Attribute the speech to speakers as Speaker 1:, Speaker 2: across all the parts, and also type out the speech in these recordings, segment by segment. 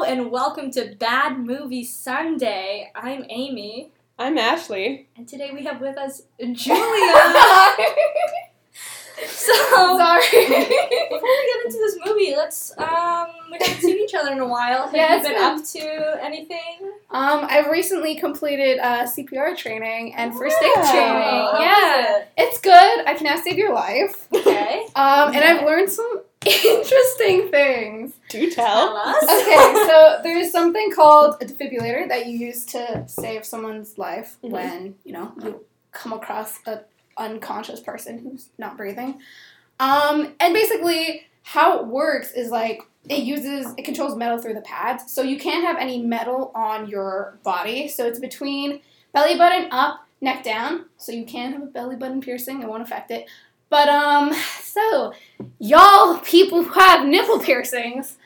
Speaker 1: welcome to Bad Movie Sunday. I'm Amy,
Speaker 2: I'm Ashley.
Speaker 1: and today we have with us Julia. so,
Speaker 3: Sorry.
Speaker 1: before we get into this movie, let's um, we haven't seen each other in a while. Have
Speaker 3: Yeah,
Speaker 1: you
Speaker 3: it's
Speaker 1: been
Speaker 3: been-
Speaker 1: up to anything?
Speaker 3: um, I've recently completed uh, CPR training and first aid
Speaker 2: Wow.
Speaker 3: training.
Speaker 2: How
Speaker 3: yeah, it's good. I can now save your life.
Speaker 1: Okay.
Speaker 3: Um, and I've
Speaker 1: Yeah.
Speaker 3: learned some interesting things.
Speaker 2: Do
Speaker 1: Tell
Speaker 2: tell.
Speaker 1: us.
Speaker 3: Okay, so there's something called a defibrillator that you use to save someone's life
Speaker 2: Mhm.
Speaker 3: when you know you come across a unconscious person who's not breathing. Um, and basically, how it works is like it uses it controls metal through the pads, so you can't have any metal on your body. So it's between belly button up, neck down, so you can have a belly button piercing. It won't affect it. But um, so y'all people who have nipple piercings.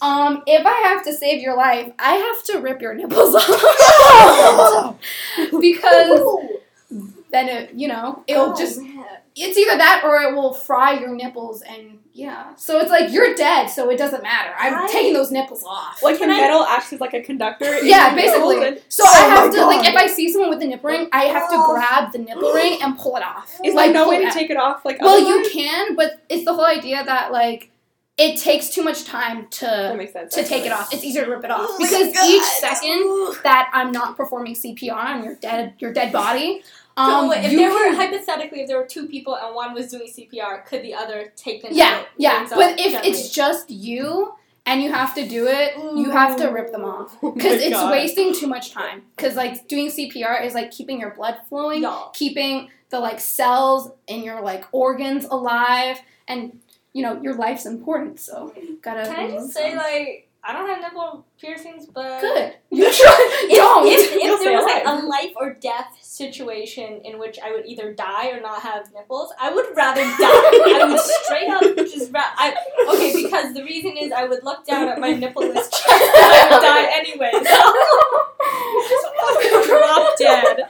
Speaker 3: Um, if I have to save your life, I have to rip your nipples off because
Speaker 1: Ooh.
Speaker 3: then it, you know, it'll
Speaker 1: Oh,
Speaker 3: just
Speaker 1: man.
Speaker 3: it's either that or it will fry your nipples and yeah. So it's like you're dead, so it doesn't matter. I'm
Speaker 1: Right.
Speaker 3: taking those nipples off.
Speaker 2: Like the
Speaker 1: Can I-
Speaker 2: metal acts as like a conductor. in
Speaker 3: yeah,
Speaker 2: your
Speaker 3: basically.
Speaker 2: nipples
Speaker 3: So
Speaker 2: Oh
Speaker 3: I have
Speaker 2: my
Speaker 3: to like
Speaker 2: God.
Speaker 3: if I see someone with a nipple ring, I have to
Speaker 1: Oh.
Speaker 3: grab the nipple ring and pull it off.
Speaker 2: and- Is there no
Speaker 3: pull
Speaker 2: way
Speaker 3: it
Speaker 2: to
Speaker 3: out.
Speaker 2: take it off? Like
Speaker 3: Well, you
Speaker 2: otherwise?
Speaker 3: can, but it's the whole idea that like it takes too much time
Speaker 2: That
Speaker 3: to
Speaker 2: makes sense.
Speaker 3: uh, to take it off. It's easier to rip it off
Speaker 1: Oh my
Speaker 3: because
Speaker 1: God.
Speaker 3: each second that I'm not performing CPR on your dead your dead body. Um,
Speaker 1: so wait, if
Speaker 3: you
Speaker 1: there
Speaker 3: can-
Speaker 1: were hypothetically, if there were two people and one was doing CPR, could the other take the
Speaker 3: Yeah,
Speaker 1: note?
Speaker 3: yeah.
Speaker 1: Things off
Speaker 3: But if
Speaker 1: gently.
Speaker 3: it's just you and you have to do it, you have to rip them off.
Speaker 2: Oh my
Speaker 3: Because it's
Speaker 2: God.
Speaker 3: wasting too much time. Because, like, doing CPR is like keeping your blood flowing,
Speaker 1: Y'all.
Speaker 3: keeping the, like, cells in your, like, organs alive. And, you know, your life's important, so you gotta.
Speaker 1: Can I
Speaker 3: move
Speaker 1: just say,
Speaker 3: on.
Speaker 1: like, I don't have nipple piercings, but
Speaker 3: Good. You try.
Speaker 1: If,
Speaker 3: Don't!
Speaker 1: If, if
Speaker 2: You'll
Speaker 1: there
Speaker 2: stay
Speaker 1: was like a life or death situation in which I would either die or not have nipples, I would rather die. I would straight up just ra- I, okay because the reason is I would look down at my nippleless chest and I would die anyway. So just fucking drop dead.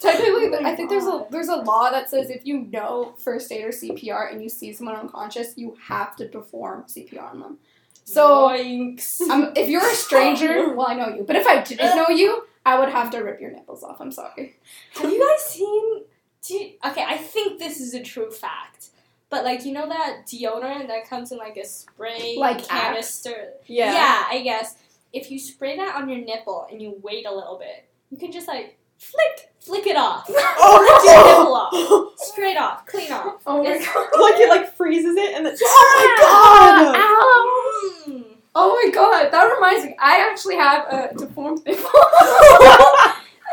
Speaker 3: Technically,
Speaker 1: Oh my
Speaker 3: I think there's a
Speaker 1: God.
Speaker 3: there's a law that says if you know first aid or CPR and you see someone unconscious, you have to perform CPR on them. So
Speaker 1: Yoinks.
Speaker 3: um, if you're a stranger, well, I know you, but if I didn't know you, I would have to rip your nipples off. I'm sorry.
Speaker 1: Have you guys seen? Do you- okay, I think this is a true fact. But like you know that deodorant that comes in like a spray
Speaker 3: Like Axe?
Speaker 1: canister.
Speaker 2: Yeah.
Speaker 1: I guess if you spray that on your nipple and you wait a little bit, you can just like flick, flick it off, Rip your nipple off, straight off, clean off.
Speaker 3: Oh
Speaker 1: It's-
Speaker 2: like it like freezes it and then.
Speaker 3: Oh my
Speaker 2: Oh
Speaker 3: god!
Speaker 1: Mm.
Speaker 3: Oh my god! That reminds me. I actually have a deformed nipple.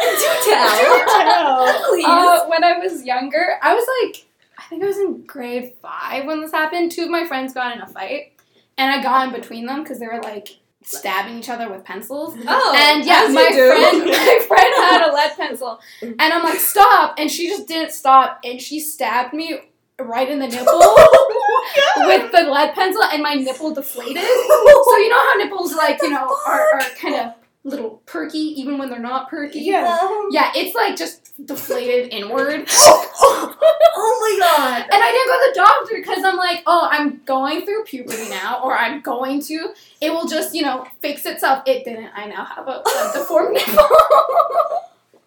Speaker 1: Do
Speaker 2: Do
Speaker 1: tell,
Speaker 2: tell.
Speaker 1: please.
Speaker 3: Uh, when I was younger, I was like, I think I was in grade five when this happened. Two of my friends got in a fight, and I got in between them because they were like stabbing each other with pencils.
Speaker 1: oh,
Speaker 3: and yeah,
Speaker 2: as you
Speaker 3: my
Speaker 2: do.
Speaker 3: friend, my friend had a lead pencil, and I'm like, stop, and she just didn't stop, and she stabbed me right in the nipple with the lead pencil, and my nipple deflated. So you know how nipples like you know are, are kind of little perky even when they're not perky.
Speaker 2: Yeah.
Speaker 3: Yeah, it's like just deflated inward.
Speaker 1: Oh my
Speaker 3: And I didn't go to the doctor because I'm like, oh, I'm going through puberty now, or I'm going to. It will just, you know, fix itself. It didn't. I now have a, a deformed nipple.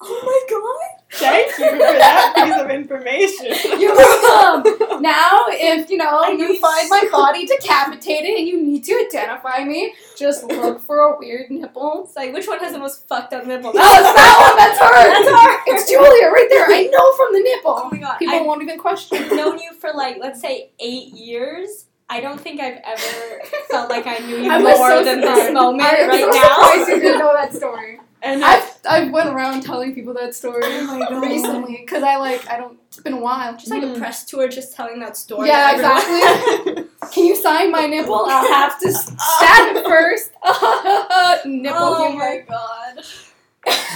Speaker 1: Oh
Speaker 2: Thank you for that piece of information.
Speaker 3: You're welcome. Now, if you know
Speaker 1: I
Speaker 3: you
Speaker 1: need
Speaker 3: find my body decapitated and you need to identify me, just look for a weird nipple.
Speaker 1: It's like which one has the most fucked up nipple? Oh
Speaker 3: No, it's that one. That's her.
Speaker 1: That's her.
Speaker 3: It's Julia right there. I know from the
Speaker 1: Oh
Speaker 3: nipple.
Speaker 1: my god.
Speaker 3: People won't even question.
Speaker 1: I've known you for like let's say eight years. I don't think I've ever felt like I knew you
Speaker 3: I
Speaker 1: more
Speaker 3: was so
Speaker 1: than
Speaker 3: surprised.
Speaker 1: this moment
Speaker 3: I am
Speaker 1: right
Speaker 3: so
Speaker 1: now.
Speaker 3: surprised you didn't know that story.
Speaker 2: And uh,
Speaker 3: I've I went around telling people that story
Speaker 1: Oh my God.
Speaker 3: recently because I like I don't. It's been a while.
Speaker 1: Just like a press tour, just telling that story.
Speaker 3: Hmm. Yeah,
Speaker 1: to everyone.
Speaker 3: exactly. Can you sign my nipple? I'll have to stab it first. nipple
Speaker 1: oh
Speaker 3: humor.
Speaker 1: my god.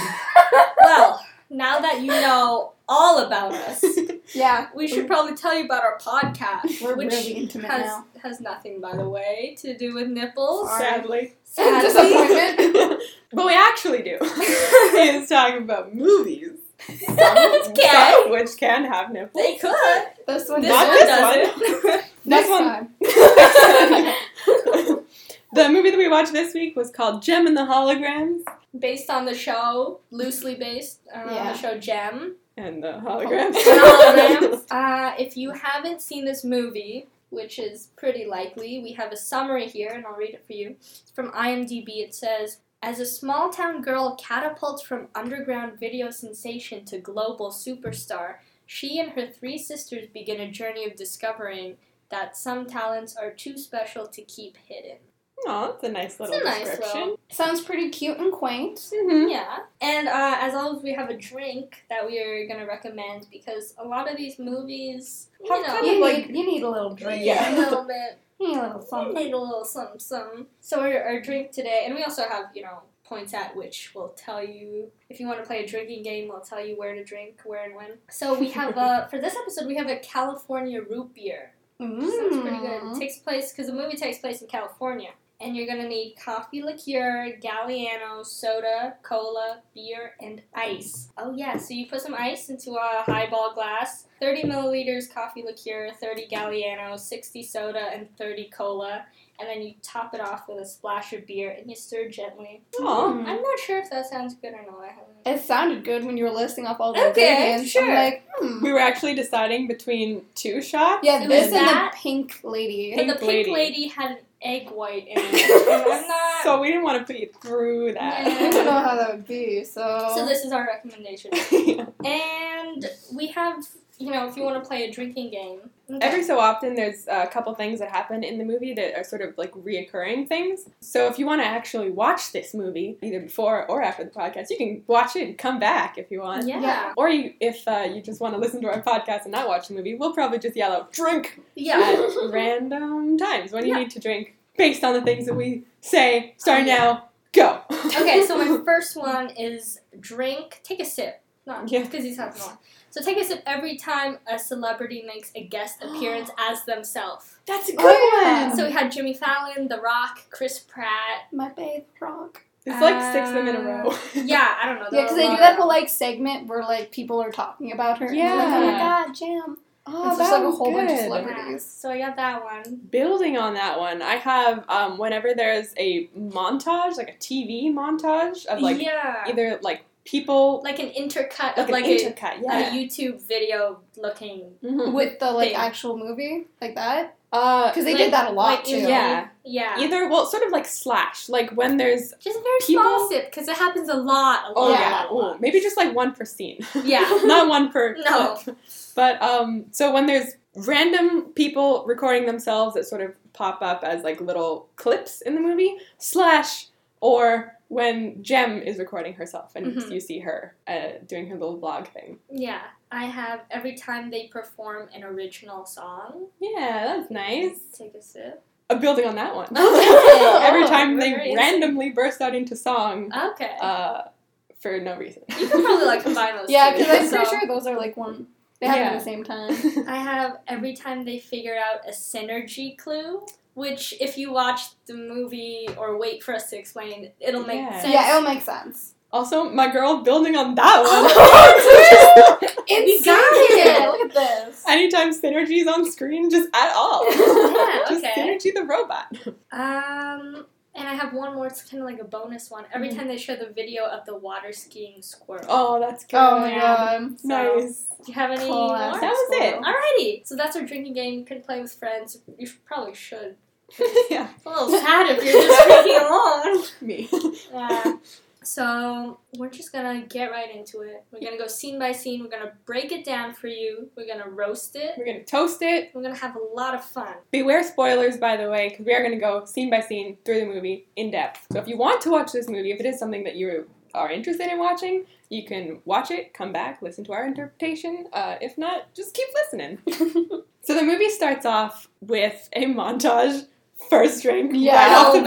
Speaker 1: Well, now that you know all about us,
Speaker 3: Yeah,
Speaker 1: we should probably tell you about our podcast,
Speaker 3: we're
Speaker 1: which
Speaker 3: really intimate
Speaker 1: has
Speaker 3: now.
Speaker 1: has nothing, by the way, to do with nipples.
Speaker 2: sadly.
Speaker 1: Sadly.
Speaker 2: but we actually do. is talking about movies. Some-
Speaker 1: Okay.
Speaker 2: some Which can have nipples.
Speaker 1: They could.
Speaker 3: This one.
Speaker 1: This
Speaker 2: Not
Speaker 1: one
Speaker 2: this
Speaker 3: doesn't.
Speaker 2: one.
Speaker 1: doesn't.
Speaker 3: Next
Speaker 2: one.
Speaker 3: time.
Speaker 2: The movie that we watched this week was called Gem and the Holograms.
Speaker 1: Based on the show, loosely based uh, on
Speaker 3: Yeah.
Speaker 1: the show Gem.
Speaker 2: And the holograms.
Speaker 1: Holograms. Uh, if you haven't seen this movie, which is pretty likely, we have a summary here, and I'll read it for you. It's from IMDb. It says, "As a small-town girl catapults from underground video sensation to global superstar, she and her three sisters begin a journey of discovering that some talents are too special to keep hidden."
Speaker 2: Aw, it's a nice little
Speaker 1: a nice
Speaker 2: description.
Speaker 3: Sounds pretty cute and quaint.
Speaker 2: Mhm.
Speaker 1: Yeah. And uh, as always, we have a drink that we are going to recommend because a lot of these movies, you
Speaker 2: Have
Speaker 1: know,
Speaker 2: kind
Speaker 3: You
Speaker 2: of
Speaker 3: need,
Speaker 2: like-
Speaker 3: you need a little drink.
Speaker 2: Yeah.
Speaker 1: a little bit,
Speaker 3: You need a little something.
Speaker 1: need a little something, something. So our, our drink today, and we also have, you know, points at which will tell you, if you want to play a drinking game, we'll tell you where to drink, where and when. So we have, uh, for this episode, we have a California root beer. Sounds pretty good.
Speaker 3: mm.
Speaker 1: It takes place because the movie takes place in California, and you're gonna need coffee liqueur, Galliano, soda, cola, beer, and ice. Oh yeah, so you put some ice into a highball glass. 30 milliliters coffee liqueur, 30 Galliano, 60 soda, and 30 cola, and then you top it off with a splash of beer and you stir gently.
Speaker 2: Aw.
Speaker 3: Mm.
Speaker 1: I'm not sure if that sounds good or not. I haven't.
Speaker 3: It sounded good when you were listing off all the
Speaker 1: Okay,
Speaker 3: ingredients. I'm
Speaker 1: sure.
Speaker 3: like, hmm.
Speaker 2: We were actually deciding between two shots.
Speaker 3: Yeah,
Speaker 1: It
Speaker 3: this
Speaker 1: was
Speaker 3: and the
Speaker 1: that-
Speaker 3: pink lady.
Speaker 1: And the
Speaker 2: Pink
Speaker 1: pink
Speaker 2: lady.
Speaker 1: lady. had an egg white in it. and I'm not.
Speaker 2: So we didn't want to put you through that.
Speaker 3: I don't know how that would be, so.
Speaker 1: so this is our recommendation. And we have, you know, if you want to play a drinking game.
Speaker 2: Every so often, there's a couple things that happen in the movie that are sort of like reoccurring things. So if you want to actually watch this movie, either before or after the podcast, you can watch it and come back if you want.
Speaker 1: yeah.
Speaker 3: Yeah.
Speaker 1: yeah.
Speaker 2: Or you, if uh, you just want to listen to our podcast and not watch the movie, we'll probably just yell out "drink" at random times when you
Speaker 1: Yeah.
Speaker 2: need to drink, based on the things that we
Speaker 3: Oh,
Speaker 2: say. Starting now, go.
Speaker 1: okay, so my first one is drink, take a sip. Not
Speaker 2: Yeah.
Speaker 1: because he's having one. So take a sip every time a celebrity makes a guest appearance as themselves.
Speaker 2: that's a good
Speaker 3: Oh, yeah.
Speaker 2: one.
Speaker 1: So we had Jimmy Fallon, The Rock, Chris Pratt.
Speaker 3: My babe rock.
Speaker 2: it's like six of them in
Speaker 3: Uh,
Speaker 2: a row.
Speaker 1: Yeah, I don't know.
Speaker 3: Yeah,
Speaker 1: there
Speaker 3: because
Speaker 1: were a
Speaker 3: they do
Speaker 1: lot
Speaker 3: that
Speaker 1: of-
Speaker 3: whole like segment where like people are talking about her. and they're like, oh my
Speaker 2: Yeah.
Speaker 3: god, Jam.
Speaker 2: Oh,
Speaker 3: It's just like a
Speaker 2: was
Speaker 3: whole bunch of
Speaker 2: good.
Speaker 3: celebrities.
Speaker 1: Yeah, So I got that one.
Speaker 2: Building on that one, I have um, whenever there's a montage, like a TV montage of like
Speaker 1: yeah.
Speaker 2: either like people,
Speaker 1: like an intercut
Speaker 2: like,
Speaker 1: of like
Speaker 2: an
Speaker 1: a,
Speaker 2: intercut,
Speaker 1: a
Speaker 2: yeah.
Speaker 1: YouTube video looking.
Speaker 2: Mhm.
Speaker 3: With the like
Speaker 1: Thing.
Speaker 3: actual movie, like that.
Speaker 2: Uh,
Speaker 3: Because they
Speaker 1: Like-
Speaker 3: did that a lot
Speaker 1: like,
Speaker 3: too.
Speaker 2: yeah,
Speaker 1: Yeah.
Speaker 2: either well, sort of like slash, like when there's
Speaker 1: Just a very
Speaker 2: People-
Speaker 1: small sip because it happens a lot, a lot,
Speaker 2: oh
Speaker 1: a
Speaker 2: yeah,
Speaker 1: lot, a lot.
Speaker 2: ooh, maybe just like one per scene,
Speaker 1: Yeah.
Speaker 2: not one per
Speaker 1: No.
Speaker 2: clip. but um, so when there's random people recording themselves that sort of pop up as like little clips in the movie slash or when Jem is recording herself and
Speaker 1: Mhm.
Speaker 2: you see her uh, doing her little vlog thing.
Speaker 1: Yeah, I have every time they perform an original song.
Speaker 2: Yeah, that's nice.
Speaker 1: Take a sip.
Speaker 2: Uh, building on that one.
Speaker 1: Okay.
Speaker 2: Every
Speaker 1: Oh,
Speaker 2: time they
Speaker 1: right.
Speaker 2: randomly burst out into song
Speaker 1: Okay.
Speaker 2: uh, for no reason.
Speaker 1: you can probably like combine those.
Speaker 3: Yeah,
Speaker 1: two,
Speaker 3: because I'm
Speaker 1: so.
Speaker 3: pretty sure those are like one. They happen
Speaker 2: Yeah.
Speaker 3: at the same time.
Speaker 1: I have every time they figure out a synergy clue, which if you watch the movie or wait for us to explain, it'll make
Speaker 2: Yeah.
Speaker 1: sense.
Speaker 3: yeah, it'll make sense.
Speaker 2: also, my girl building on that one.
Speaker 3: Oh, It's
Speaker 1: got it!
Speaker 3: Look at this.
Speaker 2: Anytime synergy's on screen, just at all.
Speaker 1: Yeah,
Speaker 2: just
Speaker 1: okay.
Speaker 2: synergy the robot.
Speaker 1: Um, and I have one more. It's kind of like a bonus one. Every
Speaker 2: Mhm.
Speaker 1: time they show the video of the water skiing squirrel.
Speaker 2: Oh, that's good.
Speaker 3: Oh my
Speaker 1: Yeah.
Speaker 3: god.
Speaker 1: So,
Speaker 2: Nice.
Speaker 1: Do you have any
Speaker 3: Cool,
Speaker 1: more?
Speaker 3: that's
Speaker 2: That was
Speaker 3: cool.
Speaker 2: it.
Speaker 1: Alrighty, so that's our drinking game. You can play with friends. You sh- probably should.
Speaker 2: yeah,
Speaker 1: It's a little sad if you're just drinking alone.
Speaker 2: me.
Speaker 1: Yeah. So we're just gonna get right into it. We're gonna go scene by scene. We're gonna break it down for you. We're gonna roast it.
Speaker 2: We're gonna toast it.
Speaker 1: We're gonna have a lot of fun.
Speaker 2: Beware spoilers, by the way, because we are gonna go scene by scene through the movie in depth. So if you want to watch this movie, if it is something that you are interested in watching, you can watch it, come back, listen to our interpretation. Uh, if not, just keep listening. so the movie starts off with a montage. First drink,
Speaker 3: Yeah,
Speaker 2: right off the
Speaker 3: right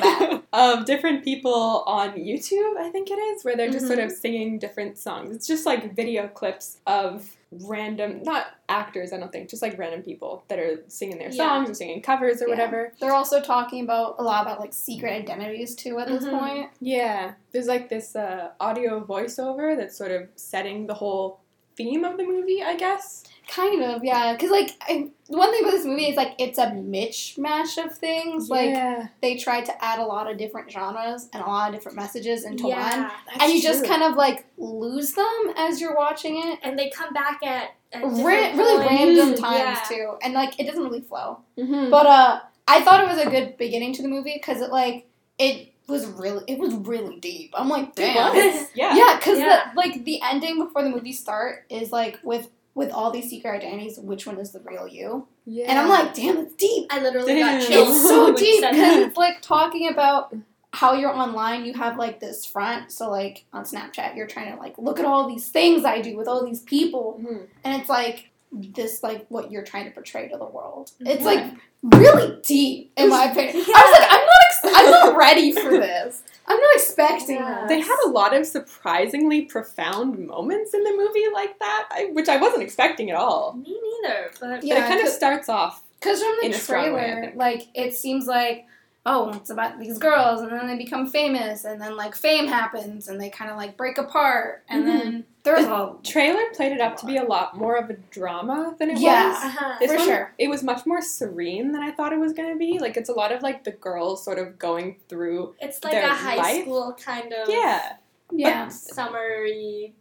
Speaker 2: bat,
Speaker 3: off the
Speaker 2: of different people on YouTube, I think it is, where they're just
Speaker 1: Mhm.
Speaker 2: sort
Speaker 3: Mm-hmm.
Speaker 2: of singing different songs. It's just like video clips of random, not actors, I don't think, just like random people that are singing their
Speaker 1: Yeah.
Speaker 2: songs or singing covers or
Speaker 3: Yeah.
Speaker 2: whatever.
Speaker 3: They're also talking about a lot about like secret identities too at this
Speaker 1: Mhm.
Speaker 3: point.
Speaker 2: Yeah, there's like this uh, audio voiceover that's sort of setting the whole theme of the movie, I guess.
Speaker 3: Kind of, yeah. Because, like, I, the one thing about this movie is, like, it's a mishmash of things. Like,
Speaker 2: yeah,
Speaker 3: they tried to add a lot of different genres and a lot of different messages into one.
Speaker 1: yeah.
Speaker 3: And you just kind of, like, lose them as you're watching it.
Speaker 1: And they come back at, at
Speaker 3: Ra-
Speaker 1: different
Speaker 3: really
Speaker 1: points.
Speaker 3: random
Speaker 1: Yeah.
Speaker 3: times, too. And, like, it doesn't really flow.
Speaker 2: hmm
Speaker 3: But, uh, I thought it was a good beginning to the movie because it, like, it was really, it was really deep. I'm like, damn.
Speaker 1: was.
Speaker 2: yeah.
Speaker 3: Yeah, because
Speaker 1: Yeah.
Speaker 3: like the ending before the movie start is like with with all these secret identities, which one is the real you?
Speaker 2: yeah,
Speaker 3: And I'm like, damn, it's deep.
Speaker 1: I literally
Speaker 2: Damn.
Speaker 1: got chills.
Speaker 3: It's so
Speaker 1: when you
Speaker 3: deep
Speaker 1: said
Speaker 3: because
Speaker 1: that.
Speaker 3: it's like talking about how you're online. You have like this front, so like on Snapchat, you're trying to like look at all these things I do with all these people,
Speaker 2: Mhm.
Speaker 3: and it's like this like what you're trying to portray to the world. It's
Speaker 2: Yeah.
Speaker 3: like really deep in my opinion. I was like, I'm not, ex- I'm not ready for this. I'm not expecting
Speaker 1: Yeah.
Speaker 3: this.
Speaker 2: They had a lot of surprisingly profound moments in the movie like that, I, which I wasn't expecting at all.
Speaker 1: Me neither, but
Speaker 3: Yeah.
Speaker 2: but it kind of
Speaker 3: 'cause-
Speaker 2: starts off.
Speaker 3: Because from the
Speaker 2: in a strong way, I
Speaker 3: trailer,
Speaker 2: think.
Speaker 3: like it seems like, oh, it's about these girls, and then they become famous, and then like fame happens, and they kind of like break apart, and
Speaker 2: Mhm.
Speaker 3: then there's a
Speaker 2: Trailer played it up to be a lot more of a drama than it
Speaker 3: Yeah.
Speaker 2: was.
Speaker 1: uh-huh.
Speaker 2: This
Speaker 3: For
Speaker 2: one,
Speaker 3: sure.
Speaker 2: It was much more serene than I thought it was going to be. Like, it's a lot of, like, the girls sort of going through.
Speaker 1: it's like
Speaker 2: their
Speaker 1: a high
Speaker 2: life?
Speaker 1: school kind of
Speaker 2: Yeah.
Speaker 3: yeah.
Speaker 1: summery,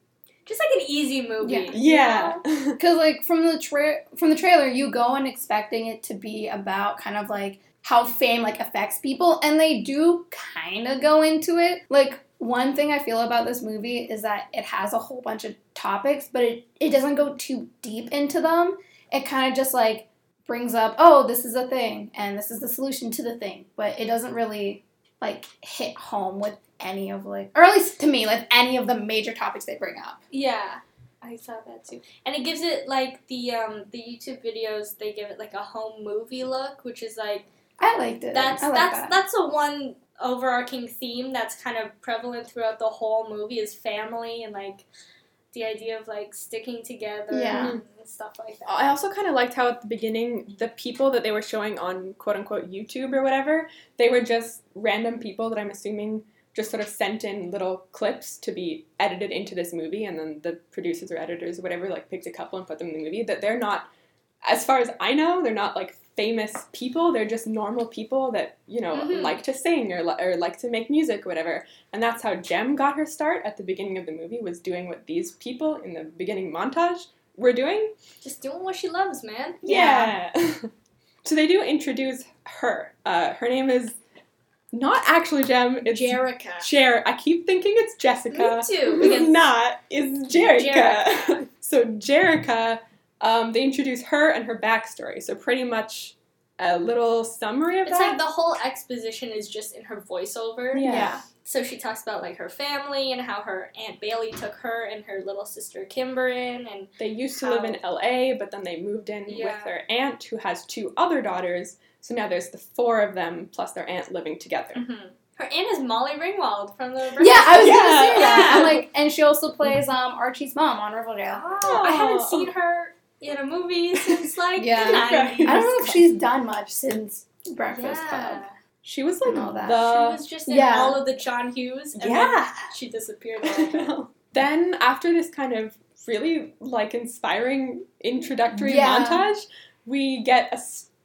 Speaker 1: just like an easy movie.
Speaker 3: Yeah.
Speaker 2: Yeah.
Speaker 3: Because like from the tra- from the trailer, you go in expecting it to be about kind of like how fame like affects people, and they do kind of go into it. Like one thing I feel about this movie is that it has a whole bunch of topics, but it it doesn't go too deep into them. It kind of just like brings up, oh, this is a thing, and this is the solution to the thing, but it doesn't really like hit home with any of like, or at least to me, like any of the major topics they bring up.
Speaker 1: Yeah, I saw that too. And it gives it like the um the YouTube videos they give it like a home movie look, which is like
Speaker 3: I liked it.
Speaker 1: that's
Speaker 3: I like
Speaker 1: that's
Speaker 3: that.
Speaker 1: that's a one overarching theme that's kind of prevalent throughout the whole movie is family and like the idea of like sticking together
Speaker 3: Yeah.
Speaker 1: and stuff like that.
Speaker 2: I also kind of liked how at the beginning, the people that they were showing on quote unquote YouTube or whatever, they were just random people that I'm assuming just sort of sent in little clips to be edited into this movie, and then the producers or editors or whatever like picked a couple and put them in the movie. That they're not, as far as I know, they're not like famous people. They're just normal people that you know
Speaker 1: Mhm.
Speaker 2: like to sing or, li- or like to make music or whatever. And that's how Jem got her start at the beginning of the movie was doing what these people in the beginning montage were doing.
Speaker 1: Just doing what she loves, man.
Speaker 2: Yeah. so they do introduce her. Uh, her name is not actually Jem. It's
Speaker 1: Jerica.
Speaker 2: Jer. I keep thinking it's Jessica.
Speaker 1: Me too.
Speaker 2: It's
Speaker 1: because-
Speaker 2: not. It's Jerica. so Jerica, um, they introduce her and her backstory. So pretty much a little summary of
Speaker 1: It's like
Speaker 2: that.
Speaker 1: the whole exposition is just in her voiceover.
Speaker 2: Yeah.
Speaker 1: So she talks about like her family and how her aunt Bailey took her and her little sister Kimber in, and
Speaker 2: They used to live in LA, but then they moved in
Speaker 1: Yeah.
Speaker 2: with their aunt, who has two other daughters. So now there's the four of them plus their aunt living together.
Speaker 1: her aunt is Molly Ringwald from the.
Speaker 3: Yeah, I was gonna
Speaker 2: Yeah.
Speaker 3: say that. I'm
Speaker 1: Yeah.
Speaker 3: like, and she also plays um Archie's mom on Riverdale.
Speaker 1: Oh, I haven't seen her in a movie since like
Speaker 3: Yeah.
Speaker 1: the 90s.
Speaker 3: I don't know if she's done much since Breakfast Club.
Speaker 1: Yeah.
Speaker 2: She was like
Speaker 3: And all that.
Speaker 1: She
Speaker 2: the
Speaker 1: was just in
Speaker 3: yeah.
Speaker 1: all of the John Hughes, and then she disappeared. A little bit.
Speaker 2: then after this kind of really like inspiring introductory
Speaker 3: Yeah.
Speaker 2: montage, we get a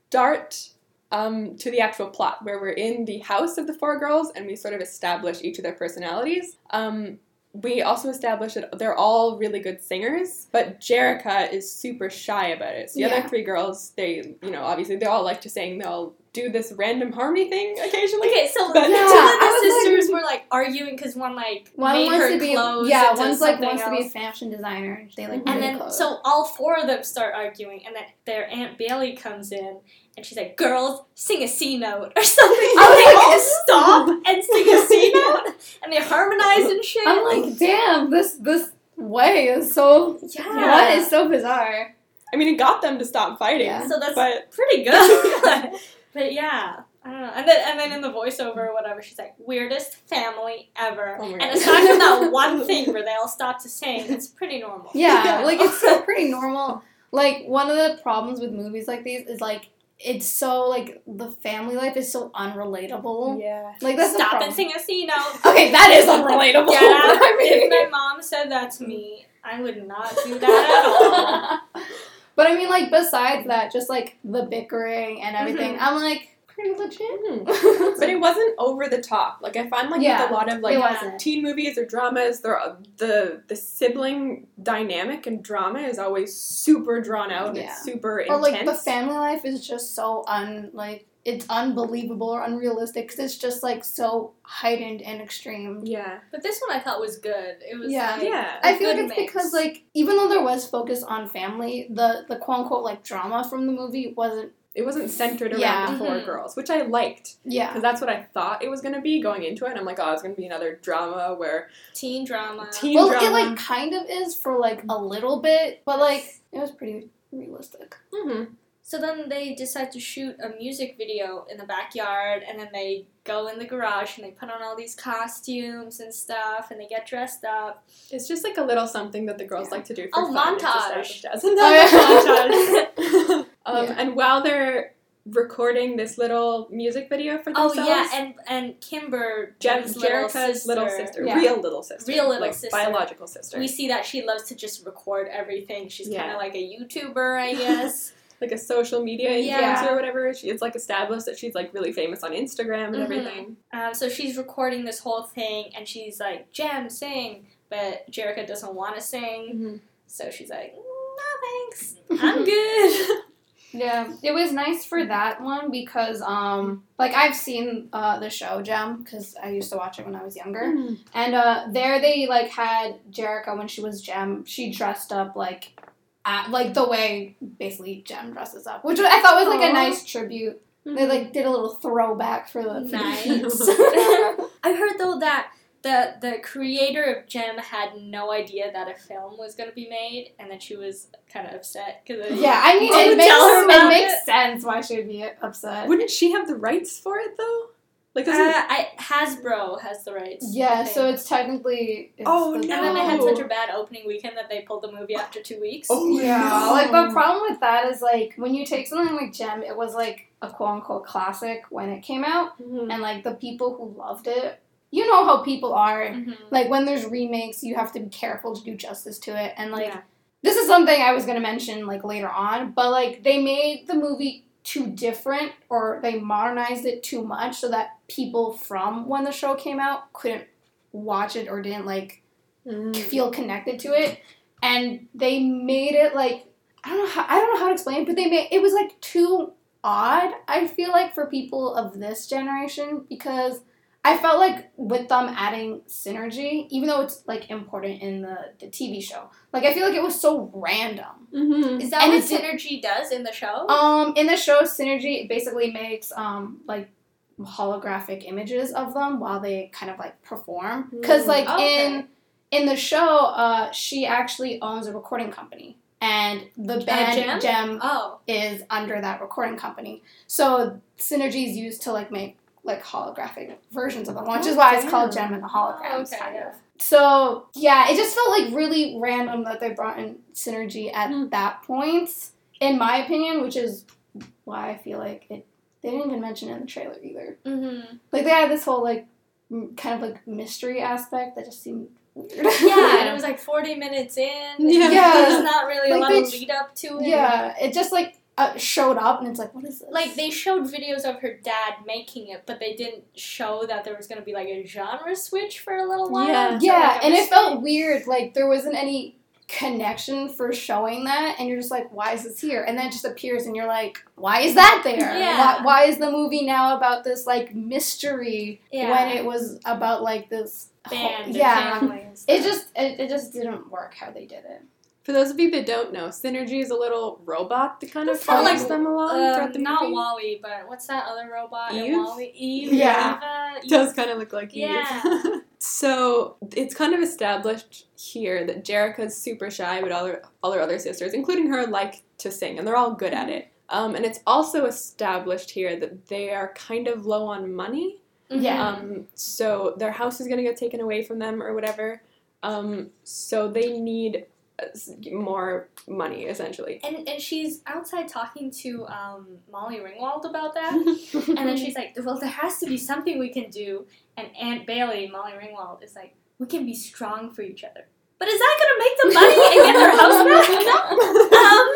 Speaker 2: start um, to the actual plot where we're in the house of the four girls and we sort of establish each of their personalities. Um, we also establish that they're all really good singers, but Jerica is super shy about it. So the
Speaker 3: Yeah.
Speaker 2: other three girls, they you know obviously they all like to sing. They all do this random harmony thing occasionally.
Speaker 1: Okay, so
Speaker 2: But-
Speaker 1: two
Speaker 3: Yeah,
Speaker 1: of the
Speaker 3: I was like-
Speaker 1: sisters were like arguing because one like
Speaker 3: One
Speaker 1: made
Speaker 3: wants
Speaker 1: her
Speaker 3: to be,
Speaker 1: clothes.
Speaker 3: yeah,
Speaker 1: into
Speaker 3: one's like
Speaker 1: something
Speaker 3: wants to be
Speaker 1: else.
Speaker 3: a fashion designer. and They like
Speaker 2: Mhm.
Speaker 1: And
Speaker 3: make
Speaker 1: then,
Speaker 3: clothes.
Speaker 1: so all four of them start arguing, and then their Aunt Bailey comes in, and she's like, "Girls, sing a C note or something."
Speaker 3: I was
Speaker 1: they
Speaker 3: like, "Oh."
Speaker 1: all stop and sing a C note, and they harmonize and shit.
Speaker 3: I'm like, damn, this this way is so
Speaker 1: yeah.
Speaker 3: what is so bizarre.
Speaker 2: I mean, it got them to stop fighting.
Speaker 3: Yeah.
Speaker 1: So that's
Speaker 2: But
Speaker 1: pretty good. but yeah, I don't know. And then, and then in the voiceover or whatever, she's like, "Weirdest family ever,"
Speaker 2: Oh my
Speaker 1: and
Speaker 2: God.
Speaker 1: aside from that one thing where they all stop to sing, it's pretty normal.
Speaker 3: Yeah, like it's so pretty normal. Like one of the problems with movies like these is like it's so like the family life is so unrelatable.
Speaker 2: Yeah.
Speaker 3: Like that's the
Speaker 1: Stop
Speaker 3: problem.
Speaker 1: and sing a C note.
Speaker 3: Okay, that is unrelatable.
Speaker 1: Yeah,
Speaker 3: I
Speaker 1: if my
Speaker 3: mean-
Speaker 1: mom said that to me, I would not do that at all.
Speaker 3: but I mean, like besides that, just like the bickering and everything, I'm like pretty legit.
Speaker 2: Hmm. But
Speaker 3: but
Speaker 2: it wasn't over the top. Like I find like with
Speaker 3: Yeah,
Speaker 2: a lot of
Speaker 3: it
Speaker 2: like
Speaker 3: wasn't.
Speaker 2: teen movies or dramas, they're, uh, the the sibling dynamic and drama is always super drawn out. and
Speaker 3: Yeah.
Speaker 2: It's super
Speaker 3: Or
Speaker 2: intense.
Speaker 3: like the family life is just so un like it's unbelievable or unrealistic because it's just like so heightened and extreme.
Speaker 2: yeah.
Speaker 1: But this one I thought was good. It was
Speaker 3: Yeah.
Speaker 1: like,
Speaker 2: Yeah.
Speaker 3: I feel like
Speaker 1: good
Speaker 3: it's
Speaker 1: mix.
Speaker 3: because like even though there was focus on family, the the quote unquote like drama from the movie wasn't
Speaker 2: It wasn't centered around
Speaker 3: Yeah.
Speaker 2: the 4
Speaker 1: Mhm.
Speaker 2: girls, which I liked
Speaker 3: yeah.
Speaker 2: because that's what I thought it was gonna be going into it. And I'm like, oh, it's gonna be another drama where
Speaker 1: teen drama.
Speaker 2: teen
Speaker 3: Well,
Speaker 2: drama.
Speaker 3: it like kind of is for like a little bit, but like it was pretty realistic.
Speaker 2: Mhm.
Speaker 1: So then they decide to shoot a music video in the backyard, and then they go in the garage and they put on all these costumes and stuff, and they get dressed up.
Speaker 2: It's just like a little something that the girls
Speaker 3: Yeah.
Speaker 2: like to do
Speaker 1: A
Speaker 2: for fun. It just
Speaker 1: Oh, montage.
Speaker 2: averaged us. Another montage. um,
Speaker 3: Oh, Yeah.
Speaker 2: And while they're recording this little music video for
Speaker 1: oh
Speaker 2: themselves,
Speaker 1: yeah, and and Kimber,
Speaker 2: Jen-
Speaker 1: Jen's little
Speaker 2: Jerica's
Speaker 1: sister,
Speaker 2: little sister,
Speaker 3: Yeah.
Speaker 2: real little sister,
Speaker 1: Real little
Speaker 2: like
Speaker 1: sister.
Speaker 2: biological sister,
Speaker 1: we see that she loves to just record everything. She's kind
Speaker 2: Yeah.
Speaker 1: of like a YouTuber, I guess.
Speaker 2: like a social media
Speaker 1: Yeah.
Speaker 2: influencer or whatever. She it's like established that she's like really famous on Instagram and
Speaker 1: Mhm.
Speaker 2: everything.
Speaker 1: um, so she's recording this whole thing, and she's like, "Jem, sing," but Jerica doesn't want to sing, so she's like, "Mm, "No thanks, I'm good."
Speaker 3: Yeah, it was nice for that one because, um, like I've seen uh, the show Gem because I used to watch it when I was younger, and uh, there they like had Jerica when she was Gem. She dressed up like, at, like the way basically Gem dresses up, which I thought was like
Speaker 2: Aw.
Speaker 3: a nice tribute. They like did a little throwback for the
Speaker 1: Nice. I heard though that the the creator of Gem had no idea that a film was going to be made, and that she was kind of Uh, upset because
Speaker 3: yeah, I mean
Speaker 1: Did you
Speaker 3: it makes,
Speaker 1: tell her
Speaker 3: it
Speaker 1: about
Speaker 3: makes
Speaker 1: it?
Speaker 3: sense why she would be upset.
Speaker 2: Wouldn't she have the rights for it though? Like
Speaker 1: Uh,
Speaker 2: doesn't
Speaker 1: I, Hasbro has the rights. I
Speaker 3: Yeah,
Speaker 1: think.
Speaker 3: so it's technically it's
Speaker 2: Oh,
Speaker 3: the-
Speaker 1: and then they had
Speaker 2: No.
Speaker 1: such a bad opening weekend that they pulled the movie after two weeks.
Speaker 2: Oh,
Speaker 3: Yeah,
Speaker 2: no.
Speaker 3: like the problem with that is like when you take something like Gem, it was like a quote unquote classic when it came out,
Speaker 2: Mhm.
Speaker 3: and like the people who loved it, you know how people are.
Speaker 1: Mhm.
Speaker 3: Like when there's remakes, you have to be careful to do justice to it, and like
Speaker 1: Yeah.
Speaker 3: this is something I was gonna mention like later on, but like they made the movie too different or they modernized it too much so that people from when the show came out couldn't watch it or didn't like
Speaker 2: Mhm.
Speaker 3: feel connected to it and they made it like I don't know how I don't know how to explain it, but they made it was like too odd I feel like for people of this generation because I felt like with them adding synergy even though it's like important in the the TV show like I feel like it was so random
Speaker 2: Mhm.
Speaker 1: Is that
Speaker 3: And
Speaker 1: what
Speaker 3: it's-
Speaker 1: synergy does in the show?
Speaker 3: um in the show synergy it basically makes um like holographic images of them while they kind of like perform because
Speaker 2: Mm.
Speaker 3: like
Speaker 1: Oh, Okay.
Speaker 3: in in the show, uh, she actually owns a recording company, and the band
Speaker 1: Gem?
Speaker 3: Gem
Speaker 1: oh,
Speaker 3: is under that recording company. So synergy is used to like make like holographic versions of them, which is why it's called
Speaker 2: Damn.
Speaker 3: Gem and the Holograms,
Speaker 1: Oh, okay,
Speaker 3: kind
Speaker 1: yeah.
Speaker 3: of. So yeah, it just felt like really random that they brought in synergy at
Speaker 2: Hmm.
Speaker 3: that point, in my opinion, which is why I feel like it. They didn't even mention it in the trailer either.
Speaker 1: mm-hmm.
Speaker 3: Like they had this whole like m- kind of like mystery aspect that just seemed weird.
Speaker 1: yeah, and it was like forty minutes in.
Speaker 2: Yeah.
Speaker 3: Yeah.
Speaker 1: there's not really a
Speaker 3: Like,
Speaker 1: lot
Speaker 3: they
Speaker 1: of
Speaker 3: sh-
Speaker 1: lead up to it.
Speaker 3: Yeah, it just like uh, showed up, and it's like, what is this?
Speaker 1: Like they showed videos of her dad making it, but they didn't show that there was gonna be like a genre switch for a little while.
Speaker 2: Yeah.
Speaker 1: So,
Speaker 3: yeah,
Speaker 1: like, I
Speaker 3: and
Speaker 1: was-
Speaker 3: it felt weird. Like there wasn't any connection for showing that, and you're just like, why is this here? And then it just appears, and you're like, why is that there?
Speaker 1: Yeah.
Speaker 3: Why, why is the movie now about this like mystery
Speaker 1: yeah.
Speaker 3: when it was about like this? whole-
Speaker 1: band, and
Speaker 3: yeah.
Speaker 1: family and
Speaker 3: It
Speaker 1: stuff.
Speaker 3: just it, it just didn't work how they did it.
Speaker 2: For those of you that don't know, Synergy is a little robot that kind of
Speaker 1: That's kinda
Speaker 2: follows
Speaker 1: like,
Speaker 2: them along
Speaker 1: Um,
Speaker 2: throughout the
Speaker 1: not
Speaker 2: movie.
Speaker 1: Wally, but what's that other robot? in
Speaker 2: Eve?
Speaker 1: Wally? Eve?
Speaker 3: Yeah.
Speaker 1: Eva?
Speaker 2: does kind of look like Eve.
Speaker 1: Yeah.
Speaker 2: so it's kind of established here that Jerica's super shy, but all her, all her other sisters, including her, like to sing, and they're all good
Speaker 1: Mm-hmm.
Speaker 2: at it. Um, and it's also established here that they are kind of low on money,
Speaker 1: Mhm.
Speaker 3: Yeah.
Speaker 2: um, so their house is going to get taken away from them or whatever. Um, so they need s- more money essentially.
Speaker 1: And and she's outside talking to um, Molly Ringwald about that. And then
Speaker 3: Mm-hmm.
Speaker 1: she's like, "Well, there has to be something we can do." And Aunt Bailey, Molly Ringwald, is like, "We can be strong for each other." But is that gonna make the money and get her house back? Um,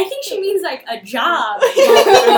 Speaker 1: I think she means like a job.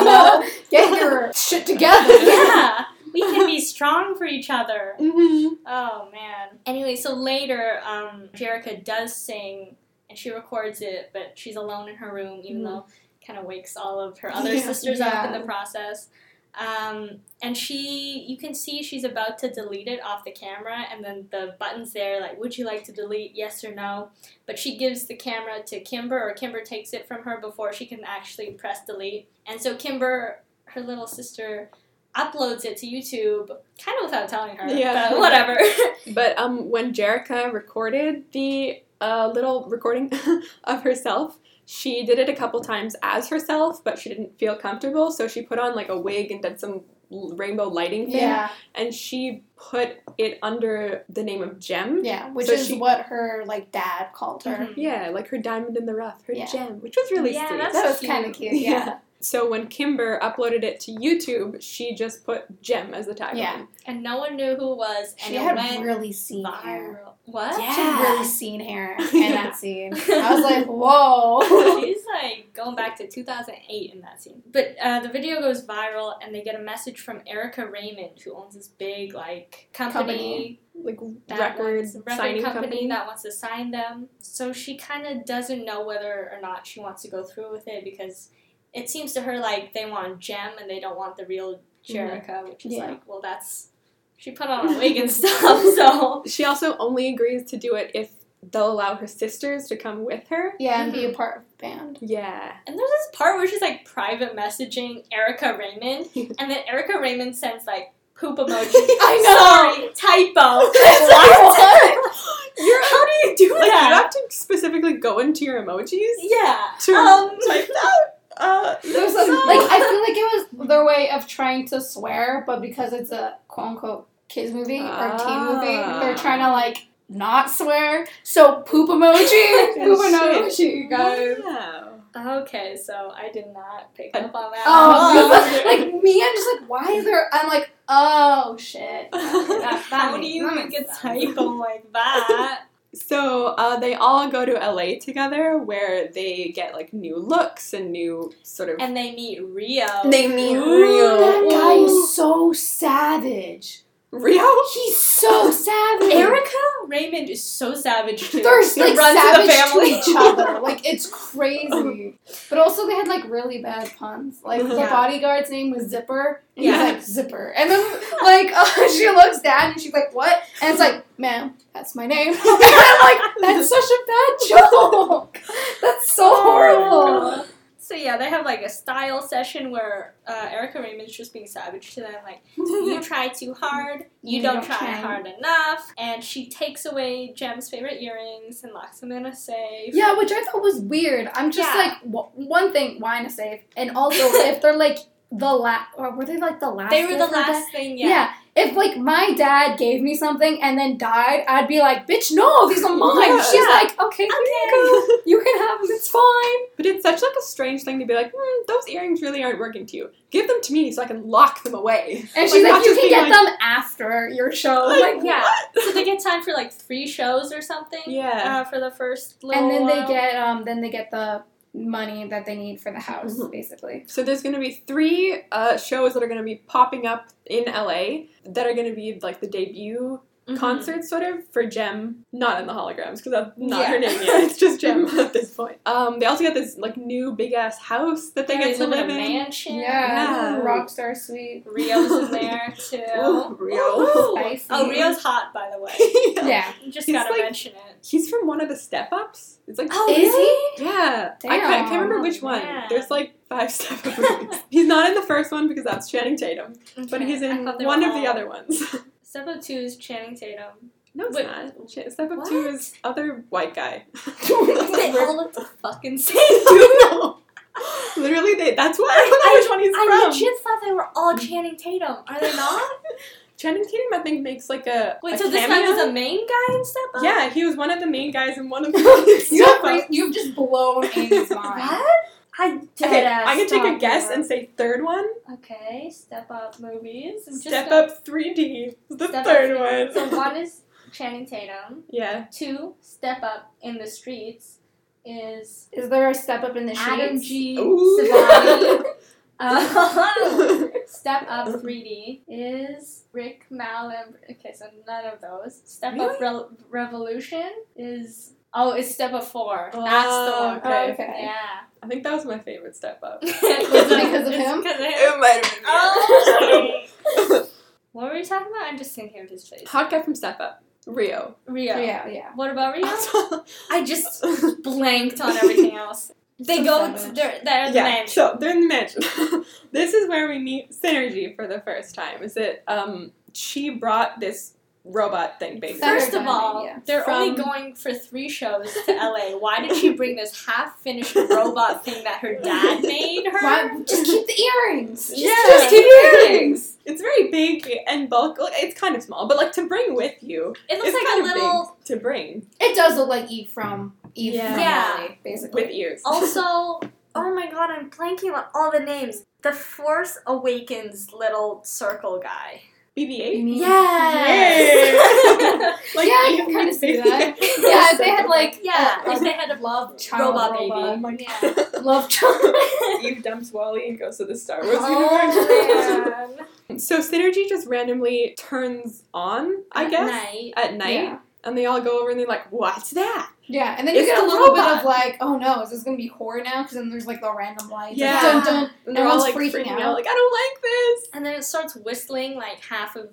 Speaker 3: Get your shit together.
Speaker 1: yeah, we can be strong for each other.
Speaker 3: Mm-hmm.
Speaker 2: Mhm.
Speaker 1: Oh man. Anyway, so later, um, Jerica does sing and she records it, but she's alone in her room, even
Speaker 2: Mhm.
Speaker 1: though kind of wakes all of her other
Speaker 3: Yeah,
Speaker 1: sisters up in
Speaker 3: yeah.
Speaker 1: the process. Um, and she, you can see she's about to delete it off the camera, and then the button's there, like, would you like to delete, yes or no? But she gives the camera to Kimber, or Kimber takes it from her before she can actually press delete. And so Kimber, her little sister, uploads it to YouTube, kind of without telling her,
Speaker 2: Yeah.
Speaker 1: but whatever.
Speaker 2: But um, when Jerica recorded the uh, little recording of herself, she did it a couple times as herself, but she didn't feel comfortable, so she put on like a wig and did some l- rainbow lighting thing,
Speaker 3: yeah,
Speaker 2: and she put it under the name of Gem.
Speaker 3: yeah, which
Speaker 2: So
Speaker 3: is
Speaker 2: she-
Speaker 3: what her like dad called her.
Speaker 1: Mhm.
Speaker 2: Yeah, like her diamond in the rough, her
Speaker 3: Yeah.
Speaker 2: gem, which was really
Speaker 1: Yeah,
Speaker 2: sweet.
Speaker 1: that's
Speaker 3: That was
Speaker 1: cute.
Speaker 3: kind of cute. Yeah,
Speaker 2: So when Kimber uploaded it to YouTube, she just put Gem as the tagline.
Speaker 3: Yeah.
Speaker 1: and no one knew who it was, and
Speaker 3: she
Speaker 1: it
Speaker 3: had
Speaker 1: went
Speaker 3: really seen hair.
Speaker 1: viral. What?
Speaker 3: She had really seen hair in
Speaker 2: Yeah.
Speaker 3: that scene. I was like, whoa.
Speaker 1: She's like going back to 2008 in that scene. But uh, the video goes viral, and they get a message from Erica Raymond, who owns this big like company,
Speaker 3: Company.
Speaker 2: Like
Speaker 1: that
Speaker 2: records,
Speaker 1: wants- record
Speaker 2: signing
Speaker 1: company,
Speaker 2: company.
Speaker 1: that wants to sign them. So she kind of doesn't know whether or not she wants to go through with it because it seems to her like they want Gem and they don't want the real Jerica, which is
Speaker 3: Mm-hmm. Yeah.
Speaker 1: like, well, that's she put on a wig and stuff, so.
Speaker 2: She also only agrees to do it if they'll allow her sisters to come with her.
Speaker 3: Yeah, and be a part of the band.
Speaker 2: Yeah.
Speaker 1: And there's this part where she's like private messaging Erica Raymond, and then Erica Raymond sends like poop emoji.
Speaker 3: I
Speaker 1: Sorry, typo.
Speaker 2: You're, how do you do
Speaker 1: Like, you
Speaker 2: You
Speaker 1: have
Speaker 2: have to specifically go into your emojis
Speaker 1: yeah.
Speaker 2: to
Speaker 1: Um,
Speaker 2: type out. Uh,
Speaker 3: It was like, like, I feel like it was their way of trying to swear, but because it's a quote unquote kids movie or teen movie,
Speaker 2: Ah.
Speaker 3: they're trying to like not swear. So poop emoji, poop emoji, you guys.
Speaker 2: Wow.
Speaker 1: Okay, so I did not pick up on that.
Speaker 3: Oh, like me, I'm just like, why is there? I'm like, oh shit. That- that
Speaker 1: how do
Speaker 3: makes-
Speaker 1: you
Speaker 3: that
Speaker 1: make a
Speaker 3: makes sense.
Speaker 1: typo like that?
Speaker 2: So uh, they all go to LA together, where they get like new looks and new sort of.
Speaker 1: And they meet Rio.
Speaker 2: meet
Speaker 1: Ooh,
Speaker 3: That guy
Speaker 2: Ooh.
Speaker 3: is so savage.
Speaker 2: Rio.
Speaker 3: He's so savage.
Speaker 1: Erica Raymond is so savage too.
Speaker 3: They're
Speaker 2: They
Speaker 3: like
Speaker 2: run to the
Speaker 3: savage to,
Speaker 2: family.
Speaker 3: each other. Like it's crazy. But also they had like really bad puns. Like the
Speaker 1: Yeah.
Speaker 3: bodyguard's name was Zipper. And
Speaker 2: Yeah.
Speaker 3: He's like Zipper. And then like uh, she looks down and she's like, "What?" And it's like, "Ma'am, that's my name." and I'm like, "That's such a bad joke. That's so
Speaker 1: Oh,
Speaker 3: horrible."
Speaker 1: God. So yeah, they have like a style session where uh, Erica Raymond's just being savage to them, like. you try too hard, you,
Speaker 3: Mm-hmm. You
Speaker 1: don't,
Speaker 3: don't
Speaker 1: try,
Speaker 3: try.
Speaker 1: hard enough, and she takes away Jem's favorite earrings and locks them in a safe.
Speaker 3: Yeah, which I thought was weird. I'm just
Speaker 1: Yeah.
Speaker 3: like w- one thing, why in a safe, and also if they're like the last, or were they like the last?
Speaker 1: They were the
Speaker 3: gift her dad-
Speaker 1: last thing, yeah.
Speaker 3: Yeah. If like my dad gave me something and then died, I'd be like, "Bitch, no, these are mine."
Speaker 2: Yeah.
Speaker 3: She's like, "Okay, here you go. You can have them. It's fine."
Speaker 2: But it's such like a strange thing to be like, hmm, those earrings really aren't working to you. Give them to me so I can lock them away.
Speaker 3: And she's
Speaker 2: Like,
Speaker 3: like,
Speaker 2: not
Speaker 3: "You
Speaker 2: just
Speaker 3: can
Speaker 2: being
Speaker 3: get them after your show."
Speaker 2: Like,
Speaker 3: Like,
Speaker 1: yeah.
Speaker 2: what?
Speaker 1: So they get time for like three shows or something.
Speaker 2: Yeah.
Speaker 1: Uh, for the first little
Speaker 3: and then they
Speaker 1: while.
Speaker 3: get um, then they get the money that they need for the house,
Speaker 2: Mhm.
Speaker 3: basically.
Speaker 2: So there's going to be three uh, shows that are going to be popping up in LA that are going to be like the debut
Speaker 1: Mhm.
Speaker 2: concerts, sort of, for Gem, not in the holograms because that's not
Speaker 1: Yeah. Mm-hmm.
Speaker 2: her name yet. It's just Gem at this point. Um, they also got this like new big ass house that they
Speaker 1: Yeah,
Speaker 2: get to
Speaker 1: live
Speaker 2: live
Speaker 1: in a
Speaker 2: in.
Speaker 1: mansion.
Speaker 2: Yeah.
Speaker 3: Rockstar suite.
Speaker 1: Rio's in there too.
Speaker 2: Ooh, Rio.
Speaker 1: Ooh.
Speaker 3: Spicy.
Speaker 1: Oh, Rio's hot by the way.
Speaker 3: Yeah.
Speaker 1: You just
Speaker 2: He's
Speaker 1: gotta
Speaker 2: like-
Speaker 1: mention it.
Speaker 2: He's from one of the Step Ups. It's like
Speaker 1: Oh,
Speaker 3: Is
Speaker 1: really?
Speaker 3: he?
Speaker 2: Yeah, I can't, I can't
Speaker 3: Damn.
Speaker 2: remember which one.
Speaker 1: Yeah.
Speaker 2: There's like five Step Up movies. He's not in the first one because that's Channing Tatum, but
Speaker 1: Okay,
Speaker 2: he's
Speaker 1: I
Speaker 2: in
Speaker 1: thought they
Speaker 2: one
Speaker 1: were
Speaker 2: of the
Speaker 1: all-
Speaker 2: other ones.
Speaker 1: Step up two is Channing Tatum.
Speaker 2: no, it's
Speaker 1: Wait,
Speaker 2: not. Ch- Step Up Two
Speaker 1: what?
Speaker 2: is other white guy.
Speaker 1: they all look the fucking same.
Speaker 2: No. Literally, they, that's why I don't know
Speaker 1: I-
Speaker 2: which one he's
Speaker 1: I
Speaker 2: from.
Speaker 1: legit thought they were all Channing Tatum. Are they not?
Speaker 2: Channing Tatum, I think, makes like a
Speaker 1: Wait,
Speaker 2: a
Speaker 1: so this guy
Speaker 2: cameo.
Speaker 1: was the main guy in Step Up?
Speaker 2: yeah, he was one of the main guys in one of the
Speaker 3: You
Speaker 2: Step
Speaker 3: have,
Speaker 2: Up.
Speaker 3: re- you've just blown Amy's mind.
Speaker 1: What? I did.
Speaker 2: Okay, I can take a guess and say third one.
Speaker 1: Okay, Step Up movies. I'm just
Speaker 2: Step
Speaker 1: gonna-
Speaker 2: Up 3D, is the
Speaker 1: Step Up
Speaker 2: third
Speaker 1: movies.
Speaker 2: one.
Speaker 1: So one is Channing Tatum.
Speaker 2: yeah,
Speaker 1: Two, Step Up in the Streets is
Speaker 3: Is there a step up in the
Speaker 1: Adam
Speaker 3: sheets?
Speaker 1: G.
Speaker 2: Ooh.
Speaker 1: Savani. Uh, Step Up 3D is Rick Malin. Okay, so none of those. Step Up Re- Revolution is oh, it's Step Up Four.
Speaker 2: Oh,
Speaker 1: That's the one.
Speaker 3: Oh,
Speaker 2: Okay.
Speaker 3: okay.
Speaker 1: Yeah.
Speaker 2: I think that was my favorite Step Up.
Speaker 3: Was it because of
Speaker 1: It's
Speaker 3: him?
Speaker 1: because of
Speaker 4: It might have been.
Speaker 1: Oh. What were we talking about? I'm just thinking of his face.
Speaker 2: Hot guy from Step Up, Rio.
Speaker 1: Rio.
Speaker 3: Yeah, yeah.
Speaker 1: What about Rio? I just
Speaker 2: yeah,
Speaker 1: blanked on everything else. They
Speaker 3: So
Speaker 1: go.
Speaker 3: savage.
Speaker 1: They're, they're the name.
Speaker 2: so they're in the mansion. this is where we meet Synergy for the first time. Is that um, she brought this robot thing basically.
Speaker 3: Synergy.
Speaker 1: First of all,
Speaker 3: Yeah.
Speaker 1: they're only
Speaker 2: From-
Speaker 1: going for three shows to LA. Why did she bring this half-finished robot thing that her dad made her?
Speaker 3: Why, just keep the earrings.
Speaker 2: Yeah,
Speaker 1: just keep
Speaker 2: earrings. It's very big and bulk. well, It's kind of small, but like to bring with you.
Speaker 1: It looks
Speaker 2: it's
Speaker 1: like
Speaker 2: kind
Speaker 1: a
Speaker 2: of
Speaker 1: little.
Speaker 2: big to bring
Speaker 3: It does look like Eve from Eve
Speaker 2: Yeah.
Speaker 3: from
Speaker 1: Yeah.
Speaker 3: Valley, basically.
Speaker 2: with ears.
Speaker 1: Also, oh my god, I'm blanking on all the names. The Force Awakens little circle guy.
Speaker 3: You
Speaker 2: BB-8.
Speaker 3: mean-
Speaker 1: Yes.
Speaker 2: Like,
Speaker 3: Yeah, I
Speaker 2: you
Speaker 3: can kinda see
Speaker 2: BB-8.
Speaker 3: that. yeah, if they had like
Speaker 1: yeah,
Speaker 3: uh,
Speaker 1: like they had a love
Speaker 3: Child
Speaker 1: robot
Speaker 2: Oh
Speaker 1: baby.
Speaker 2: my
Speaker 1: Yeah.
Speaker 2: god.
Speaker 3: a love child.
Speaker 2: Eve dumps Wally and goes to the Star Wars universe.
Speaker 1: Oh, man.
Speaker 2: So Synergy just randomly turns on, I
Speaker 1: At
Speaker 2: guess,
Speaker 1: night.
Speaker 2: at night,
Speaker 3: Yeah.
Speaker 2: and they all go over and they're like, "What's that?"
Speaker 3: Yeah, and then you
Speaker 2: It's
Speaker 3: get a
Speaker 2: the
Speaker 3: little bit
Speaker 2: robot.
Speaker 3: of like, oh no, is this gonna be horror now? Because then there's like the random lights.
Speaker 2: Yeah.
Speaker 3: Like, dun, dun.
Speaker 2: And they're all like
Speaker 3: Everyone's freaking
Speaker 2: freaking out.
Speaker 3: out.
Speaker 2: like, "I don't like this."
Speaker 1: And then it starts whistling like half of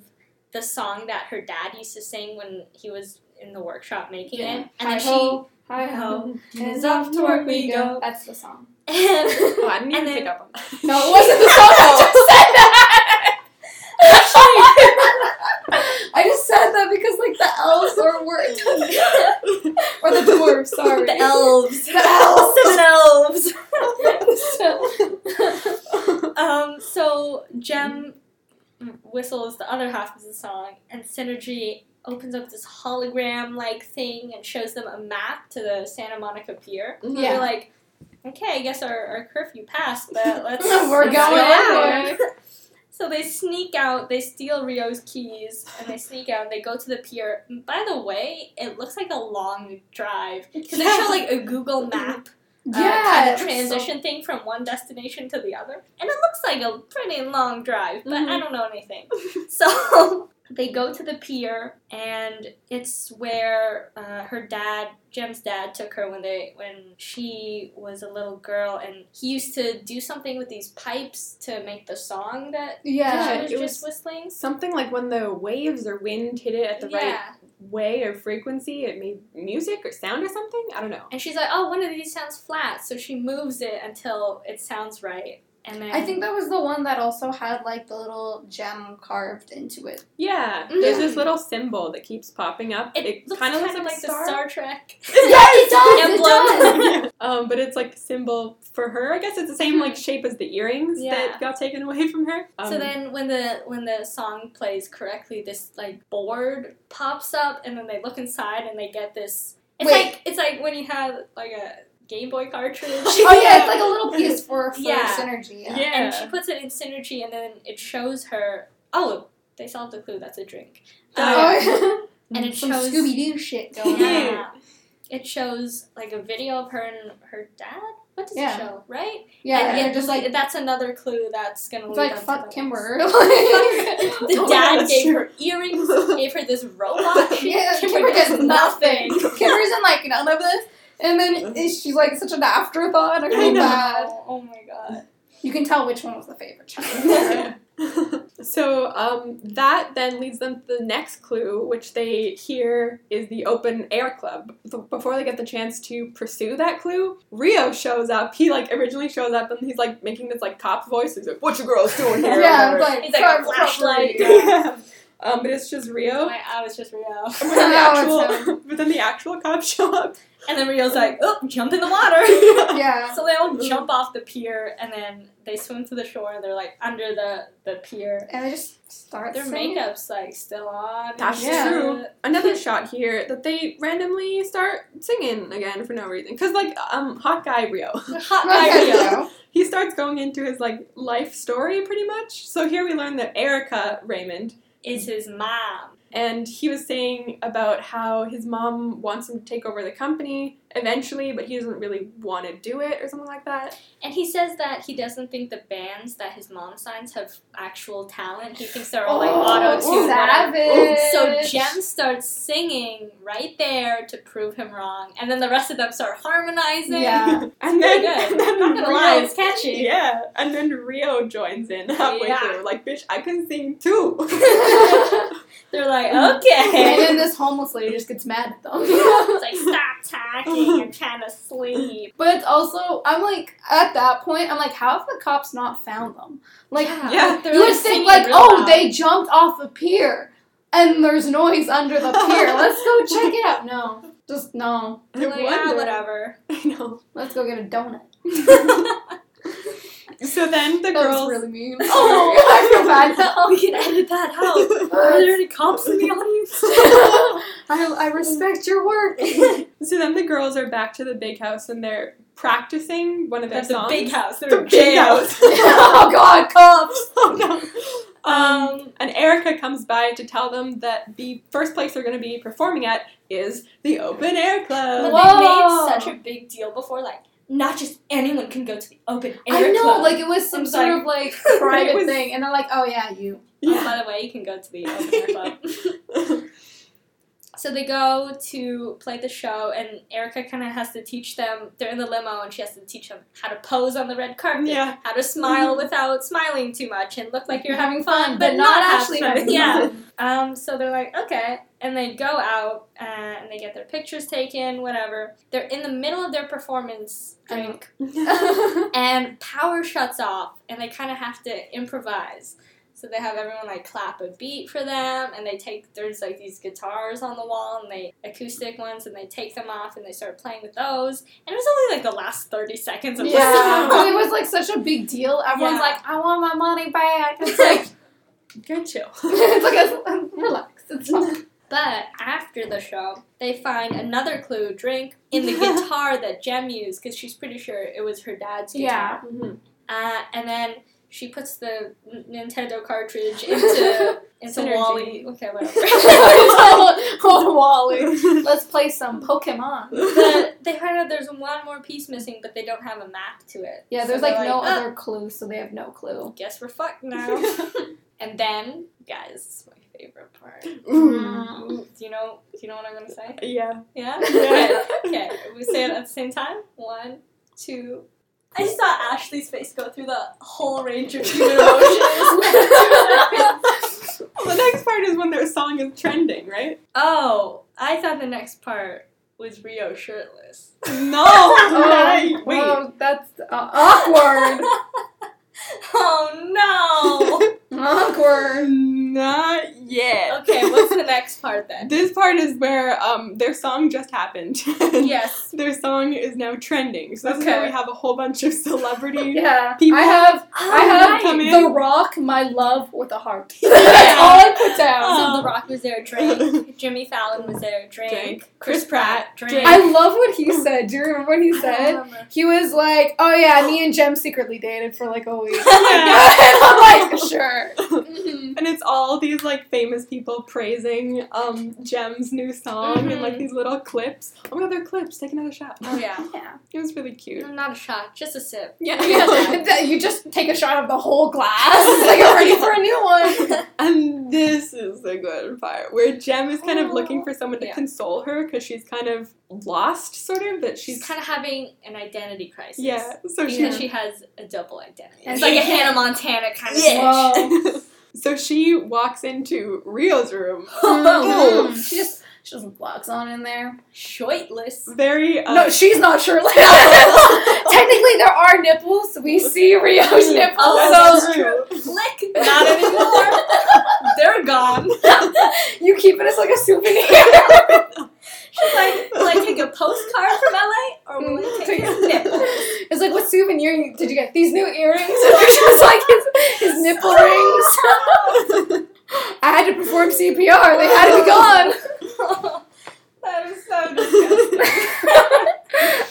Speaker 1: the song that her dad used to sing when he was in the workshop making it. And then she
Speaker 3: Hi-ho, hi-ho,
Speaker 1: and off to work we go.
Speaker 3: That's the song.
Speaker 2: Oh,
Speaker 1: And
Speaker 2: I didn't even
Speaker 1: And then-
Speaker 2: pick up on that.
Speaker 3: No, it wasn't the song. I just said that. I just said that because like the elves or were or the dwarves. Sorry,
Speaker 1: the elves.
Speaker 3: The elves.
Speaker 1: Seven elves.
Speaker 3: So-
Speaker 1: Um, so Jem whistles the other half of the song, and Synergy opens up this hologram like thing and shows them a map to the Santa Monica Pier. And
Speaker 3: Yeah.
Speaker 1: They're like, okay, I guess our, our curfew passed, but let's.
Speaker 3: We're
Speaker 1: let's
Speaker 3: going
Speaker 1: go
Speaker 3: out.
Speaker 1: out. So they sneak out, they steal Rio's keys, and they sneak out, and they go to the pier. By the way, it looks like a long drive. Because they show, like, a Google map uh, kind of transition thing from one destination to the other. And it looks like a pretty long drive, but I
Speaker 2: Mhm.
Speaker 1: don't know anything. so they go to the pier, and it's where uh, her dad, Jem's dad, took her when they when she was a little girl, and he used to do something with these pipes to make the song that
Speaker 3: Yeah.
Speaker 1: she was
Speaker 2: it
Speaker 1: just whistling.
Speaker 2: Something like when the waves or wind hit it at the right
Speaker 1: yeah,
Speaker 2: way or frequency, it made music or sound or something. I don't know.
Speaker 1: and she's like, "Oh, one of these sounds flat," so she moves it until it sounds right, and then
Speaker 3: I think that was the one that also had like the little gem carved into it.
Speaker 2: Yeah,
Speaker 1: Mhm.
Speaker 2: there's this little symbol that keeps popping up.
Speaker 1: it, looks
Speaker 2: kind of looks
Speaker 1: like,
Speaker 2: like a star.
Speaker 1: the Star Trek.
Speaker 3: it does.
Speaker 1: Emblem.
Speaker 2: um, but it's like symbol for her. I guess it's the same like shape as the earrings
Speaker 1: Yeah.
Speaker 2: that got taken away from her. Um,
Speaker 1: so then when the when the song plays correctly, this like board pops up and then they look inside and they get this it's
Speaker 3: Wait.
Speaker 1: like it's like when you have like a Game Boy cartridge.
Speaker 3: Oh yeah, it's like a little piece for, for
Speaker 1: Yeah.
Speaker 3: synergy.
Speaker 2: yeah,
Speaker 3: Yeah.
Speaker 1: And she puts it in synergy and then it shows her oh, they solved the clue, that's a drink.
Speaker 2: Yeah.
Speaker 1: Um,
Speaker 3: Oh,
Speaker 1: and it
Speaker 3: some
Speaker 1: shows
Speaker 3: Scooby Doo shit going on.
Speaker 1: Yeah. It shows like a video of her and her dad. What does
Speaker 3: Yeah.
Speaker 1: it show? Right?
Speaker 3: Yeah,
Speaker 1: And,
Speaker 3: they're just like
Speaker 1: that's another clue that's gonna
Speaker 3: it's
Speaker 1: lead
Speaker 3: like
Speaker 1: on to
Speaker 3: fuck
Speaker 1: the-
Speaker 3: Kimber.
Speaker 1: The
Speaker 2: Oh,
Speaker 1: dad
Speaker 2: that's
Speaker 1: gave
Speaker 2: true.
Speaker 1: her earrings, gave her this robot. She,
Speaker 3: Yeah, Kimber does nothing. Kimber's in like none of this, and then is- she's like such an afterthought. I
Speaker 2: I
Speaker 3: feel
Speaker 2: know.
Speaker 3: bad.
Speaker 1: Oh, oh my god.
Speaker 3: You can tell which one was the favorite child.
Speaker 1: Yeah.
Speaker 2: so um, that then leads them to the next clue, which they hear is the open air club. So before they get the chance to pursue that clue, Rio shows up. He like originally shows up and he's like making this like cop voice. He's like, "What you girls doing here?" or
Speaker 3: yeah,
Speaker 2: whatever.
Speaker 3: it's like
Speaker 1: He's like a
Speaker 3: "Fuck, fuck
Speaker 1: flashlight.
Speaker 3: you."
Speaker 2: Yeah. Um, but it's just Rio.
Speaker 1: My eye was just Rio.
Speaker 2: But then the
Speaker 3: Oh, it's
Speaker 2: actual, but then the actual cop show up.
Speaker 1: And then Rio's like, oh, jump in the water.
Speaker 3: Yeah.
Speaker 1: So they all jump off the pier and then they swim to the shore. They're like under the, the pier.
Speaker 3: And they just start
Speaker 1: Their
Speaker 3: singing.
Speaker 1: makeup's like still on.
Speaker 2: That's
Speaker 3: Yeah.
Speaker 2: true. Another shot here that they randomly start singing again for no reason. Cause like um, hot guy Rio,
Speaker 1: Hot
Speaker 3: Okay,
Speaker 1: Mario.
Speaker 3: so-
Speaker 2: he starts going into his like life story pretty much. So here we learn that Erica Raymond
Speaker 1: is his mom.
Speaker 2: and he was saying about how his mom wants him to take over the company eventually, but he doesn't really want to do it or something like that.
Speaker 1: And he says that he doesn't think the bands that his mom signs have actual talent. He thinks they're all like
Speaker 3: Oh,
Speaker 1: auto
Speaker 2: ooh,
Speaker 1: tune.
Speaker 3: savage.
Speaker 1: So Jem starts singing right there to prove him wrong, and then the rest of them start harmonizing.
Speaker 3: Yeah.
Speaker 2: and
Speaker 1: pretty
Speaker 2: then,
Speaker 1: good.
Speaker 2: and then
Speaker 1: I'm not gonna
Speaker 2: Rio,
Speaker 1: lie, it's catchy.
Speaker 2: Yeah, and then Rio joins in halfway
Speaker 1: Yeah.
Speaker 2: through, like, bitch, I can sing too.
Speaker 1: They're like,
Speaker 3: And
Speaker 1: okay.
Speaker 3: then this homeless lady just gets mad at them.
Speaker 1: it's like, stop talking, I'm trying to sleep.
Speaker 3: But it's also, I'm like, at that point, I'm like, how have the cops not found them? Like,
Speaker 2: Yeah.
Speaker 1: They're,
Speaker 3: you would
Speaker 1: singing
Speaker 3: think, like,
Speaker 1: real
Speaker 3: oh,
Speaker 1: loud.
Speaker 3: they jumped off a pier and there's noise under the pier. Let's go check it out. No, just no.
Speaker 2: I
Speaker 1: They're like, ah,
Speaker 2: wonder.
Speaker 1: whatever.
Speaker 2: I know.
Speaker 3: Let's go get a donut.
Speaker 2: So then the
Speaker 3: That was
Speaker 2: girls.
Speaker 3: really mean. Oh, I feel bad now.
Speaker 1: Oh, we can edit that out. Are there any cops in the audience?
Speaker 3: I, I respect your work.
Speaker 2: so then the girls are back to the big house and they're practicing one of their
Speaker 1: That's a
Speaker 2: songs.
Speaker 1: big house. They're
Speaker 2: The big house.
Speaker 3: oh, God, cops.
Speaker 2: oh no. Um,
Speaker 1: Um,
Speaker 2: and Erica comes by to tell them that the first place they're going to be performing at is the open air
Speaker 1: But
Speaker 2: club.
Speaker 1: they
Speaker 3: Whoa.
Speaker 1: made such a big deal before, like not just anyone can go to the open air
Speaker 3: I know,
Speaker 1: club.
Speaker 3: like, it was some
Speaker 1: I'm
Speaker 3: sort
Speaker 1: sorry.
Speaker 3: of, like,
Speaker 2: It
Speaker 3: private
Speaker 2: was-
Speaker 3: thing. And they're like, oh, yeah, you.
Speaker 1: oh, by the way, you can go to the open air club. so they go to play the show, and Erica kind of has to teach them. They're in the limo, and she has to teach them how to pose on the red carpet,
Speaker 2: Yeah.
Speaker 1: how to smile
Speaker 3: Mm-hmm.
Speaker 1: without smiling too much, and look like you're having fun,
Speaker 3: but, not, actually.
Speaker 1: having
Speaker 3: having
Speaker 1: fun. Yeah.
Speaker 3: fun.
Speaker 1: Um, so they're like, okay. And they go out uh, and they get their pictures taken, whatever. They're in the middle of their performance drink, and power shuts off, and they kind of have to improvise. So they have everyone like clap a beat for them, and they take there's like these guitars on the wall, and they acoustic ones, and they take them off, and they start playing with those. And it was only like the last thirty seconds of the
Speaker 3: Yeah,
Speaker 1: song.
Speaker 3: because it was like such a big deal. Everyone's
Speaker 1: Yeah.
Speaker 3: like, "I want my money back." It's like
Speaker 2: Good chill.
Speaker 3: it's like a, relax. It's fine.
Speaker 1: But after the show, they find another clue drink in the guitar that Jem used because she's pretty sure it was her dad's guitar.
Speaker 2: Mhm.
Speaker 1: Uh, and then she puts the N- Nintendo cartridge into into
Speaker 2: Synergy.
Speaker 1: Wally. Okay, whatever.
Speaker 3: It's all- all Wally. Let's play some Pokemon.
Speaker 1: but they find out there's one more piece missing, but they don't have a map to it.
Speaker 3: Yeah,
Speaker 1: So
Speaker 3: there's like
Speaker 1: they're
Speaker 3: no
Speaker 1: "Ah,
Speaker 3: other clue, so they have no clue.
Speaker 1: Guess we're fucked now. and then, guys, this is my favorite part.
Speaker 3: Hmm.
Speaker 2: Ooh.
Speaker 3: Mm-hmm.
Speaker 1: Do you know? Do you know what I'm gonna say?
Speaker 2: Yeah.
Speaker 1: Yeah. Okay.
Speaker 2: Yeah.
Speaker 1: Okay, we say it at the same time. One, two. I saw Ashley's face go through the whole range of human emotions.
Speaker 2: the next part is when their song is trending, right?
Speaker 1: oh, I thought the next part was Rio shirtless.
Speaker 2: No.
Speaker 3: Oh,
Speaker 2: right. Wait.
Speaker 3: oh, that's uh, awkward.
Speaker 1: oh
Speaker 3: awkward.
Speaker 2: Not
Speaker 1: no!
Speaker 2: yet.
Speaker 1: Okay, what's the next part then?
Speaker 2: This part is where um their song just happened.
Speaker 1: Yes.
Speaker 2: Their song is now trending. So this is
Speaker 1: Okay.
Speaker 2: where we have a whole bunch of celebrity
Speaker 3: Yeah,
Speaker 2: People-
Speaker 3: I have I have
Speaker 2: come in.
Speaker 3: The Rock, my love with a heart. that's all I put down.
Speaker 1: So The Rock was there, drink. Jimmy Fallon was there, drink.
Speaker 2: Drink. Chris Pratt,
Speaker 1: drink.
Speaker 3: I love what he said. Do you remember what he
Speaker 1: I don't
Speaker 3: said?
Speaker 1: remember.
Speaker 3: He was like, "Oh yeah, me and Jem secretly dated for like a week." and
Speaker 2: Yeah.
Speaker 3: I'm like, "Sure." Mhm.
Speaker 2: And it's all these like famous people praising um Jem's new song and like
Speaker 1: Mhm.
Speaker 2: these little clips. Oh my god, they're clips. Take another shot.
Speaker 1: Oh yeah.
Speaker 3: Yeah.
Speaker 2: It was really cute.
Speaker 1: Not a shot, just a sip.
Speaker 2: Yeah.
Speaker 3: yeah. that- You just take a shot of the whole glass. It's like you're ready for a new one.
Speaker 2: and this is the good part where Jem is kind of looking for someone to
Speaker 1: Oh, Yeah.
Speaker 2: console her because she's kind of lost, sort of. That
Speaker 1: She's
Speaker 2: she's
Speaker 1: kind of having an identity crisis.
Speaker 2: yeah. So
Speaker 1: Because she
Speaker 2: she
Speaker 1: has a double identity.
Speaker 3: And
Speaker 1: it's like a
Speaker 3: she-
Speaker 1: Hannah Montana kind of
Speaker 3: Yeah.
Speaker 1: switch.
Speaker 2: Um, so she walks into Rio's room.
Speaker 3: Mhm. She just she just walks on in there.
Speaker 1: Shirtless.
Speaker 2: Very uh,
Speaker 3: no, she's not shirtless. Technically, there are nipples. We see Rio's nipples.
Speaker 1: Oh,
Speaker 3: so-
Speaker 2: that's true.
Speaker 1: Lick! Not anymore. They're gone.
Speaker 3: you keep it as like a souvenir.
Speaker 1: She's like, will I take a postcard from LA or will I take his nipple?
Speaker 3: it's like, what souvenir you- did you get? These new earrings? And it's just like his, his nipple rings. I had to perform CPR. They had to be gone.
Speaker 1: that is so disgusting.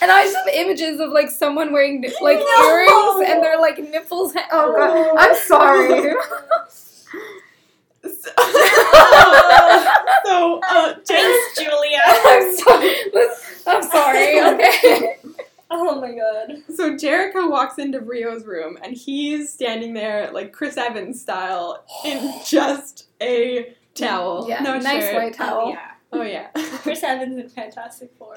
Speaker 3: and I just have images of like someone wearing nip- like
Speaker 1: No.
Speaker 3: earrings and their like nipples. Ha- oh god, I'm sorry.
Speaker 2: so, uh,
Speaker 1: Thanks, Julia.
Speaker 3: I'm sorry. I'm sorry. Okay.
Speaker 1: Oh my god.
Speaker 2: so Jericho walks into Rio's room and he's standing there like Chris Evans style in just a towel.
Speaker 3: Yeah,
Speaker 2: no
Speaker 3: nice
Speaker 2: shirt.
Speaker 3: white towel.
Speaker 2: yeah. Oh yeah.
Speaker 1: Chris Evans in Fantastic Four.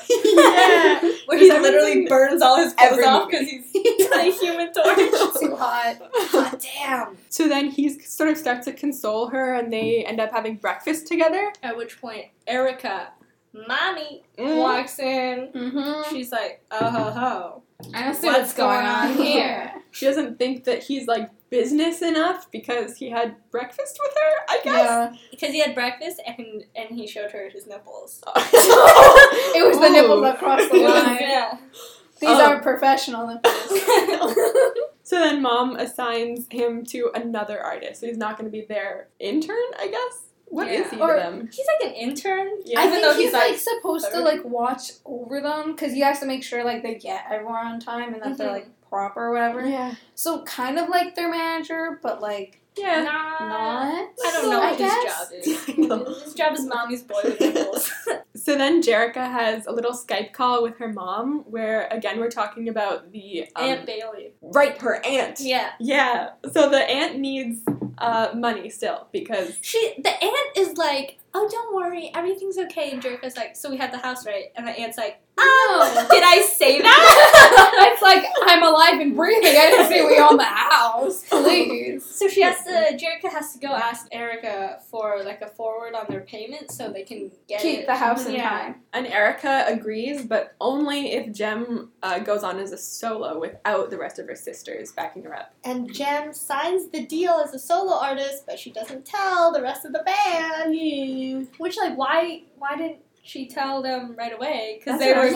Speaker 1: Where
Speaker 2: yeah. Chris
Speaker 1: he
Speaker 2: Evans
Speaker 1: literally
Speaker 2: in
Speaker 1: burns all his clothes
Speaker 2: every
Speaker 1: off because he's a human torch.
Speaker 3: Too hot. God damn.
Speaker 2: So then he sort of starts to console her, and they end up having breakfast together.
Speaker 1: At which point, Erica, mommy,
Speaker 2: Mm.
Speaker 1: walks in.
Speaker 3: Mm-hmm.
Speaker 1: She's like, oh ho ho.
Speaker 3: I don't see
Speaker 1: What's
Speaker 3: what's,
Speaker 1: going
Speaker 3: going
Speaker 1: on
Speaker 3: on here.
Speaker 2: She doesn't think that he's like business enough because he had breakfast with her. I guess.
Speaker 3: Yeah.
Speaker 1: Because he had breakfast and and he showed her his nipples.
Speaker 3: It was the
Speaker 2: Ooh.
Speaker 3: nipples that crossed the line.
Speaker 1: yeah.
Speaker 3: These
Speaker 2: Oh.
Speaker 3: are professional nipples.
Speaker 2: So then mom assigns him to another artist. So he's not going to be their intern, I guess. What is
Speaker 1: Yeah.
Speaker 2: he
Speaker 3: Or-
Speaker 2: to them?
Speaker 1: he's like an intern.
Speaker 2: Yeah.
Speaker 3: I
Speaker 1: Even
Speaker 3: think
Speaker 1: though
Speaker 3: he's,
Speaker 1: he's,
Speaker 3: like,
Speaker 1: like,
Speaker 3: supposed to
Speaker 1: thirty.
Speaker 3: like watch over them because you have to make sure like they get everyone on time and that they're
Speaker 1: Mhm.
Speaker 3: like proper or whatever.
Speaker 1: Mm-hmm.
Speaker 2: Yeah.
Speaker 3: So kind of like their manager, but like
Speaker 2: Yeah.
Speaker 1: Nah.
Speaker 3: not.
Speaker 1: Uh, I don't know
Speaker 3: I
Speaker 1: what
Speaker 3: guess.
Speaker 1: his job is.
Speaker 2: I know.
Speaker 1: His job is mommy's boy with nipples.
Speaker 2: So then Jerica has a little Skype call with her mom where, again, we're talking about the. Um,
Speaker 1: Aunt Bailey.
Speaker 2: Right, her aunt.
Speaker 1: Yeah.
Speaker 2: Yeah. So the aunt needs uh, money still because
Speaker 1: She the aunt is like, oh don't worry, everything's okay. And Jerka's like, so we have the house right. And the aunt's like, oh, did I say that?
Speaker 3: it's like I'm alive and breathing. I didn't say we own the house. Please.
Speaker 1: So she has to. Jerica has to go ask Erica for like a forward on their payment so they can get
Speaker 3: Keep
Speaker 1: it.
Speaker 3: the house in
Speaker 1: Yeah.
Speaker 3: time.
Speaker 2: and Erica agrees, but only if Jem uh, goes on as a solo without the rest of her sisters backing her up.
Speaker 1: And Jem signs the deal as a solo artist, but she doesn't tell the rest of the band. Which like, why? Why didn't she tell them right away? Because
Speaker 2: That's
Speaker 1: they were
Speaker 2: what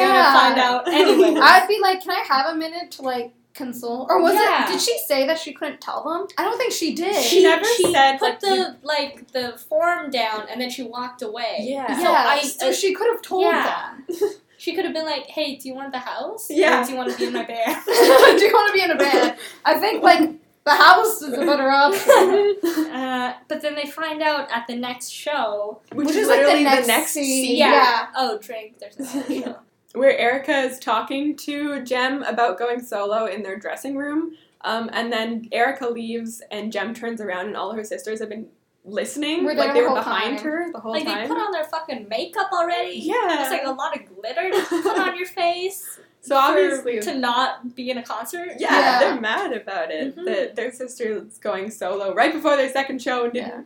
Speaker 1: gonna
Speaker 3: I'm saying.
Speaker 1: find out anyway.
Speaker 3: I'd be like, can I have a minute to like console? Or was
Speaker 1: Yeah.
Speaker 3: it? Did she say that she couldn't tell them? I don't think she did.
Speaker 2: She never said,
Speaker 1: put
Speaker 2: like,
Speaker 1: the like the form down and then she walked away.
Speaker 2: Yeah.
Speaker 3: yeah.
Speaker 1: So I uh,
Speaker 3: so she could have told
Speaker 1: Yeah.
Speaker 3: them.
Speaker 1: she could have been like, "Hey, do you want the house? Or
Speaker 2: Yeah.
Speaker 1: do you want to be in my band?"
Speaker 3: Do you want to be in a band? I think like the house is a better option.
Speaker 1: uh, but then they find out at the next show.
Speaker 2: Which,
Speaker 3: Which
Speaker 2: is
Speaker 3: is, like, the
Speaker 2: literally
Speaker 3: next
Speaker 2: next
Speaker 3: scene.
Speaker 2: scene.
Speaker 1: Yeah.
Speaker 3: Yeah.
Speaker 1: Oh, drink. There's another show.
Speaker 2: where Erica is talking to Jem about going solo in their dressing room. Um, and then Erica leaves, and Jem turns around, and all her sisters have been listening,
Speaker 3: Were there
Speaker 2: like they
Speaker 3: the
Speaker 2: were
Speaker 3: whole
Speaker 2: behind
Speaker 3: time.
Speaker 2: her the whole
Speaker 1: like they
Speaker 2: time.
Speaker 1: put on their fucking makeup already.
Speaker 2: yeah,
Speaker 1: There's like a lot of glitter to put on your face.
Speaker 2: so
Speaker 1: for-
Speaker 2: obviously
Speaker 1: to not be in a concert.
Speaker 2: Yeah,
Speaker 3: Yeah. Mm-hmm.
Speaker 2: they're mad about it
Speaker 1: Mhm.
Speaker 2: that their sister's going solo right before their second show and didn't
Speaker 3: Yeah.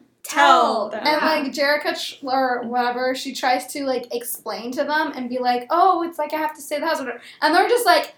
Speaker 1: Tell
Speaker 2: tell them.
Speaker 3: And like Jerica tr- or whatever, she tries to like explain to them and be like, "Oh, it's like I have to stay in the house," or whatever. and they're just like,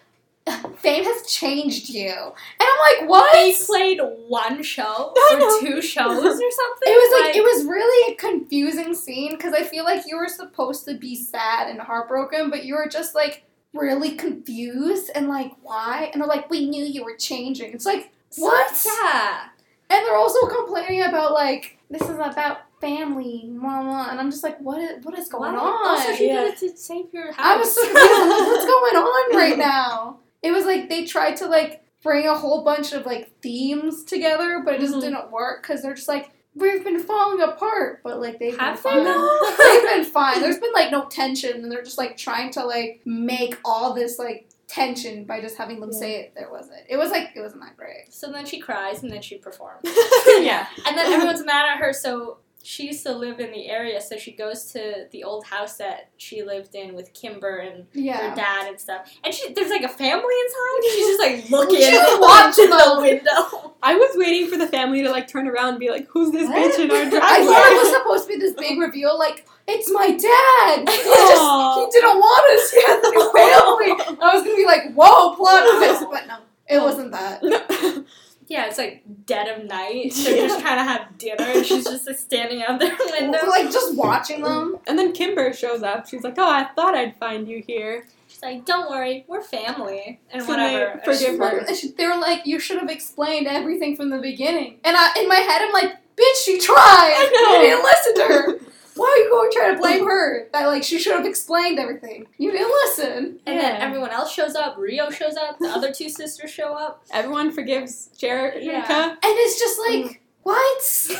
Speaker 3: "Fame has changed you," and I'm like, "What?"
Speaker 1: They played one show
Speaker 2: I
Speaker 1: or
Speaker 2: know.
Speaker 1: two shows or something.
Speaker 3: It was like it was really a confusing scene because I feel like you were supposed to be sad and heartbroken, but you were just like really confused and like why? And they're like, "We knew you were changing." It's like what?
Speaker 1: Yeah.
Speaker 3: And they're also complaining about like this is about family, mama, and I'm just like, what is what is going
Speaker 1: Why?
Speaker 3: on?
Speaker 1: Also, she
Speaker 2: Yeah.
Speaker 1: did it to save your house.
Speaker 3: I was so confused. I'm like, What's going on right now? It was like they tried to like bring a whole bunch of like themes together, but it just
Speaker 2: Mhm.
Speaker 3: didn't work because they're just like we've been falling apart, but like they've
Speaker 1: Have they
Speaker 3: been fine.
Speaker 1: though?
Speaker 3: they've been fine. There's been like no tension, and they're just like trying to like make all this like tension by just having them
Speaker 2: Yeah.
Speaker 3: say it. There wasn't. It was like it wasn't that great.
Speaker 1: So then she cries and then she performs.
Speaker 2: yeah,
Speaker 1: And then everyone's mad at her, so she used to live in the area, so she goes to the old house that she lived in with Kimber and her
Speaker 3: Yeah.
Speaker 1: dad and stuff. And she there's like a family inside, and she's just like looking
Speaker 3: She's
Speaker 1: at
Speaker 3: watching
Speaker 1: the
Speaker 3: them.
Speaker 1: window.
Speaker 2: I was waiting for the family to like turn around and be like, "Who's this
Speaker 3: What?
Speaker 2: bitch in our
Speaker 3: I thought it was
Speaker 2: driveway?"
Speaker 3: supposed to be this big reveal, like it's my dad. He
Speaker 2: Aw.
Speaker 3: just he didn't want us. He had no family. I was gonna be like, whoa, plot twist, but no, it wasn't that.
Speaker 2: No.
Speaker 1: Yeah, it's like dead of night. They're just trying to have dinner, and she's just like standing out their window.
Speaker 3: Like just watching them.
Speaker 2: And then Kimber shows up. She's like, "Oh, I thought I'd find you here."
Speaker 1: She's like, "Don't worry, we're family and
Speaker 2: So they
Speaker 1: whatever." And
Speaker 2: forgive
Speaker 1: she-
Speaker 2: her.
Speaker 3: They were like, you should have explained everything from the beginning. And I, in my head, I'm like, bitch, she tried.
Speaker 2: I know.
Speaker 3: You didn't listen to her. Why are you going to try to blame her? That like she should have explained everything. You didn't listen.
Speaker 1: And then
Speaker 2: Yeah.
Speaker 1: everyone else shows up. Rio shows up. The other two sisters show up.
Speaker 2: Everyone forgives Jerica.
Speaker 1: Yeah.
Speaker 3: And it's just like what?
Speaker 1: And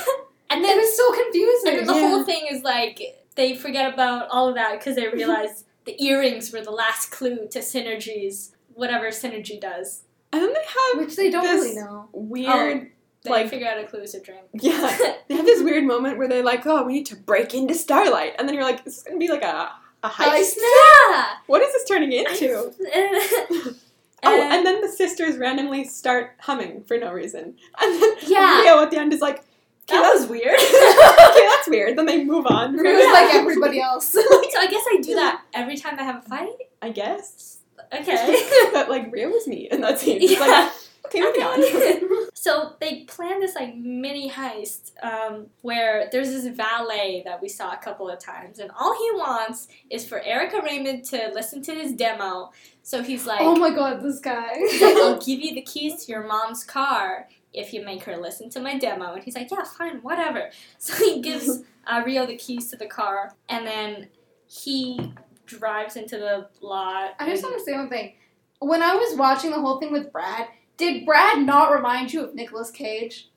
Speaker 3: And
Speaker 1: then,
Speaker 3: it's so
Speaker 1: and
Speaker 3: confusing.
Speaker 1: then the
Speaker 2: Yeah.
Speaker 1: whole thing is like they forget about all of that because they realize the earrings were the last clue to synergies, whatever synergy does.
Speaker 2: And then they have
Speaker 3: Which they don't
Speaker 2: This-
Speaker 3: really know. Oh.
Speaker 2: weird,
Speaker 1: They
Speaker 2: like,
Speaker 1: figure out a clue is a drink.
Speaker 2: yeah. They have this weird moment where they're like, "Oh, we need to break into Starlight," and then you're like, "This is gonna be like a a heist.
Speaker 3: Heist.
Speaker 1: yeah.
Speaker 2: What is this turning into?" Oh, and then the sisters randomly start humming for no reason. And then
Speaker 1: Yeah.
Speaker 2: Rio at the end is like, okay,
Speaker 1: that was weird.
Speaker 2: okay, that's weird. Then they move on.
Speaker 3: It was like everybody else.
Speaker 1: So I guess I do that every time I have a fight.
Speaker 2: I guess.
Speaker 1: Okay.
Speaker 2: but like Rio was me in that scene. It's
Speaker 1: Yeah.
Speaker 2: Like, okay, moving on.
Speaker 1: Okay. so they plan this like mini heist um, where there's this valet that we saw a couple of times, and all he wants is for Erica Raymond to listen to his demo. So he's like,
Speaker 3: oh my god, this guy.
Speaker 1: he's like, I'll give you the keys to your mom's car if you make her listen to my demo. And he's like, yeah, fine, whatever. So he gives uh, Rio the keys to the car, and then he drives into the lot.
Speaker 3: I just
Speaker 1: and-
Speaker 3: want to say one thing. When I was watching the whole thing with Brad, did Brad not remind you of Nicolas Cage?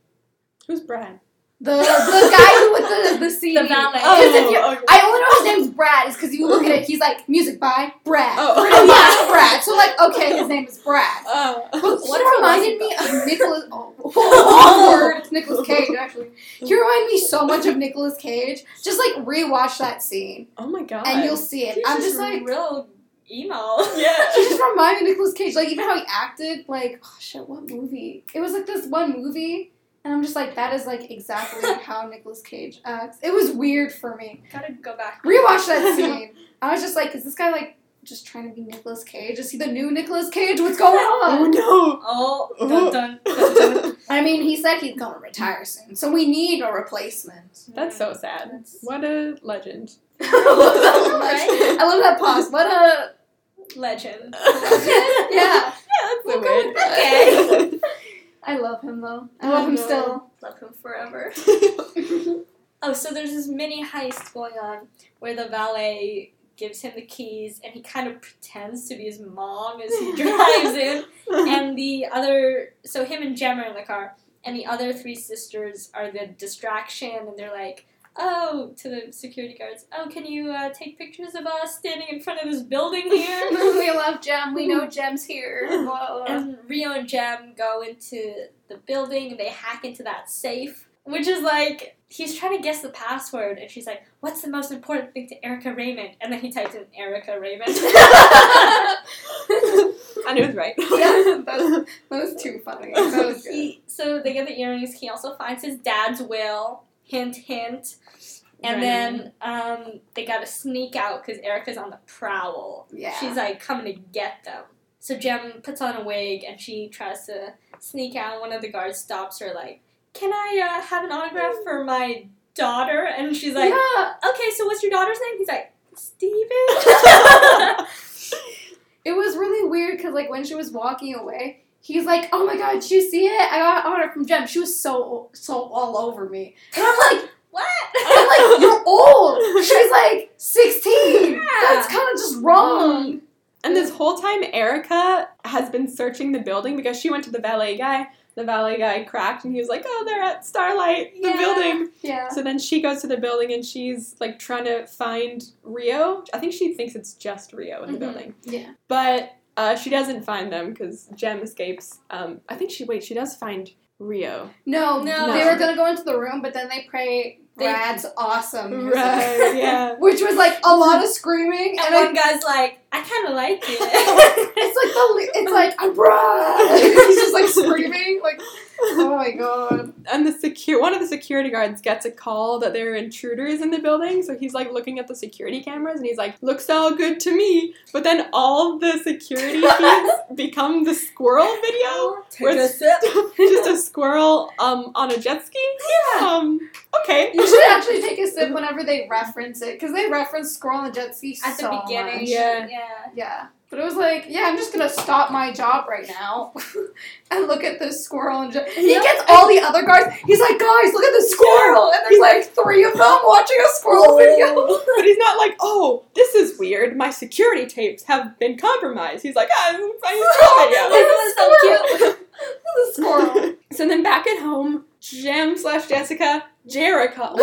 Speaker 2: Who's Brad?
Speaker 3: The the guy who with the the CD.
Speaker 1: The valet.
Speaker 3: 'Cause if you-
Speaker 2: Oh,
Speaker 3: I only know his name's Brad is because you look at it, he's like music by Brad.
Speaker 2: Oh.
Speaker 3: Pretty much Brad. So like, okay, his name is Brad.
Speaker 2: oh.
Speaker 3: But
Speaker 1: What
Speaker 3: what
Speaker 1: if it
Speaker 3: reminded me
Speaker 1: wasn't
Speaker 3: of Nicholas? Oh, word, Nicholas Cage. Actually, he reminded me so much of Nicolas Cage. Just like rewatch that scene,
Speaker 2: Oh my god.
Speaker 3: and you'll see it.
Speaker 1: He's
Speaker 3: I'm just like,
Speaker 1: real emo.
Speaker 2: Yeah.
Speaker 3: She just reminded me of Nicolas Cage. Like even how he acted, like oh shit, what movie? It was like this one movie, and I'm just like, that is like exactly how Nicolas Cage acts. It was weird for me.
Speaker 1: Gotta go back.
Speaker 3: Rewatch that scene. I was just like, is this guy like just trying to be Nicolas Cage? Is he the new Nicolas Cage? What's going
Speaker 2: Oh
Speaker 3: on?
Speaker 2: no.
Speaker 1: Oh, dun dun dun dun.
Speaker 3: I mean, he said he's gonna retire soon, so we need a replacement.
Speaker 2: That's so sad.
Speaker 1: That's-
Speaker 2: What a legend.
Speaker 3: I love that pause. What a
Speaker 1: Legend.
Speaker 3: yeah.
Speaker 2: that's the word.
Speaker 1: Okay.
Speaker 3: I love him though. I love him
Speaker 2: I know.
Speaker 3: still.
Speaker 1: Love him forever. Oh, so there's this mini heist going on where the valet gives him the keys and he kind of pretends to be his mom as he drives in. And the other, so him and Jem are in the car, and the other three sisters are the distraction, and they're like, oh, to the security guards, oh, can you uh, take pictures of us standing in front of this building here?
Speaker 3: we love Jem. We know Jem's here. Blah, blah, blah.
Speaker 1: and Rio and Jem go into the building and they hack into that safe, which is like he's trying to guess the password, and she's like, "What's the most important thing to Erica Raymond?" And then he types in Erica Raymond.
Speaker 2: And it was right.
Speaker 3: Yeah, that's- That was too funny. That was good.
Speaker 1: he, so they get the earrings. He also finds his dad's will. Hint, hint. And then um, they gotta sneak out because Erica's on the prowl.
Speaker 3: Yeah.
Speaker 1: She's like coming to get them. So Jem puts on a wig and she tries to sneak out. One of the guards stops her, like, "Can I uh, have an autograph for my daughter?" And she's like,
Speaker 3: yeah.
Speaker 1: "Okay, so what's your daughter's name?" He's like, "Steven."
Speaker 3: It was really weird because like when she was walking away, he's like, "Oh my god, did you see it? I got order from Jem. She was so so all over me." And I'm like,
Speaker 1: what?
Speaker 3: I'm like, "You're old." She's like, "16."
Speaker 1: Yeah.
Speaker 3: That's kind of just wrong.
Speaker 2: And this whole time, Erica has been searching the building because she went to the valet guy. The valet guy cracked and he was like, oh, they're at Starlight, the
Speaker 1: Yeah.
Speaker 2: building.
Speaker 3: Yeah.
Speaker 2: So then she goes to the building and she's like trying to find Rio. I think she thinks it's just Rio in the
Speaker 1: Mhm.
Speaker 2: building.
Speaker 3: Yeah.
Speaker 2: But uh, she doesn't find them because Jem escapes. Um, I think she, wait, she does find Rio.
Speaker 3: No,
Speaker 1: No.
Speaker 3: They were gonna go into the room, but then they pray.
Speaker 1: They-
Speaker 3: Brad's awesome. music.
Speaker 2: Right, yeah.
Speaker 3: Which was like a lot of screaming,
Speaker 1: and
Speaker 3: and I
Speaker 1: one guy's like, "I kind of like it."
Speaker 3: It's like the, it's like I'm Brad. He's just like screaming, like oh my god.
Speaker 2: and the secure one of the security guards gets a call that there are intruders in the building so he's like looking at the security cameras and he's like looks all good to me but then all the security feeds become the squirrel video
Speaker 4: Take a sip.
Speaker 2: just a squirrel um on a jet ski
Speaker 4: Yeah.
Speaker 2: um okay
Speaker 3: You should actually take a sip whenever they reference it, because they reference Squirrel and the Jet Ski
Speaker 1: at the
Speaker 3: so
Speaker 1: beginning.
Speaker 3: much.
Speaker 2: Yeah.
Speaker 1: yeah.
Speaker 3: Yeah. But it was like, yeah, I'm just gonna stop my job right now and look at this squirrel and just he gets all the other guys. He's like, guys, look at the squirrel, and there's like three of them watching a
Speaker 1: Oh
Speaker 3: squirrel video.
Speaker 2: but he's not like oh this is weird my security tapes have been compromised he's like ah, I'm finding a
Speaker 3: Oh
Speaker 2: squirrel
Speaker 1: This was
Speaker 2: video
Speaker 1: so cute.
Speaker 3: The squirrel.
Speaker 2: So then back at home, Jem slash Jessica, Jerica.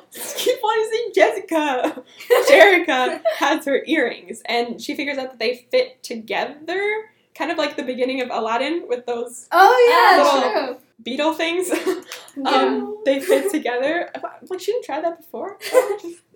Speaker 2: keep wanting to say Jessica. Jerica has her earrings, and she figures out that they fit together, kind of like the beginning of Aladdin with those
Speaker 3: Oh yeah,
Speaker 2: Oh.
Speaker 3: true.
Speaker 2: beetle things.
Speaker 3: Yeah.
Speaker 2: um, they fit together. I'm Like she didn't try that before.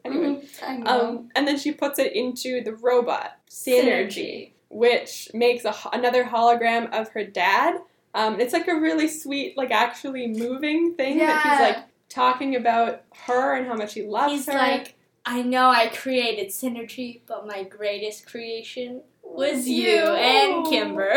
Speaker 2: anyway.
Speaker 3: Mhm. I know.
Speaker 2: Um, and then she puts it into the robot synergy, which makes a, ho- another hologram of her dad. Um, it's like a really sweet, like actually moving thing that
Speaker 3: Yeah.
Speaker 2: he's like talking about her and how much he loves
Speaker 1: He's
Speaker 2: her.
Speaker 1: like, I know I created synergy, but my greatest creation was you,
Speaker 3: You.
Speaker 1: and Kimber.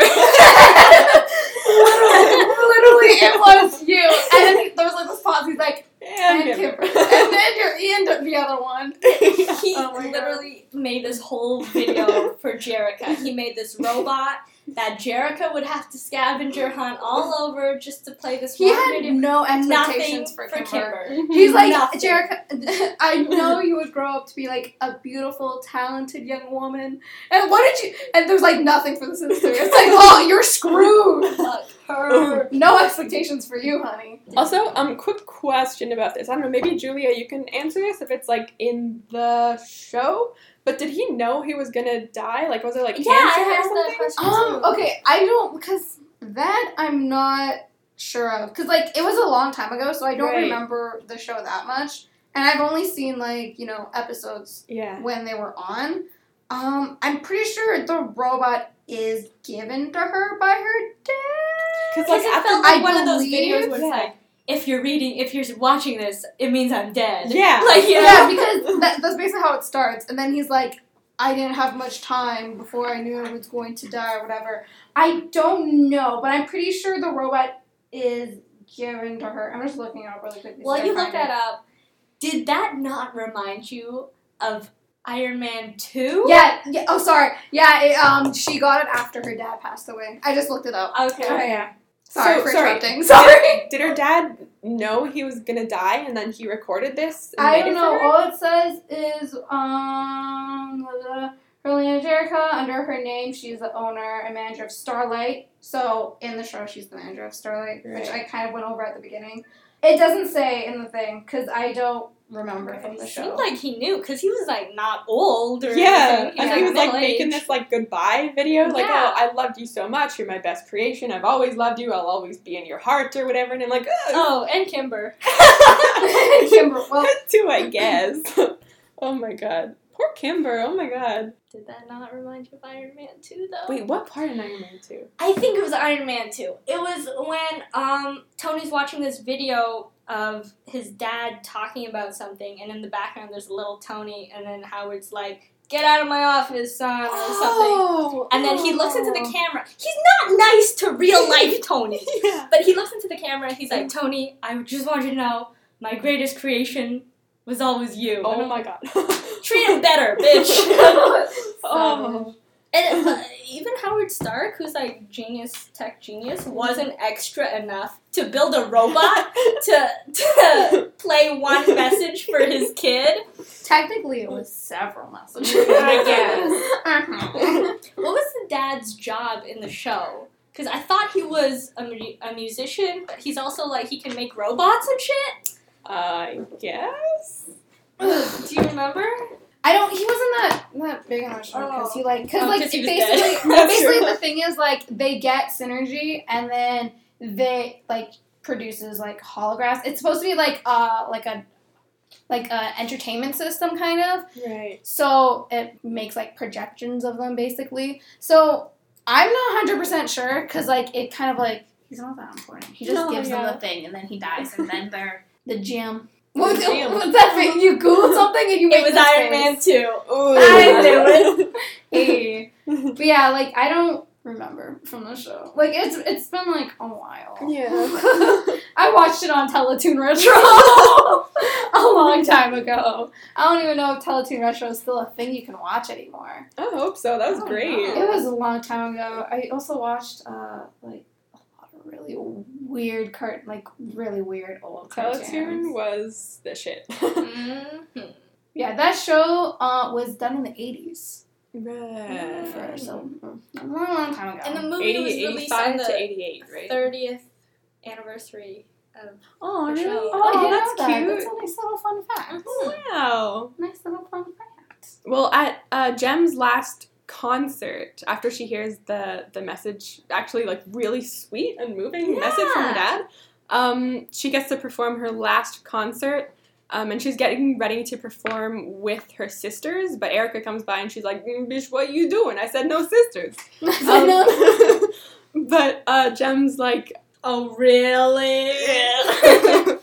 Speaker 3: Literally, it was you. And then he, there was like this pause. He's like,
Speaker 2: and
Speaker 3: and
Speaker 2: Kimber.
Speaker 3: Kimber. and then you're Ian, the- the other one.
Speaker 1: he
Speaker 3: Oh my God.
Speaker 1: literally made this whole video for Jerica. He made this robot that Jerica would have to scavenger hunt all over just to play this
Speaker 3: He
Speaker 1: one
Speaker 3: had
Speaker 1: video.
Speaker 3: no
Speaker 1: Nothing
Speaker 3: expectations
Speaker 1: for
Speaker 3: for
Speaker 1: Kimber.
Speaker 3: Kimber. He's like,
Speaker 1: Nothing.
Speaker 3: Jerica, I know you would grow up to be like a beautiful, talented young woman. And what did you? And there's like nothing for the sister. It's like, oh, you're screwed.
Speaker 1: Fuck her.
Speaker 3: No expectations for you, honey.
Speaker 2: Also, um, quick question about this. I don't know. Maybe Julia, you can answer this if it's like in the show. But did he know he was gonna die? Like, was it like
Speaker 1: yeah,
Speaker 2: cancer
Speaker 1: I
Speaker 2: or
Speaker 1: had that
Speaker 2: something?
Speaker 1: question
Speaker 3: Um,
Speaker 1: too.
Speaker 3: okay, I don't because that I'm not sure of because like it was a long time ago, so I don't
Speaker 2: Right.
Speaker 3: remember the show that much. And I've only seen like you know episodes
Speaker 2: Yeah.
Speaker 3: when they were on. Um, I'm pretty sure the robot is given to her by her dad.
Speaker 2: Because
Speaker 1: Because
Speaker 2: like
Speaker 1: it
Speaker 2: at the
Speaker 1: felt like
Speaker 3: I
Speaker 1: one of those
Speaker 3: believe-
Speaker 1: videos where it's
Speaker 2: yeah.
Speaker 1: like, if you're reading, if you're watching this, it means I'm dead.
Speaker 2: Yeah.
Speaker 1: Like, you
Speaker 3: Yeah,
Speaker 1: know?
Speaker 3: because that, that's basically how it starts. And then he's like, I didn't have much time before I knew I was going to die or whatever. I don't know, but I'm pretty sure the robot is given to her. I'm just looking it up really quickly.
Speaker 1: While you look that up, did that not remind you of Iron Man 2?
Speaker 3: Yeah, yeah. Oh, sorry. Yeah, it, um, she got it after her dad passed away. I just looked it up.
Speaker 1: Okay.
Speaker 3: yeah. Sorry
Speaker 2: So-
Speaker 3: for
Speaker 2: sorry.
Speaker 3: interrupting. Sorry.
Speaker 2: Did her dad know he was gonna die and then he recorded this? and
Speaker 3: I
Speaker 2: waited
Speaker 3: don't
Speaker 2: for
Speaker 3: know.
Speaker 2: her?
Speaker 3: All it says is um, Carolina Jerica. Under her name, she's the owner and manager of Starlight. So in the show, she's the manager of Starlight, which I kind of went over at the beginning. It doesn't say in the thing because I don't remember from the
Speaker 1: It
Speaker 3: show.
Speaker 1: seemed like he knew because he was like not old or
Speaker 2: Yeah,
Speaker 1: anything.
Speaker 2: and
Speaker 3: Yeah.
Speaker 2: he was like
Speaker 1: middle
Speaker 2: making
Speaker 1: age.
Speaker 2: this like goodbye video, like
Speaker 1: Yeah.
Speaker 2: "Oh, I loved you so much. You're my best creation. I've always loved you. I'll always be in your heart or whatever." And I'm like, "Ugh,
Speaker 1: Oh, and Kimber.
Speaker 3: Kimber, well,
Speaker 2: that too, I guess." oh my god, poor Kimber. Oh my god.
Speaker 1: Did that not remind you of Iron Man 2 though?
Speaker 2: Wait, what part in Iron Man two?
Speaker 1: I think it was Iron Man 2. It was when um Tony's watching this video of his dad talking about something, and in the background there's little Tony, and then Howard's like, "Get out of my office, son," or something. And then he looks into the
Speaker 2: Oh.
Speaker 1: camera. He's not nice to real life Tony.
Speaker 2: Yeah.
Speaker 1: But he looks into the camera and he's like, Tony, I just want you to know my greatest creation was always you. And
Speaker 2: Oh
Speaker 1: I'm
Speaker 2: my
Speaker 1: like,
Speaker 2: god.
Speaker 1: Treat him better, bitch.
Speaker 2: oh.
Speaker 1: and uh, even Howard Stark, who's like genius, tech genius, wasn't extra enough to build a robot to, to play one message for his kid.
Speaker 3: technically it was several messages.
Speaker 1: I guess.
Speaker 3: Uh-huh.
Speaker 1: What was the dad's job in the show? Because I thought he was a, mu- a musician, but he's also like, he can make robots and shit.
Speaker 2: I guess.
Speaker 1: Do you remember?
Speaker 3: I don't. He wasn't that that big on the show because he like because
Speaker 1: Oh,
Speaker 3: like
Speaker 1: 'cause he was dead.
Speaker 3: basically no,
Speaker 2: That's
Speaker 3: basically
Speaker 2: true.
Speaker 3: the thing is like they get synergy and then they like produces like holographs. It's supposed to be like uh like a like a entertainment system kind of.
Speaker 2: Right.
Speaker 3: So it makes like projections of them basically. So I'm not hundred percent sure because like it kind of like He's not that important. He just
Speaker 2: No,
Speaker 3: gives
Speaker 2: yeah.
Speaker 3: them the thing, and then he dies, and then they're the gym.
Speaker 2: The
Speaker 3: What's,
Speaker 2: gym.
Speaker 3: what's that thing? You Google something and you make
Speaker 1: It was
Speaker 3: this
Speaker 1: Iron
Speaker 3: face.
Speaker 1: Man 2.
Speaker 3: I
Speaker 1: knew
Speaker 2: it.
Speaker 3: Hey. but yeah, like I don't remember from the show. Like it's it's been like a while.
Speaker 2: Yeah.
Speaker 3: I watched it on Teletoon Retro a long time ago. I don't even know if Teletoon Retro is still a thing you can watch anymore.
Speaker 2: I hope so. That was
Speaker 1: Oh,
Speaker 3: I don't
Speaker 2: great.
Speaker 3: know. It was a long time ago. I also watched uh like a lot of really weird cart like really weird old
Speaker 2: Teletoon
Speaker 3: cartoons.
Speaker 2: was the shit.
Speaker 1: Mhm.
Speaker 3: Yeah, that show uh was done in the eighties.
Speaker 2: right.
Speaker 3: so
Speaker 2: Mm.
Speaker 3: a long, long time ago.
Speaker 1: And the movie
Speaker 2: 80,
Speaker 1: was released on
Speaker 2: 85 to
Speaker 1: the
Speaker 2: 88, right?
Speaker 1: 30th anniversary of.
Speaker 2: Oh,
Speaker 1: really?
Speaker 3: I
Speaker 2: Oh,
Speaker 3: didn't
Speaker 2: that's
Speaker 3: know that.
Speaker 2: cute.
Speaker 3: That's a nice little fun fact.
Speaker 2: Oh, Wow.
Speaker 3: Nice little fun fact.
Speaker 2: Well, at uh, Jem's last concert, after she hears the the message, actually like really sweet and moving message from her
Speaker 1: Yeah.
Speaker 2: dad, um, she gets to perform her last concert. Um, and she's getting ready to perform with her sisters, but Erica comes by and she's like, "Mm, "Bitch, what you doing?" I said, "No sisters." Um, but uh, Jem's like,
Speaker 1: Oh, really?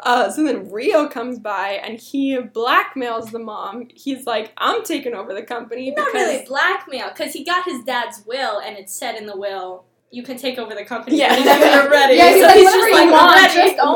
Speaker 2: uh, so then Rio comes by and he blackmails the mom. He's like, I'm taking over the company
Speaker 1: Not
Speaker 2: because
Speaker 1: really blackmail, because he got his dad's will, and it said in the will, you can take over the company
Speaker 2: Yeah.
Speaker 1: whenever you're ready.
Speaker 3: yeah, he's
Speaker 1: so
Speaker 3: like,
Speaker 1: he's
Speaker 3: whatever
Speaker 1: just
Speaker 3: you
Speaker 1: like,
Speaker 3: want,
Speaker 1: "I'm ready."
Speaker 3: just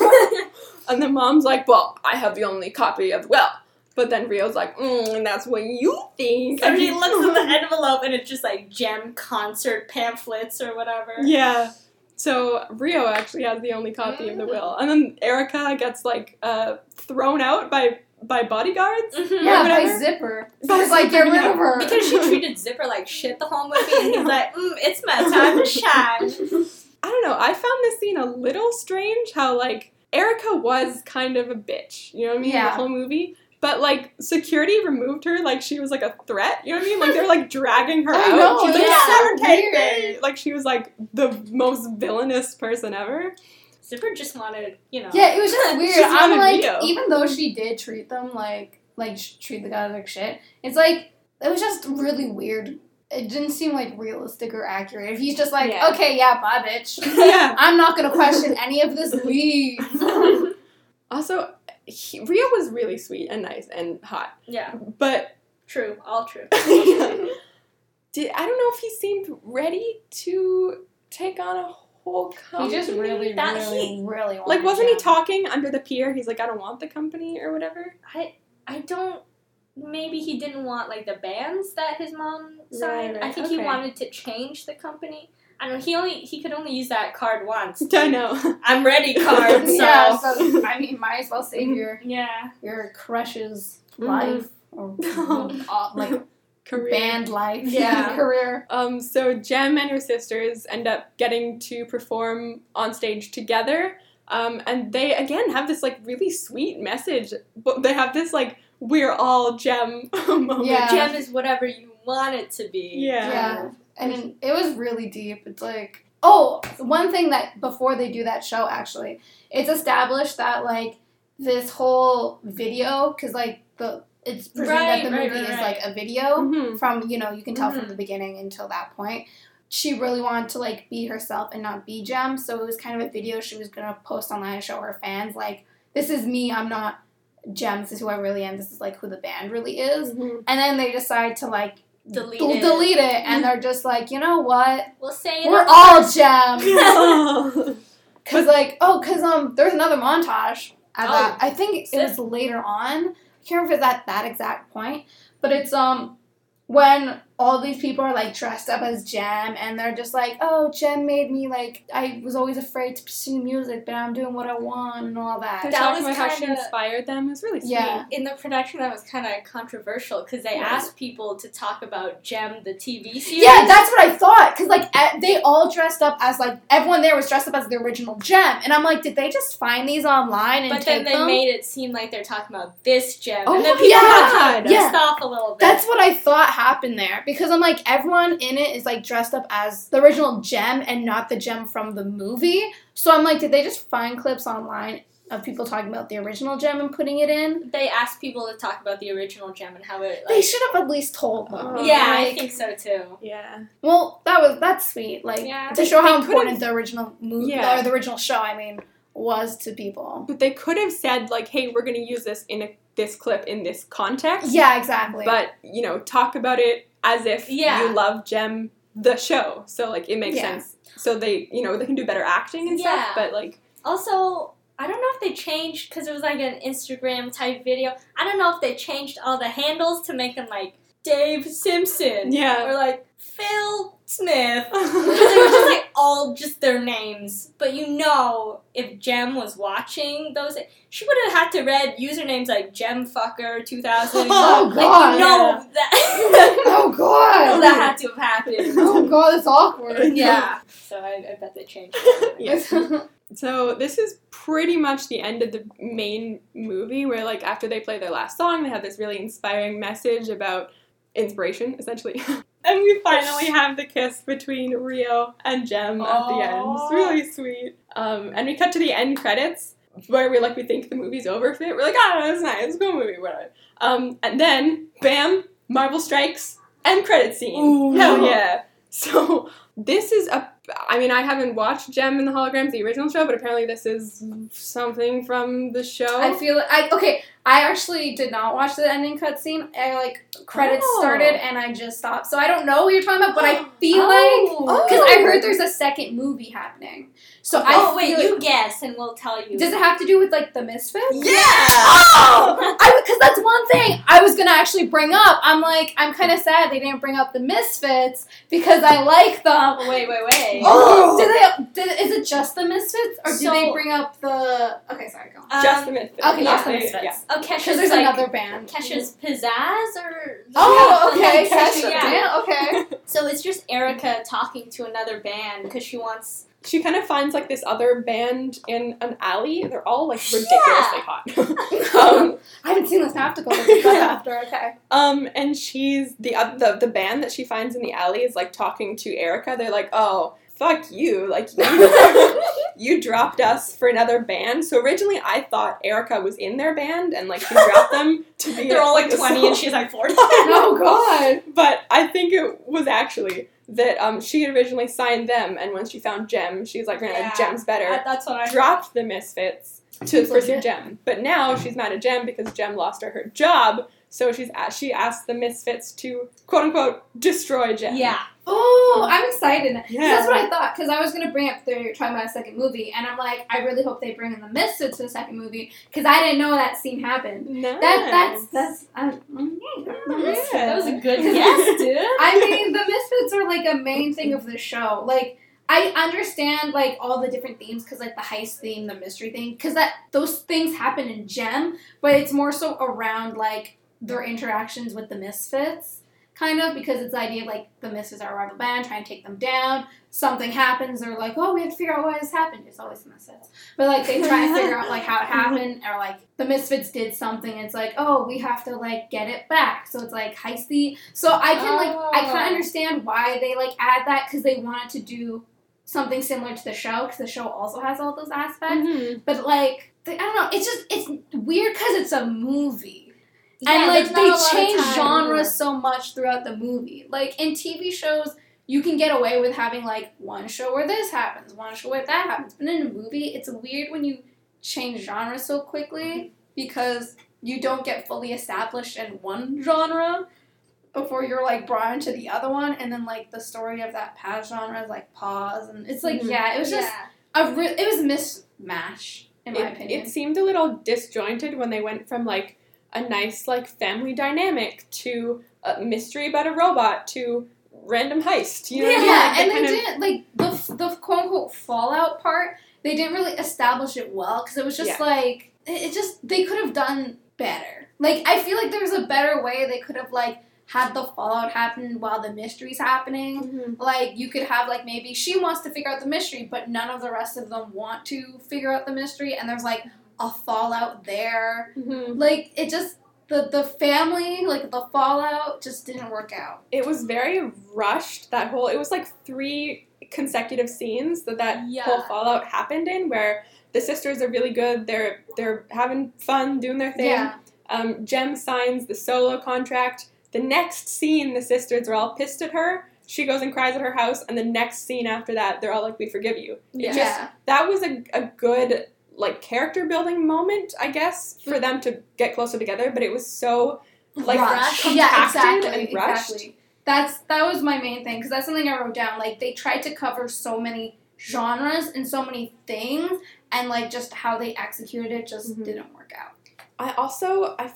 Speaker 3: own it.
Speaker 2: and the mom's like, Well, I have the only copy of the will. But then Rio's like, mm, and that's what you think.
Speaker 1: So
Speaker 2: And
Speaker 1: he looks at the envelope and it's just like gem concert pamphlets or whatever.
Speaker 2: Yeah. So Rio actually has the only copy of the
Speaker 3: Mm.
Speaker 2: will. And then Erica gets like uh, thrown out by by bodyguards.
Speaker 1: Mhm.
Speaker 3: yeah,
Speaker 2: whatever.
Speaker 3: by zipper.
Speaker 2: By
Speaker 3: He's like, get rid
Speaker 2: Zipper,
Speaker 3: of her.
Speaker 1: Because she treated Zipper like shit the whole movie, and he's like, mm, it's my time to shine.
Speaker 2: I don't know. I found this scene a little strange how, like, Erica was kind of a bitch. You know what I mean? The
Speaker 3: Yeah.
Speaker 2: whole movie. But, like, security removed her like she was, like, a threat. You know what I mean? Like, they're, like, dragging her
Speaker 3: I
Speaker 2: out.
Speaker 3: know,
Speaker 2: She's like,
Speaker 1: yeah.
Speaker 2: "Seven
Speaker 3: Weird.
Speaker 2: days." Like, she was, like, the most villainous person ever.
Speaker 1: Zipper just wanted, you know.
Speaker 3: Yeah, it was just weird.
Speaker 2: She's
Speaker 3: I'm
Speaker 2: on a
Speaker 3: like,
Speaker 2: video.
Speaker 3: even though she did treat them like like sh- treat the guys like shit, it's like it was just really weird. It didn't seem like realistic or accurate. He's just like,
Speaker 2: Yeah.
Speaker 3: okay, yeah, bye, bitch.
Speaker 2: yeah.
Speaker 3: I'm not gonna question any of this. Leave.
Speaker 2: Also, he, Rio was really sweet and nice and hot.
Speaker 1: yeah,
Speaker 2: But
Speaker 1: true, all true.
Speaker 2: did, I don't know if he seemed ready to take on a whole company.
Speaker 1: That
Speaker 3: really, really wanted
Speaker 2: Like, wasn't he
Speaker 3: Jen.
Speaker 2: talking under the pier? He's like, I don't want the company or whatever.
Speaker 1: I I don't. Maybe he didn't want like the bands that his mom signed.
Speaker 2: Right,
Speaker 1: I think he
Speaker 2: okay.
Speaker 1: wanted to change the company. I don't. know, He only he could only use that card once.
Speaker 2: I know.
Speaker 1: I'm ready card. So
Speaker 3: Yeah, so I mean, might as well save your
Speaker 1: yeah.
Speaker 3: your crush's
Speaker 2: Mhm.
Speaker 3: life or uh, like band life,
Speaker 1: Yeah.
Speaker 3: career.
Speaker 2: Um, so Jem and her sisters end up getting to perform on stage together. Um, and they again have this like really sweet message, but they have this like we're all Jem moment.
Speaker 3: Yeah.
Speaker 1: Gem is whatever you want it to be.
Speaker 2: Yeah.
Speaker 3: Yeah. And it was really deep. It's like, oh, one thing that before they do that show, actually, it's established that like this whole video, because like the it's presumed
Speaker 1: Right,
Speaker 3: that the
Speaker 1: right,
Speaker 3: movie
Speaker 1: right,
Speaker 3: is
Speaker 1: right.
Speaker 3: like a video
Speaker 2: Mhm.
Speaker 3: from you know you can tell
Speaker 1: Mhm.
Speaker 3: from the beginning until that point. She really wanted to like be herself and not be Gem, so it was kind of a video she was gonna post online to show her fans like this is me. I'm not Gem. This is who I really am. This is like who the band really is.
Speaker 2: Mhm.
Speaker 3: And then they decide to like
Speaker 1: Mm-hmm. Delete
Speaker 3: del-
Speaker 1: it.
Speaker 3: delete it, and they're just like, you know what?
Speaker 1: We'll say it.
Speaker 3: We're
Speaker 1: on-
Speaker 3: all gem. Cause like, oh, cause um, there's another montage. At
Speaker 1: Oh.
Speaker 3: that. I think it
Speaker 1: Sick.
Speaker 3: was later on. I can't remember if it's at that exact point, but it's um when all these people are like dressed up as Gem and they're just like, oh, Gem made me like I was always afraid to pursue music, but I'm doing what I want and all
Speaker 2: They're
Speaker 3: that.
Speaker 1: That
Speaker 2: talking
Speaker 1: was
Speaker 2: about how she
Speaker 1: kinda-
Speaker 2: inspired them. It was really sweet.
Speaker 3: Yeah.
Speaker 1: in the production that was kind of controversial because they asked people to talk about Gem the TV series.
Speaker 3: Yeah, that's what I thought. Cause like e- they all dressed up as like everyone there was dressed up as the original Gem, and I'm like, did they just find these online and
Speaker 1: but then
Speaker 3: take
Speaker 1: they
Speaker 3: them?
Speaker 1: made it seem like they're talking about this Gem,
Speaker 2: Oh
Speaker 1: and then
Speaker 2: my
Speaker 1: people
Speaker 2: God.
Speaker 1: got pissed
Speaker 3: Yeah.
Speaker 1: off a little bit.
Speaker 3: That's what I thought happened there because I'm like everyone in it is like dressed up as the original gem and not the gem from the movie. So I'm like, did they just find clips online of people talking about the original gem and putting it in.
Speaker 1: They asked people to talk about the original gem and how it. Like,
Speaker 3: They should have at least told them.
Speaker 2: Oh,
Speaker 1: yeah, I
Speaker 3: Like,
Speaker 1: think so too.
Speaker 2: Yeah.
Speaker 3: Well, that was that's sweet. Like
Speaker 1: Yeah.
Speaker 3: to show
Speaker 2: They-
Speaker 3: how
Speaker 2: they
Speaker 3: important the original movie
Speaker 2: Yeah.
Speaker 3: or the original show, I mean, was to people.
Speaker 2: But they could have said like, "Hey, we're going to use this in a, this clip in this context."
Speaker 3: Yeah, exactly.
Speaker 2: But you know, talk about it as if
Speaker 1: Yeah.
Speaker 2: you love Gem the show. So like, it makes
Speaker 3: Yeah.
Speaker 2: sense. So they, you know, they can do better acting and
Speaker 1: Yeah.
Speaker 2: stuff. But like,
Speaker 1: Also, I don't know if they changed because it was like an Instagram type video. I don't know if they changed all the handles to make them like Dave Simpson
Speaker 2: yeah,
Speaker 1: or like Phil Smith. Because they were just like all just their names. But you know, if Jem was watching those, she would have had to read usernames like Gemfucker 2000.
Speaker 3: Oh,
Speaker 1: like,
Speaker 3: God.
Speaker 1: You know that.
Speaker 3: oh
Speaker 1: you know
Speaker 3: god.
Speaker 1: that had to have happened.
Speaker 3: oh god, that's awkward.
Speaker 1: Yeah. So I, I bet they changed.
Speaker 2: Yes. So this is pretty much the end of the main movie where like after they play their last song, they have this really inspiring message about inspiration essentially. and we finally have the kiss between Rio and Jem at the end. It's
Speaker 1: Aw.
Speaker 2: really sweet. Um, and we cut to the end credits where we like we think the movie's over for it. We're like, ah, that's nice, it's a cool movie, whatever. Um, and then bam, Marvel strikes, end credit scene.
Speaker 3: Ooh.
Speaker 2: Hell yeah. So this is a I mean, I haven't watched Gem and the Holograms, the original show, but apparently this is something from the show.
Speaker 1: Oh.
Speaker 3: I feel I okay. I actually did not watch the ending cutscene. I like credits
Speaker 2: Oh.
Speaker 3: started and I just stopped, so I don't know what you're talking about. But I feel like
Speaker 1: oh.
Speaker 3: because I heard there's a second movie happening. So I
Speaker 1: oh wait,
Speaker 3: feel-
Speaker 1: you guess and we'll tell you.
Speaker 3: does it have to do with like the misfits?
Speaker 2: yeah!
Speaker 3: Oh, because that's one thing I was gonna actually bring up. I'm like, I'm kind of sad they didn't bring up the Misfits because I like them.
Speaker 1: wait, wait, wait.
Speaker 2: Oh.
Speaker 3: do they? Do, is it just the Misfits, or do
Speaker 1: So-
Speaker 3: they bring up the? Okay, sorry, go on.
Speaker 1: Um,
Speaker 2: Just the Misfits.
Speaker 3: Okay,
Speaker 2: Not
Speaker 3: just the
Speaker 2: the-
Speaker 3: Misfits.
Speaker 2: yeah.
Speaker 1: Oh, Kesha's
Speaker 3: Because there's
Speaker 1: like,
Speaker 3: another band.
Speaker 1: Kesha's pizzazz or
Speaker 3: Oh, okay,
Speaker 1: Yeah,
Speaker 3: Kesha.
Speaker 1: yeah.
Speaker 3: Damn, okay.
Speaker 1: So it's just Erica talking to another band because she wants.
Speaker 2: She kind of finds like this other band in an alley. They're all like ridiculously hot. um,
Speaker 3: I haven't seen this after. Go look up after. Okay.
Speaker 2: um, and she's the, oth- the the band that she finds in the alley is like talking to Erica. They're like, "Oh, fuck you! Like you, you dropped us for another band." So originally, I thought Erica was in their band and like she dropped them to be.
Speaker 1: They're all like
Speaker 2: a
Speaker 1: twenty,
Speaker 2: solo-
Speaker 1: and she's like forty.
Speaker 3: oh God.
Speaker 2: But I think it was actually that um, she had originally signed them, and when she found Gem, she's like, "Nah,
Speaker 1: Yeah.
Speaker 2: Gem's better."
Speaker 1: That- That's what I
Speaker 2: Dropped the Misfits to
Speaker 3: She's like,
Speaker 2: pursue Gem, but now she's mad at Gem because Gem lost her her job. So she's a- she asked the Misfits to quote unquote destroy Gem.
Speaker 1: Yeah.
Speaker 3: Oh, I'm excited. now. 'Cause
Speaker 2: Yeah.
Speaker 3: That's what I thought. Because I was gonna bring up they're talking about a second movie, and I'm like, I really hope they bring in the Misfits to the second movie because I didn't know that scene happened.
Speaker 2: Nice.
Speaker 3: That that's that's. Um, mm, yeah.
Speaker 2: Yeah.
Speaker 1: That was a good guess, dude.
Speaker 3: I mean, the Misfits are like a main thing of the show. Like, I understand like all the different themes because like the heist theme, the mystery thing, because that those things happen in Gem, but it's more so around like their interactions with the Misfits, kind of because it's the idea of like the Misfits are a rival band trying to take them down. Something happens, they're like, oh, we have to figure out why this happened. It's always the Misfits, but like they try to figure out like how it happened or like the Misfits did something. It's like, oh, we have to like get it back. So it's like heisty. So I can like I kind
Speaker 1: Oh.
Speaker 3: of understand why they like add that because they wanted to do something similar to the show because the show also has all those aspects.
Speaker 1: Mm-hmm.
Speaker 2: Mhm.
Speaker 3: But like, they, I don't know. It's just it's weird because it's a movie,
Speaker 1: Yeah,
Speaker 3: and
Speaker 1: there's
Speaker 3: like
Speaker 1: not a
Speaker 3: they
Speaker 1: lot of
Speaker 3: change
Speaker 1: time.
Speaker 3: genres so much throughout the movie. Like in TV shows, you can get away with having like one show where this happens, one show where that happens. But in a movie, it's weird when you change genres so quickly because you don't get fully established in one genre before you're like brought into the other one and then like the story of that past genre is like pause and it's like
Speaker 2: Mhm.
Speaker 1: Mm-hmm.
Speaker 3: yeah it was just
Speaker 1: Yeah.
Speaker 3: a re- it was a mismatch in my
Speaker 2: it,
Speaker 3: opinion.
Speaker 2: it seemed a little disjointed when they went from like a nice like family dynamic to a mystery about a robot to random heist. You know what I
Speaker 3: yeah,
Speaker 2: mean? Like, they
Speaker 3: and they
Speaker 2: kind of-
Speaker 3: didn't like the f- the quote unquote fallout part. They didn't really establish it well because it was just
Speaker 2: Yeah.
Speaker 3: like it, it just they could have done better. Like I feel like there was a better way they could have like had the fallout happen while the mystery's happening.
Speaker 1: Mm-hmm.
Speaker 2: Mhm.
Speaker 3: Like you could have like maybe she wants to figure out the mystery, but none of the rest of them want to figure out the mystery, and there's like a fallout there.
Speaker 2: Mhm.
Speaker 3: Like it just the the family, like the fallout, just didn't work out.
Speaker 2: It was very rushed. That whole it was like three consecutive scenes that that
Speaker 1: Yeah.
Speaker 2: whole fallout happened in, where the sisters are really good. They're they're having fun doing their thing.
Speaker 3: Yeah,
Speaker 2: Um, Jem signs the solo contract. The next scene, the sisters are all pissed at her. She goes and cries at her house, and the next scene after that, they're all like, "We forgive you."
Speaker 1: Yeah.
Speaker 3: yeah.
Speaker 2: That was a, a good like character building moment, I guess, for them to get closer together. But it was so like
Speaker 1: Rushed.
Speaker 2: compacted
Speaker 3: yeah, exactly,
Speaker 2: and rushed.
Speaker 3: exactly. That's that was my main thing because that's something I wrote down. Like they tried to cover so many genres and so many things, and like just how they executed it just
Speaker 2: Mhm.
Speaker 3: didn't work out.
Speaker 2: I also I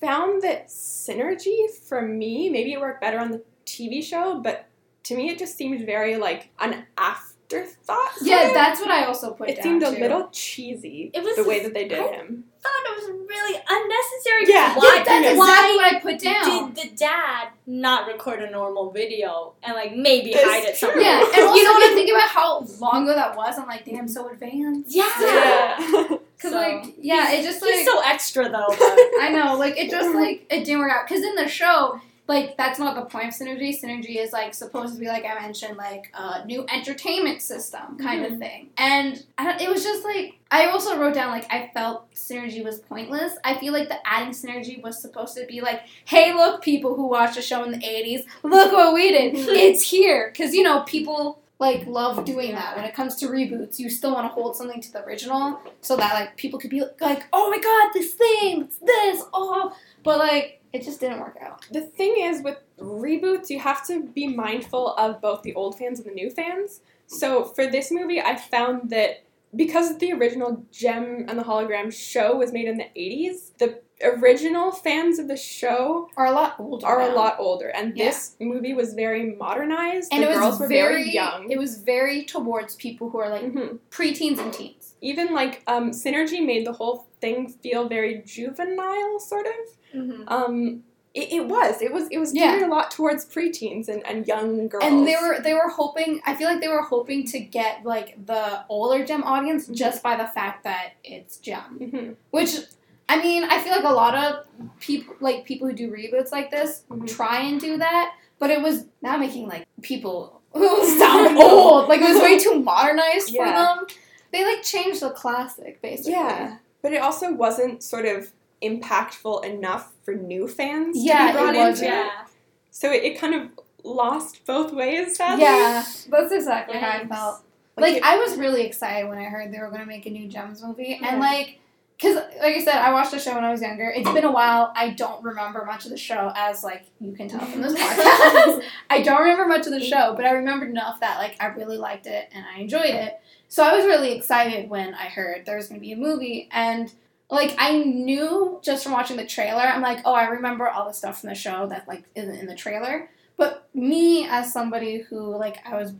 Speaker 2: found that synergy for me maybe it worked better on the TV show, but to me it just seemed very like an afterthought. sort
Speaker 3: Yeah,
Speaker 2: of.
Speaker 3: that's what I also put.
Speaker 2: It
Speaker 3: down,
Speaker 2: seemed a
Speaker 3: too.
Speaker 2: little cheesy
Speaker 1: It was
Speaker 2: the way that they did
Speaker 1: I-
Speaker 2: him.
Speaker 1: thought it was really unnecessary. 'cause
Speaker 2: Yeah.
Speaker 1: why,
Speaker 3: Yeah, that's exactly
Speaker 1: why
Speaker 3: what I put down.
Speaker 1: did the dad not record a normal video and like maybe
Speaker 2: That's
Speaker 1: hide it
Speaker 2: true.
Speaker 1: somewhere?
Speaker 3: Yeah, and
Speaker 2: You
Speaker 3: also
Speaker 2: know
Speaker 3: when I think about how long ago that was, I'm like, damn, so advanced.
Speaker 1: Yeah.
Speaker 2: Yeah.
Speaker 3: Cause
Speaker 1: So-
Speaker 3: like, yeah, it just like
Speaker 1: He's so extra though. but-
Speaker 3: I know, like it just like it didn't work out. Cause in the show, like that's not the point of synergy. Synergy is like supposed to be like I mentioned, like a new entertainment system kind of thing. And I don't, it was just like I also wrote down like I felt synergy was pointless. I feel like the adding synergy was supposed to be like, hey, look, people who watched the show in the '80s, look what we did. it's here. Cause you know people. Like love doing that when it comes to reboots. You still want to hold something to the original, so that like people could be like, oh my god, this thing, it's this, oh, but like it just didn't work out.
Speaker 2: the thing is with reboots you have to be mindful of both the old fans and the new fans so for this movie i found that because the original gem and the hologram show was made in the 80s the original fans of the show
Speaker 3: Are a lot older.
Speaker 2: are a
Speaker 3: now.
Speaker 2: lot older and
Speaker 3: Yeah.
Speaker 2: this movie was very modernized
Speaker 3: and
Speaker 2: the
Speaker 3: it was
Speaker 2: girls were
Speaker 3: very,
Speaker 2: young
Speaker 3: It was very towards people who are like
Speaker 2: Mhm.
Speaker 3: preteens and teens.
Speaker 2: even like um, synergy made the whole thing feel very juvenile sort of um, it, it was it was it was
Speaker 3: Yeah.
Speaker 2: geared a lot towards preteens and, and young girls
Speaker 3: And they were they were hoping. I feel like they were hoping to get like the older gem
Speaker 2: Mm-hmm.
Speaker 3: audience just by the fact that it's gem.
Speaker 2: Mhm.
Speaker 3: Which I mean, I feel like a lot of people like people who do reboots like this
Speaker 2: Mhm.
Speaker 3: try and do that, but it was not making like people who sound old. Like it was way too modernized
Speaker 2: Yeah.
Speaker 3: for them. They like changed the classic basically.
Speaker 2: Yeah, but it also wasn't sort of impactful enough for new fans
Speaker 3: Yeah,
Speaker 2: to
Speaker 3: it
Speaker 2: be brought
Speaker 3: wasn't.
Speaker 2: into. it.
Speaker 1: yeah.
Speaker 2: So it, it kind of lost both ways. Sadly.
Speaker 3: Yeah, that's exactly how I
Speaker 1: Yikes.
Speaker 3: felt.
Speaker 2: Like,
Speaker 3: Like,
Speaker 2: it-
Speaker 3: I was really excited when I heard they were gonna make a new Gems movie,
Speaker 2: Yeah.
Speaker 3: and like, cause like I said, I watched the show when I was younger. It's been a while. I don't remember much of the show, as like you can tell from this podcast. I don't remember much of the show, but I remembered enough that like I really liked it and I enjoyed it. So I was really excited when I heard there was gonna be a movie, and like I knew just from watching the trailer, I'm like, oh, I remember all the stuff from the show that like isn't in the trailer. But me as somebody who like I was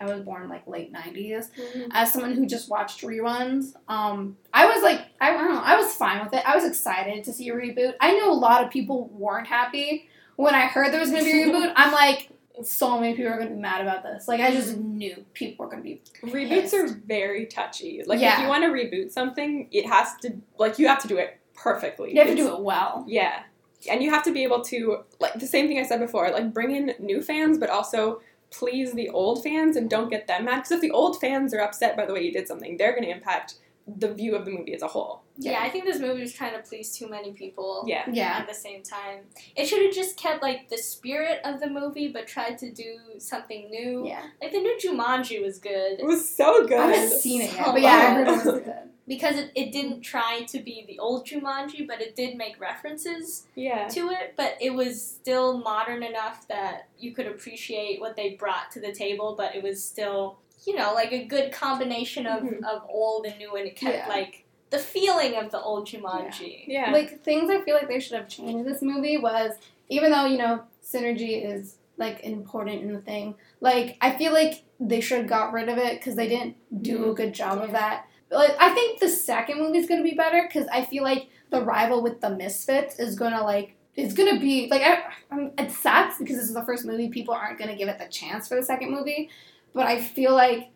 Speaker 3: I was born like late nineties. As someone who just watched reruns, um, I was like, I, don't know, I was fine with it. I was excited to see a reboot. I know a lot of people weren't happy when I heard there was gonna be a reboot. I'm like, so many people are gonna be mad about this. Like, I just knew people were gonna be.
Speaker 2: Reboots are very touchy. Like if
Speaker 3: Yeah.
Speaker 2: you want to reboot something, it has to like you have to do it perfectly.
Speaker 3: You have to do it well.
Speaker 2: Yeah. And you have to be able to like the same thing I said before, like bring in new fans but also please the old fans and don't get them mad cuz if the old fans are upset by the way you did something, they're going to impact the view of the movie as a whole.
Speaker 1: Yeah, I think this movie was trying to please too many people.
Speaker 2: Yeah.
Speaker 3: Yeah.
Speaker 1: At the same time, it should have just kept like the spirit of the movie, but tried to do something new.
Speaker 3: Yeah.
Speaker 1: Like the new Jumanji was good
Speaker 2: It was so good.
Speaker 3: I haven't seen it yet,
Speaker 1: So
Speaker 3: but yeah, I
Speaker 1: well.
Speaker 3: heard it was really good.
Speaker 1: because it, it didn't try to be the old Jumanji, but it did make references
Speaker 2: Yeah.
Speaker 1: to it. But it was still modern enough that you could appreciate what they brought to the table. But it was still, you know, like a good combination of
Speaker 2: Mhm.
Speaker 1: of old and new, and it kept
Speaker 3: Yeah.
Speaker 1: like the feeling of the old Jumanji.
Speaker 2: Yeah.
Speaker 3: Like things I feel like they should have changed in this movie was even though you know synergy is like important in the thing, like I feel like they should have got rid of it because they didn't do a good job of
Speaker 1: Yeah.
Speaker 3: that. Like I think the second movie is gonna be better because I feel like the rival with the Misfits is gonna like it's gonna be like I, I'm, it sucks because this is the first movie people aren't gonna give it the chance for the second movie, but I feel like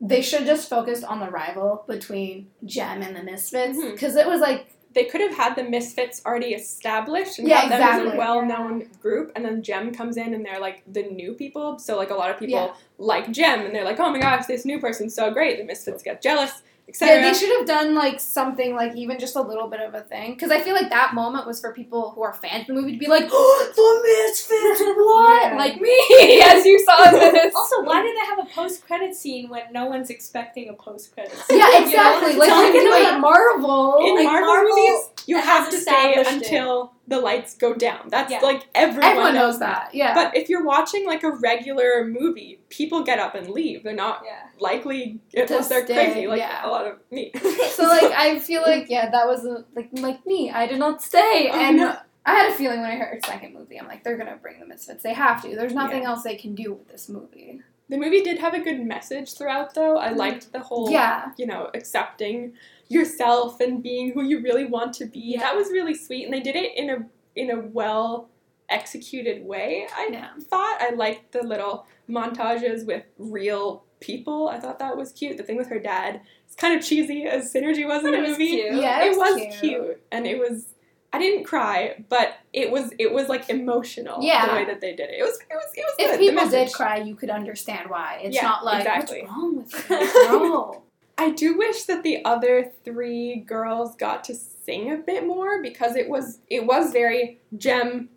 Speaker 3: they should just focus on the rival between Jem and the Misfits
Speaker 2: Mhm.
Speaker 3: because it was like
Speaker 2: they could have had the misfits already established and
Speaker 3: Yeah,
Speaker 2: had them as
Speaker 3: exactly.
Speaker 2: a well-known group, and then Jem comes in and they're like the new people. So like a lot of people
Speaker 3: Yeah.
Speaker 2: like Jem, and they're like, oh my gosh, this new person's so great. The misfits get jealous,
Speaker 3: Yeah, they
Speaker 2: etc.
Speaker 3: should have done like something like even just a little bit of a thing because I feel like that moment was for people who are fans of the movie to be like, oh, the misfits, what?
Speaker 2: Yeah.
Speaker 3: Like me, yes, you saw this.
Speaker 1: Also, why did they have a post credit scene when no one's expecting a post credit scene?
Speaker 3: yeah,
Speaker 1: You
Speaker 3: exactly.
Speaker 1: know?
Speaker 3: Like
Speaker 1: Talking
Speaker 3: you
Speaker 1: about-
Speaker 3: like Marvel,
Speaker 2: in
Speaker 1: like,
Speaker 2: Marvel,
Speaker 1: Marvel
Speaker 2: movies, you
Speaker 1: has
Speaker 2: have to stay
Speaker 1: established
Speaker 2: until the lights go down. That's
Speaker 1: Yeah.
Speaker 2: like everyone,
Speaker 3: everyone knows that. Yeah,
Speaker 2: But if you're watching like a regular movie, people get up and leave. They're not
Speaker 1: Yeah.
Speaker 2: likely unless they're
Speaker 3: stay,
Speaker 2: crazy, like
Speaker 3: yeah.
Speaker 2: a lot of me.
Speaker 3: so like I feel like yeah, that was uh, like like me. I did not stay,
Speaker 2: Oh,
Speaker 3: and
Speaker 2: no.
Speaker 3: I had a feeling when I heard second movie, I'm like they're gonna bring the misfits. They have to. There's nothing else they can do with this movie.
Speaker 2: the movie did have a good message throughout, though. I liked the whole,
Speaker 3: Mm-hmm. Yeah,
Speaker 2: you know, accepting yourself and being who you really want to be.
Speaker 3: Yeah.
Speaker 2: That was really sweet, and they did it in a in a well executed way. I
Speaker 3: yeah.
Speaker 2: thought I liked the little montages with real people. I thought that was cute. The thing with her dad, it's kind of cheesy as synergy was
Speaker 1: Thought
Speaker 2: in the
Speaker 1: it was
Speaker 2: movie.
Speaker 1: cute.
Speaker 3: Yeah,
Speaker 2: it was cute. and it was I didn't cry, but it was it was like emotional
Speaker 3: Yeah.
Speaker 2: the way that they did it. It was it was it was
Speaker 3: If
Speaker 2: good. The
Speaker 3: people did
Speaker 2: message.
Speaker 3: cry, you could understand why. It's
Speaker 2: Yeah,
Speaker 3: not like
Speaker 2: exactly.
Speaker 3: what's wrong with you. No.
Speaker 2: I do wish that the other three girls got to sing a bit more because it was it was very gem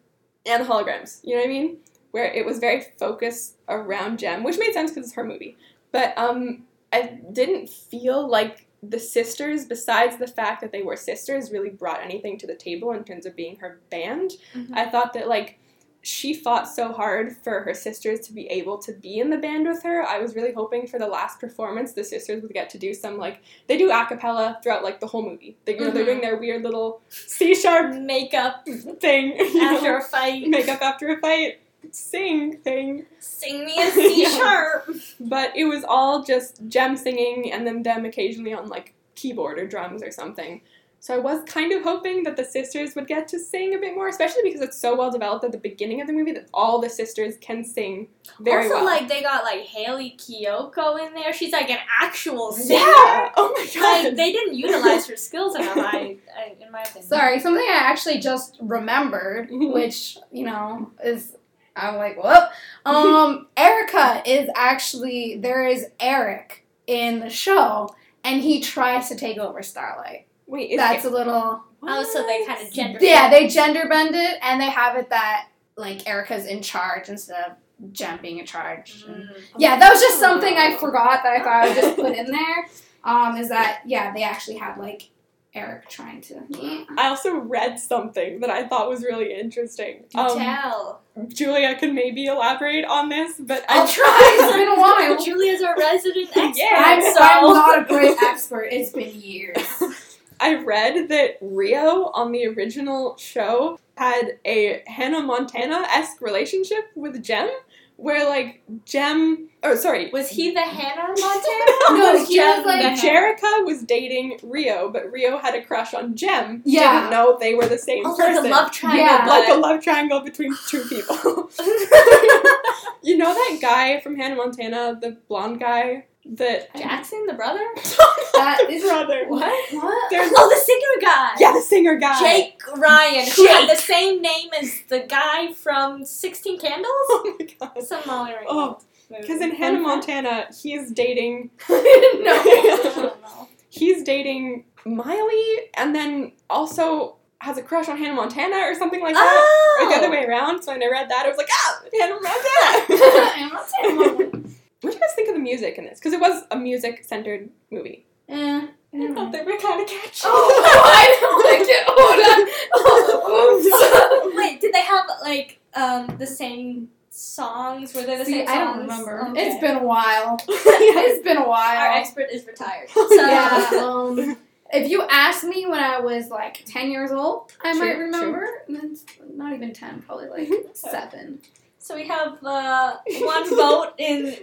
Speaker 2: and holograms. You know what I mean? Where it was very focused around gem, which made sense because it's her movie. But um, I didn't feel like the sisters, besides the fact that they were sisters, really brought anything to the table in terms of being her band.
Speaker 3: Mhm.
Speaker 2: I thought that like she fought so hard for her sisters to be able to be in the band with her. I was really hoping for the last performance the sisters would get to do some like they do a cappella throughout like the whole movie. They, you know, they're
Speaker 1: Mhm.
Speaker 2: doing their weird little C sharp
Speaker 1: Makeup
Speaker 2: thing, you know,
Speaker 1: after a fight.
Speaker 2: makeup after a fight, sing thing.
Speaker 1: Sing me a C sharp.
Speaker 2: But it was all just Gem singing and then them occasionally on like keyboard or drums or something. So I was kind of hoping that the sisters would get to sing a bit more, especially because it's so well developed at the beginning of the movie that all the sisters can sing very
Speaker 1: also,
Speaker 2: well.
Speaker 1: like they got like Haley Kiyoko in there. She's like an actual singer.
Speaker 2: yeah. Oh my god.
Speaker 1: Like they didn't utilize her skills enough. I, I in my opinion.
Speaker 3: Sorry, something I actually just remembered,
Speaker 2: Mhm.
Speaker 3: which you know is I'm like, whoop. Um, Erica is actually there is Eric in the show, and he tries to take over Starlight.
Speaker 2: Wait, is
Speaker 3: That's a little
Speaker 1: Oh, so they kind of gender.
Speaker 3: yeah. They gender bend it, and they have it that like Erica's in charge instead of Jem being in charge. and-
Speaker 1: Mm.
Speaker 3: Yeah, that was just something I forgot that I thought I would just put in there. Um, is that yeah, they actually had like Eric trying to
Speaker 2: I also read something that I thought was really interesting. Um,
Speaker 1: tell.
Speaker 2: Julia could maybe elaborate on this, but I
Speaker 3: I'll try. It's been a while.
Speaker 1: Julia's our resident expert.
Speaker 2: Yeah.
Speaker 3: I'm,
Speaker 1: so
Speaker 3: I'm not a great expert. It's been years.
Speaker 2: I read that Rio on the original show had a Hannah Montana esque relationship with Jem, where like Jem, or sorry,
Speaker 1: was he the Hannah Montana? Oh,
Speaker 2: no,
Speaker 3: No, he was like
Speaker 2: Jerica was dating Rio, but Rio had a crush on Jem.
Speaker 3: Yeah.
Speaker 2: didn't know they were the same
Speaker 1: Oh,
Speaker 2: person.
Speaker 1: like a love triangle.
Speaker 3: Yeah.
Speaker 2: like a
Speaker 1: but-
Speaker 2: love triangle between two people. you know that guy from Hannah Montana, the blonde guy that
Speaker 1: Jackson, the brother.
Speaker 3: That is-
Speaker 2: brother.
Speaker 1: What?
Speaker 3: What?
Speaker 2: There's
Speaker 1: Oh, the singer guy.
Speaker 2: yeah, the singer guy.
Speaker 1: Jake Ryan, who had
Speaker 2: Jake.
Speaker 1: the same name as the guy from Sixteen Candles.
Speaker 2: Oh my god.
Speaker 1: Some Molly Ringwald
Speaker 2: Oh,
Speaker 1: movie.
Speaker 2: Because
Speaker 1: Fun
Speaker 2: in Hannah
Speaker 1: fact.
Speaker 2: Montana, he's dating
Speaker 1: I
Speaker 3: no.
Speaker 1: don't know.
Speaker 2: he's dating Miley, and then also has a crush on Hannah Montana or something like that,
Speaker 1: Oh,
Speaker 2: or the other way around. So when I read that, I was like, ah, Hannah Montana.
Speaker 3: I'm not saying I'm not-
Speaker 2: what do you guys think of the music in this? Because it was a music centered movie.
Speaker 3: Eh, I
Speaker 1: I
Speaker 3: don't
Speaker 1: thought
Speaker 3: know.
Speaker 1: they were kind of catchy.
Speaker 3: Oh, I don't like it. Hold on.
Speaker 1: Wait, did they have like um the same songs? Were they the
Speaker 3: See,
Speaker 1: same songs?
Speaker 3: I don't remember.
Speaker 1: Okay.
Speaker 3: It's been a while. It's been a while.
Speaker 1: Our expert is retired. So uh,
Speaker 3: Yeah. um, if you asked me when I was like 10 years old, I
Speaker 2: True,
Speaker 3: might
Speaker 2: true.
Speaker 3: remember. And it's Not even 10, probably like 7.
Speaker 1: So we have uh, one vote in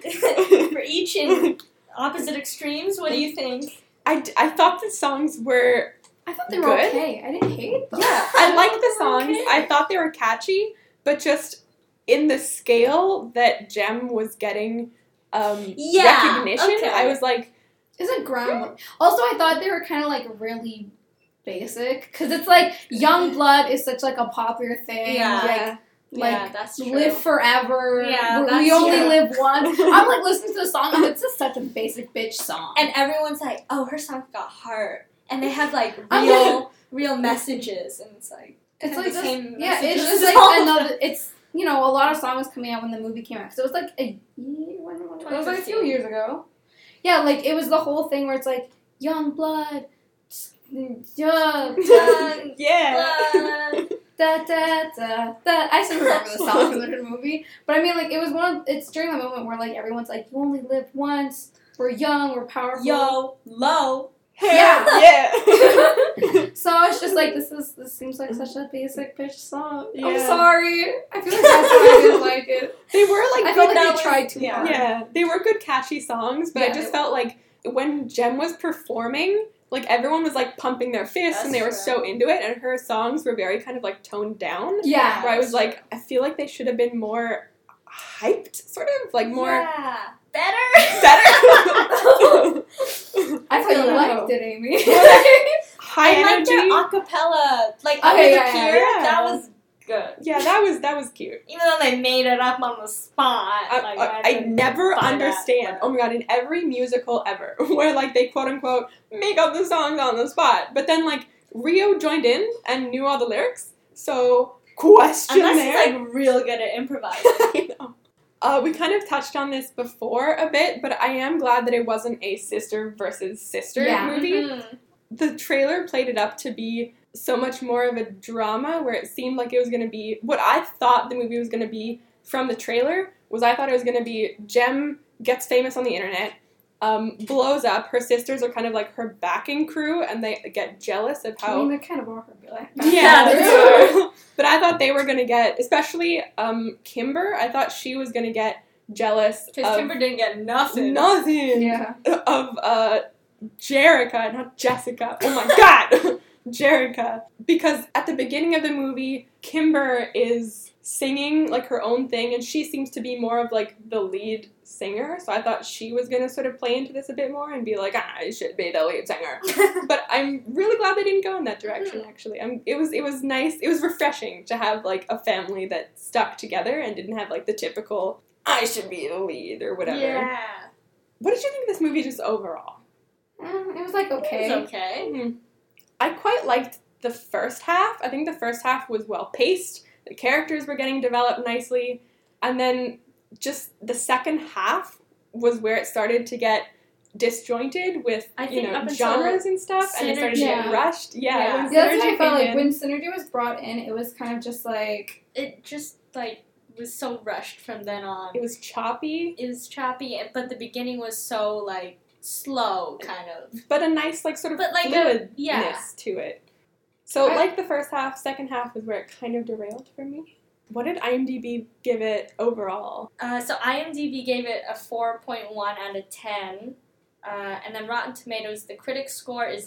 Speaker 1: for each in opposite extremes. What do you think?
Speaker 2: I, d- I thought the songs were
Speaker 3: I thought they were
Speaker 2: Good?
Speaker 3: okay. I didn't hate them.
Speaker 2: yeah I liked the songs.
Speaker 1: Okay.
Speaker 2: I thought they were catchy, but just in the scale that Jem was getting um,
Speaker 1: Yeah,
Speaker 2: recognition,
Speaker 1: okay.
Speaker 2: I was like,
Speaker 3: Isn't ground. Also, I thought they were kind of like really basic because it's like young blood is such like a popular thing.
Speaker 1: Yeah.
Speaker 3: like,
Speaker 2: yeah.
Speaker 3: like,
Speaker 1: yeah, that's true.
Speaker 3: live forever.
Speaker 1: Yeah,
Speaker 3: we
Speaker 1: that's
Speaker 3: we only
Speaker 1: true.
Speaker 3: live once. I'm like listening to the song and it's just such a basic bitch song.
Speaker 1: and everyone's like, "Oh, her song got heart," and they have like
Speaker 3: I'm
Speaker 1: real, real messages, and it's like kind
Speaker 3: it's
Speaker 1: of
Speaker 3: like
Speaker 1: the
Speaker 3: just,
Speaker 1: same
Speaker 3: yeah,
Speaker 1: message
Speaker 3: it's
Speaker 1: as
Speaker 3: just
Speaker 1: the
Speaker 3: like
Speaker 1: song.
Speaker 3: another. It's you know a lot of songs coming out when the movie came out, so it was like a year. When, when, it was like a few
Speaker 1: 2015.
Speaker 3: years ago. Yeah, like it was the whole thing where it's like young blood. Yeah, done, Uh,
Speaker 2: Yeah.
Speaker 3: da, da, da, da. I still remember the song from the movie, but I mean, like, it was one. Of, it's during the moment where like everyone's like, "You only live once. We're young. We're powerful."
Speaker 1: Yo, low.
Speaker 3: Yeah.
Speaker 2: Yeah.
Speaker 3: So it's just like this is this seems like such a basic bitch song. I'm
Speaker 2: Yeah.
Speaker 3: sorry. I feel like that's why I didn't like it.
Speaker 2: they were like
Speaker 3: I
Speaker 2: good
Speaker 3: feel like
Speaker 1: that
Speaker 3: they
Speaker 1: was-
Speaker 3: tried too
Speaker 1: yeah.
Speaker 3: hard.
Speaker 2: Yeah, they were good catchy songs, but I
Speaker 3: Yeah,
Speaker 2: just
Speaker 3: they
Speaker 2: felt like when Jem was performing, like everyone was like pumping their fists and
Speaker 1: That's
Speaker 2: they were
Speaker 1: true.
Speaker 2: so into it, and her songs were very kind of like toned down.
Speaker 3: Yeah.
Speaker 2: Where I was like, I feel like they should have been more hyped, sort of like more
Speaker 1: Yeah. Better.
Speaker 2: better,
Speaker 3: I thought
Speaker 1: I
Speaker 3: you
Speaker 1: don't
Speaker 2: know.
Speaker 3: liked it, Amy.
Speaker 2: high
Speaker 1: I like
Speaker 2: energy.
Speaker 1: their acapella, like
Speaker 3: Okay,
Speaker 1: under the
Speaker 3: yeah, yeah,
Speaker 1: pier.
Speaker 2: yeah.
Speaker 1: That was good.
Speaker 2: yeah, that was that was cute.
Speaker 1: Even though they made it up on the spot.
Speaker 2: I,
Speaker 1: like,
Speaker 2: I, I
Speaker 1: had to
Speaker 2: never
Speaker 1: find out
Speaker 2: understand.
Speaker 1: what-
Speaker 2: Oh my god! In every musical ever, where like they quote unquote make up the songs on the spot, but then like Rio joined in and knew all the lyrics, so question
Speaker 1: Unless
Speaker 2: there.
Speaker 1: he's like real good at improvising.
Speaker 2: I know. Uh, we kind of touched on this before a bit, but I am glad that it wasn't a sister versus sister
Speaker 3: Yeah.
Speaker 2: movie.
Speaker 1: mm-hmm.
Speaker 2: The trailer played it up to be so much more of a drama where it seemed like it was going to be what I thought the movie was going to be from the trailer was I thought it was going to be Jem gets famous on the internet, um, blows up, her sisters are kind of like her backing crew and they get jealous of
Speaker 3: I
Speaker 2: how
Speaker 3: mean, they're kind of awkward, really.
Speaker 2: yeah,
Speaker 1: that's
Speaker 2: that's true. but I thought they were gonna get, especially um, Kimber. I thought she was gonna get jealous
Speaker 1: Because
Speaker 2: of
Speaker 1: Kimber didn't get nothing.
Speaker 2: nothing
Speaker 3: Yeah.
Speaker 2: of uh, Jerica, not Jessica. Oh my God, Jerica. Because at the beginning of the movie, Kimber is singing like her own thing, and she seems to be more of like the lead singer. So I thought she was gonna sort of play into this a bit more and be like, ah, I should be the lead singer but I'm really glad they didn't go in that direction. Actually, i It was it was nice. It was refreshing to have like a family that stuck together and didn't have like the typical "I should be the lead" or whatever.
Speaker 1: Yeah.
Speaker 2: What did you think of this movie just overall?
Speaker 3: Mm, it was like okay.
Speaker 1: It's okay.
Speaker 2: I quite liked the first half. I think the first half was well paced. The characters were getting developed nicely, and then just the second half was where it started to get disjointed with
Speaker 1: I
Speaker 2: you
Speaker 1: think
Speaker 2: know
Speaker 1: up until
Speaker 2: genres and stuff, and it started to get
Speaker 3: Synergy.
Speaker 2: rushed. Yeah,
Speaker 1: Yeah.
Speaker 2: when
Speaker 3: Yeah, that's what
Speaker 2: Synergy
Speaker 3: I felt
Speaker 2: came
Speaker 3: like
Speaker 2: in-
Speaker 3: when Synergy was brought in. It was kind of just like
Speaker 1: It just like was so rushed from then on.
Speaker 2: It was choppy,
Speaker 1: It was choppy, and- but the beginning was so like slow, kind of.
Speaker 2: but a nice like sort of
Speaker 1: But, like, a-
Speaker 2: fluidness
Speaker 1: yeah.
Speaker 2: to it. So
Speaker 3: I-
Speaker 2: like the first half, second half is where it kind of derailed for me. What did IMDb give it overall?
Speaker 1: Uh, so IMDb gave it a four point one out of ten. Uh, and then Rotten Tomatoes, the critic score is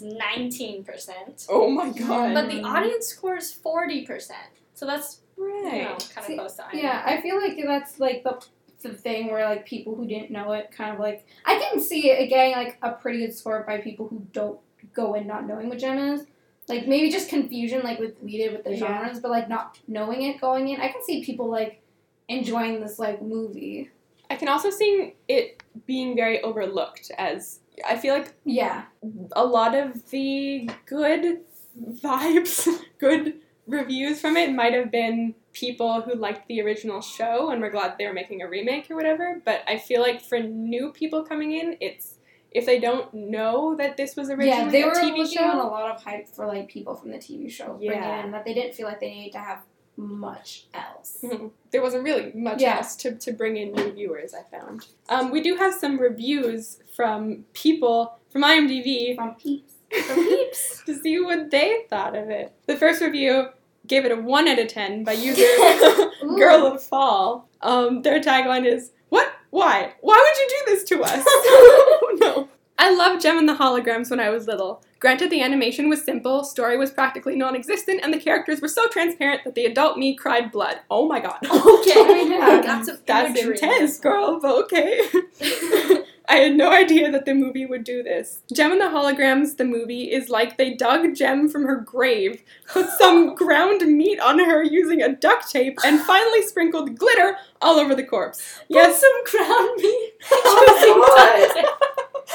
Speaker 1: 19%,
Speaker 2: Oh my god!
Speaker 1: but the audience score is 40%. So that's, you know,
Speaker 2: right.
Speaker 1: kind of
Speaker 3: See,
Speaker 1: close to IMDb.
Speaker 3: yeah. I feel like that's like the the thing where like people who didn't know it kind of like I can see it getting like a pretty good score by people who don't go in not knowing what Gem is. Like maybe just confusion like with we did with the
Speaker 2: Yeah.
Speaker 3: genres, but like not knowing it going in. I can see people like enjoying this like movie.
Speaker 2: I can also see it being very overlooked as I feel like
Speaker 3: Yeah.
Speaker 2: a lot of the good vibes, good reviews from it might have been people who liked the original show and were glad they were making a remake or whatever. But I feel like for new people coming in, it's if they don't know that this was originally
Speaker 3: Yeah, they
Speaker 2: a
Speaker 3: were
Speaker 2: TV
Speaker 3: looking on
Speaker 2: show.
Speaker 3: a lot of hype for like people from the TV show
Speaker 2: Yeah.
Speaker 3: bringing in that they didn't feel like they needed to have much else.
Speaker 2: Mhm. There wasn't really much
Speaker 3: Yeah.
Speaker 2: else to, to bring in new viewers, I found. Um, we do have some reviews from people from IMDb
Speaker 3: From peeps.
Speaker 1: For peeps.
Speaker 2: to see what they thought of it. The first review gave it a 1 out of 10 by user
Speaker 3: Ooh.
Speaker 2: Girl of Fall. Um, their tagline is, What? Why? Why would you do this to us? no. I loved Gem and the holograms when I was little. Granted, the animation was simple, story was practically non existent, and the characters were so transparent that the adult me cried blood. Oh my god.
Speaker 1: Okay.
Speaker 3: Yeah.
Speaker 1: That's, a
Speaker 2: That's
Speaker 1: imagery.
Speaker 2: intense, girl, but okay. I I had no idea that the movie would do this. Gem and the Holograms, the movie, is like they dug Gem from her grave, put some ground meat on her using a duct tape, and finally sprinkled glitter all over the corpse.
Speaker 1: Yes,
Speaker 2: Yes,
Speaker 1: some ground meat.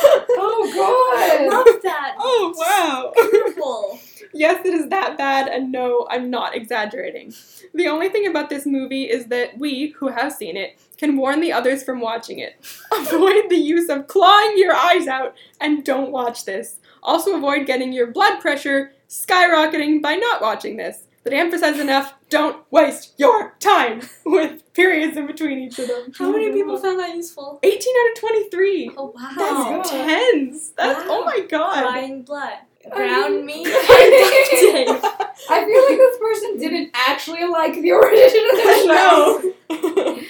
Speaker 4: Oh, God.
Speaker 1: I
Speaker 4: Oh, God.
Speaker 1: love that.
Speaker 2: Oh wow!
Speaker 1: Beautiful.
Speaker 2: yes, it is that bad, and no, I'm not exaggerating. The only thing about this movie is that we, who have seen it, can warn the others from watching it. Avoid the use of clawing your eyes out, and don't watch this. Also, avoid getting your blood pressure skyrocketing by not watching this. But emphasize enough, don't waste your time with periods in between each of them.
Speaker 1: How many people found that useful?
Speaker 2: 18 out of 23.
Speaker 1: Oh wow.
Speaker 4: That's
Speaker 2: That's tens. That's, oh my god.
Speaker 1: Crying blood.
Speaker 4: I
Speaker 1: Ground
Speaker 4: mean-
Speaker 1: meat and duct tape.
Speaker 4: I feel like this person didn't actually like the origin of the show.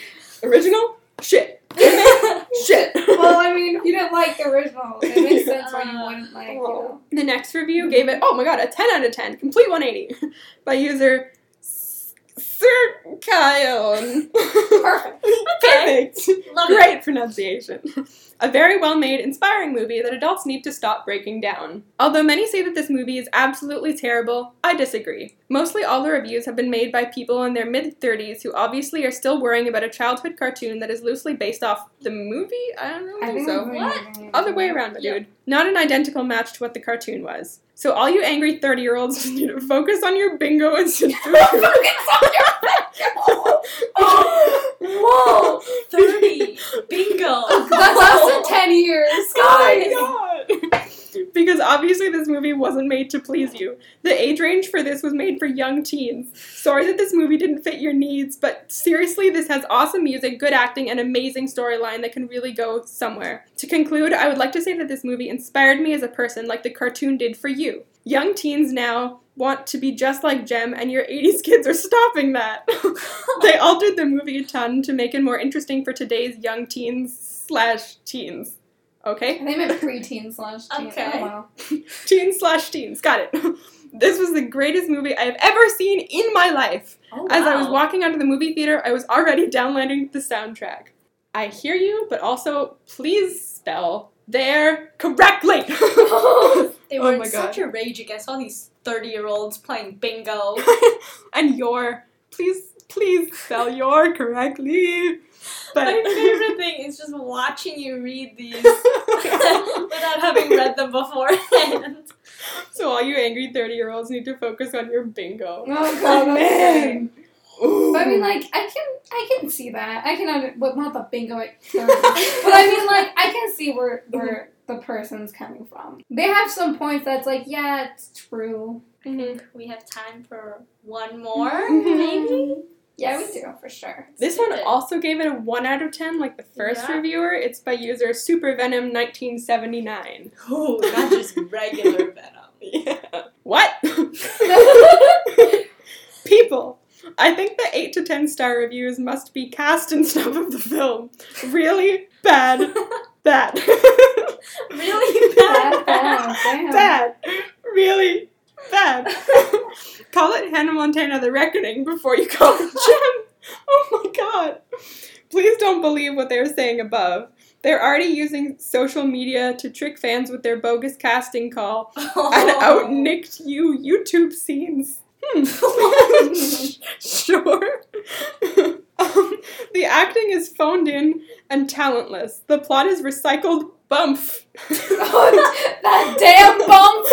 Speaker 2: no. Original? Shit. Shit.
Speaker 4: well, I mean, if you didn't like the original, it makes sense why you
Speaker 1: Uh,
Speaker 4: wouldn't like. You know.
Speaker 2: the next review gave it, oh my god, a 10 out of 10. Complete 180. By user S- Sir Kion.
Speaker 4: Perfect.
Speaker 2: Perfect.
Speaker 1: Love it.
Speaker 2: Great pronunciation. A very well made, inspiring movie that adults need to stop breaking down. Although many say that this movie is absolutely terrible, I disagree. Mostly all the reviews have been made by people in their mid 30s who obviously are still worrying about a childhood cartoon that is loosely based off the movie? I don't know.
Speaker 4: I think
Speaker 2: so.
Speaker 4: I'm going
Speaker 1: What?
Speaker 4: to-
Speaker 2: Other way around, my
Speaker 1: Yeah.
Speaker 2: dude. Not an identical match to what the cartoon was. So all you angry 30 year olds need to focus on your bingo and sit through
Speaker 1: Oh, whoa! 30. Bingo.
Speaker 4: That's less than ten years, guys.
Speaker 2: Oh my god! because obviously this movie wasn't made to please you. The age range for this was made for young teens. Sorry that this movie didn't fit your needs, but seriously, this has awesome music, good acting, and amazing storyline that can really go somewhere. To conclude, I would like to say that this movie inspired me as a person like the cartoon did for you. Young teens now want to be just like Jem, and your 80s kids are stopping that. they altered the movie a ton to make it more interesting for today's young teens slash teens. Okay?
Speaker 4: They meant preteen slash teen.
Speaker 1: Okay.
Speaker 4: Oh, wow.
Speaker 2: Teen slash teens. Got it. This was the greatest movie I have ever seen in my life.
Speaker 1: Oh,
Speaker 2: As I was
Speaker 1: wow.
Speaker 2: walking out of the movie theater, I was already downloading the soundtrack. I hear you, but also please spell there correctly.
Speaker 1: They
Speaker 2: Oh
Speaker 1: were in
Speaker 2: my God.
Speaker 1: such a rage against all these 30 year olds playing bingo.
Speaker 2: and your please please spell your correctly.
Speaker 1: My
Speaker 2: But
Speaker 1: favorite thing is just watching you read these without having read them beforehand.
Speaker 2: so all you angry 30-year-olds need to focus on your bingo.
Speaker 4: Oh god, man. But I mean,
Speaker 2: Ooh.
Speaker 4: like, I can, I can see that. I can, under, well, not the bingo at thirty, but I mean, like, I can see where where the person's coming from. They have some points that's like, yeah, it's true.
Speaker 2: Mhm.
Speaker 1: We have time for one more,
Speaker 2: Mhm.
Speaker 1: maybe?
Speaker 4: Yeah, we do for sure.
Speaker 2: This one
Speaker 1: Stupid.
Speaker 2: also gave it a 1 out of 10, like the first
Speaker 1: Yeah.
Speaker 2: reviewer. It's by user SuperVenom1979.
Speaker 1: Ooh, not just regular Venom.
Speaker 2: What? People, I think the 8 to 10 star reviews must be cast and stuff of the film. Really bad, bad.
Speaker 1: Really
Speaker 4: Bad,
Speaker 1: bad.
Speaker 4: bad, damn.
Speaker 2: bad. Really bad. call it Hannah Montana the Reckoning before you call it Jim. Oh my god. Please don't believe what they're saying above. They're already using social media to trick fans with their bogus casting call and
Speaker 1: Oh.
Speaker 2: outnicked you YouTube scenes. Hmm. sure. um, the acting is phoned in and talentless. The plot is recycled bump.
Speaker 4: that damn bump.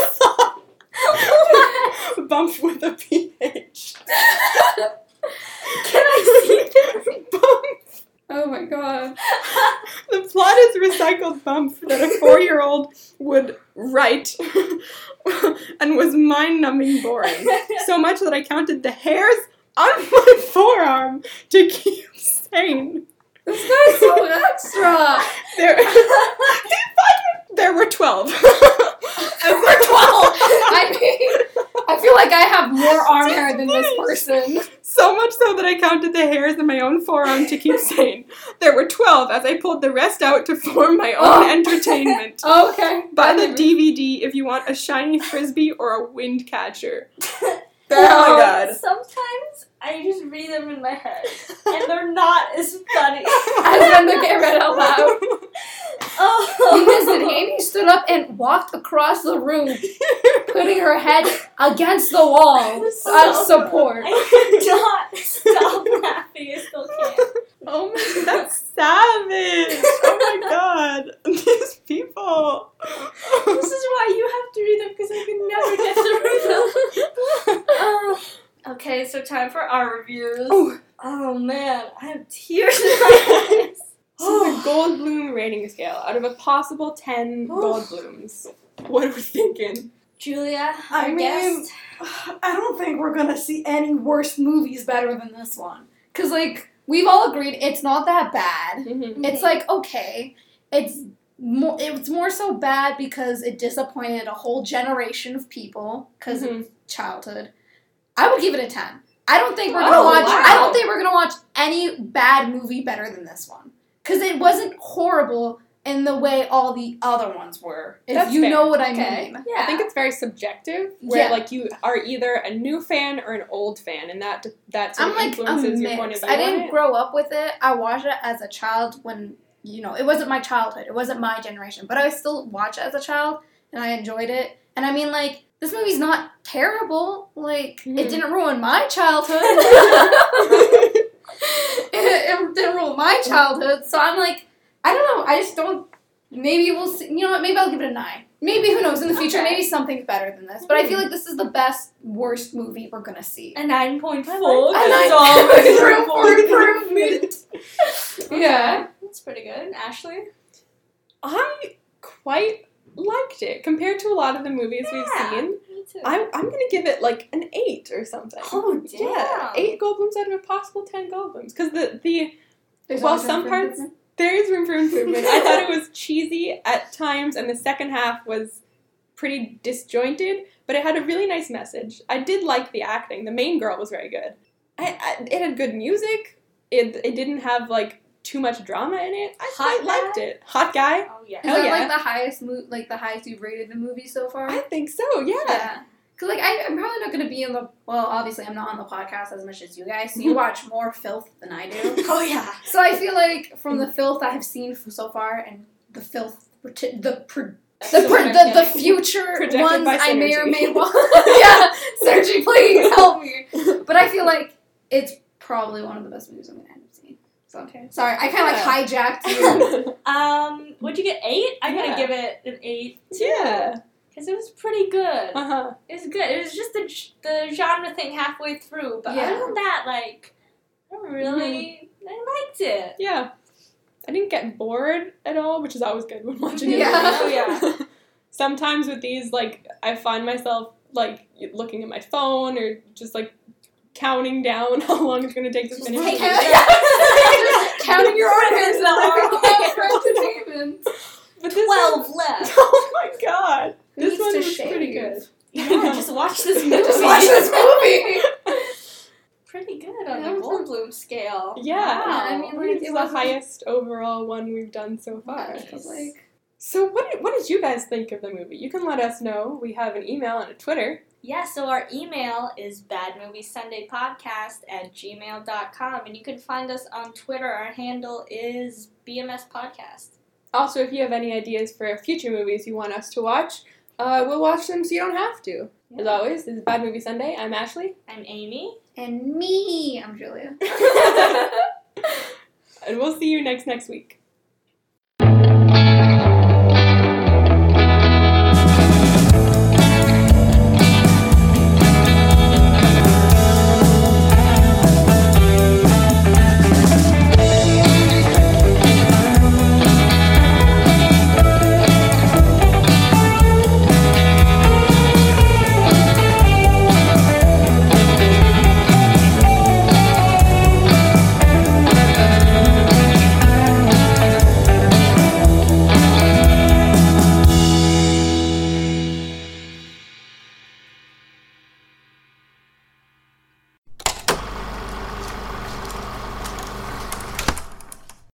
Speaker 2: bump with a PH.
Speaker 1: Can I see this?
Speaker 2: Bump.
Speaker 4: Oh my god.
Speaker 2: The plot is recycled bump that a four year old would write and was mind numbing boring. So much that I counted the hairs on my forearm to keep sane.
Speaker 4: This guy's so extra.
Speaker 2: There, there were 12.
Speaker 4: I mean, I feel like I have more arm hair than this person.
Speaker 2: So much so that I counted the hairs in my own forearm to keep sane. There were 12 as I pulled the rest out to form my own
Speaker 4: Oh.
Speaker 2: entertainment.
Speaker 4: Okay.
Speaker 2: Buy the DVD if you want a shiny frisbee or a wind catcher.
Speaker 1: No, Sometimes I just read them in my head, and they're not as funny.
Speaker 4: I was gonna get read out loud.
Speaker 1: Oh no.
Speaker 3: You missed it. Amy stood up and walked across the room, putting her head against the wall of
Speaker 1: Stop.
Speaker 3: support.
Speaker 1: I cannot stop laughing. I still can't.
Speaker 2: Oh my, that's savage! Oh my god, these people.
Speaker 1: This is why you have to read them because I can never get to read them. Uh, okay, so time for our reviews.
Speaker 2: Oh.
Speaker 1: Oh, man, I have tears in my eyes.
Speaker 2: This is a gold bloom rating scale out of a possible ten gold blooms. What are we thinking?
Speaker 1: Julia,
Speaker 4: I
Speaker 1: our
Speaker 4: mean-
Speaker 1: guest.
Speaker 4: I don't think we're gonna see any worse movies better than this one. Cause like we've all agreed it's not that bad.
Speaker 2: Mm-hmm.
Speaker 3: It's like okay, it's more it's more so bad because it disappointed a whole generation of people because
Speaker 2: Mm-hmm.
Speaker 3: of childhood. I would give it a ten. I don't think we're gonna
Speaker 2: Oh,
Speaker 3: watch. I
Speaker 2: wow.
Speaker 3: don't think we're gonna watch any bad movie better than this one because it wasn't horrible in the way all the other ones were. If
Speaker 2: That's
Speaker 3: you
Speaker 2: fair.
Speaker 3: know what I
Speaker 1: Okay.
Speaker 3: mean.
Speaker 1: yeah.
Speaker 2: I think it's very subjective, where
Speaker 3: Yeah.
Speaker 2: like you are either a new fan or an old fan, and that that sort
Speaker 3: I'm
Speaker 2: of
Speaker 3: like a
Speaker 2: influences your point of
Speaker 3: mix.
Speaker 2: view.
Speaker 3: I
Speaker 2: on
Speaker 3: didn't
Speaker 2: it.
Speaker 3: grow up with it. I watched it as a child when you know it wasn't my childhood. It wasn't my generation, but I still watched it as a child and I enjoyed it. And I mean, like this movie's not terrible. Like
Speaker 2: Mhm.
Speaker 3: it didn't ruin my childhood. it, it didn't ruin my childhood. So I'm like, I don't know. I just don't. Maybe we'll see. You know what? Maybe I'll give it a nine. Maybe who knows in the future?
Speaker 1: Okay.
Speaker 3: Maybe something's better than this. But I
Speaker 2: Mm-hmm.
Speaker 3: feel like this is the best worst movie we're gonna see.
Speaker 1: a 9.4 because
Speaker 3: I like-
Speaker 1: it's always room for
Speaker 3: improvement. yeah.
Speaker 1: That's pretty good. Ashley?
Speaker 2: I quite liked it compared to a lot of the movies
Speaker 1: Yeah.
Speaker 2: we've seen.
Speaker 1: Me too.
Speaker 2: I'm I'm gonna give it like an eight or something.
Speaker 1: oh, damn.
Speaker 2: Yeah, eight goblins out of a possible ten goblins. Because the the Well, some parts- there is room for improvement. I thought it was cheesy at times, and the second half was pretty disjointed, but it had a really nice message. I did like the acting. The main girl was very good. I, I it had good music. It it didn't have like too much drama in it. I
Speaker 1: Hot
Speaker 2: quite liked it. Hot guy.
Speaker 1: Oh, yeah.
Speaker 3: Is
Speaker 2: Hell
Speaker 3: that
Speaker 2: yeah.
Speaker 3: like the highest mo- like the highest you've rated the movie so far?
Speaker 2: I think so. Yeah.
Speaker 3: yeah. Cause like I, I'm probably not gonna be on the well, obviously I'm not on the podcast as much as you guys. So you watch more filth than I do.
Speaker 1: Oh, yeah.
Speaker 3: So I feel like from the filth I've seen f- so far and the filth proti- the pro- the, pro- the, the future
Speaker 2: Projected
Speaker 3: ones
Speaker 2: by
Speaker 3: I may or
Speaker 2: Synergy.
Speaker 3: may want. yeah, Sergi, please help me. But I feel like it's probably one of the best movies I'm gonna end up seeing. So okay, sorry, I kind of like hijacked you.
Speaker 1: Um, would you get eight? I'm
Speaker 2: Yeah.
Speaker 1: gonna give it an eight too.
Speaker 2: yeah.
Speaker 1: Cause it was pretty good.
Speaker 2: Uh huh.
Speaker 1: It was good. It was just the g- the genre thing halfway through, but
Speaker 3: Yeah. Mm-hmm.
Speaker 1: other than that, like, I really I liked it.
Speaker 2: Yeah. I didn't get bored at all, which is always good when watching
Speaker 3: Yeah.
Speaker 2: it. Oh, yeah. Sometimes with these, like, I find myself, like, looking at my phone or just, like, counting down how long it's going to take to finish
Speaker 3: like,
Speaker 2: it.
Speaker 3: count- counting your own hands now.
Speaker 2: But this
Speaker 1: Twelve
Speaker 2: one-
Speaker 1: left.
Speaker 2: oh, my God. This
Speaker 3: Needs
Speaker 2: one
Speaker 3: to
Speaker 2: was pretty
Speaker 3: shave.
Speaker 2: good.
Speaker 1: yeah, just watch this movie.
Speaker 3: Just watch this movie.
Speaker 1: Pretty good on
Speaker 3: That
Speaker 1: the
Speaker 3: was
Speaker 1: Goldblum scale.
Speaker 2: Yeah.
Speaker 1: Wow.
Speaker 3: I
Speaker 2: I
Speaker 3: mean,
Speaker 2: think
Speaker 3: like,
Speaker 2: it's
Speaker 3: it
Speaker 2: the
Speaker 3: was
Speaker 2: highest overall one we've done so far.
Speaker 3: Nice. Like,
Speaker 2: So what did, what did you guys think of the movie? You can let us know. We have an email and a Twitter.
Speaker 1: Yeah, so our email is badmoviesundaypodcast at gmail.com, and you can find us on Twitter. Our handle is BMS Podcast.
Speaker 2: Also, if you have any ideas for future movies you want us to watch, uh, we'll watch them so you don't have to. As always, this is Bad Movie Sunday. I'm Ashley.
Speaker 1: I'm Amy.
Speaker 3: and me, I'm Julia.
Speaker 2: and we'll see you next next week.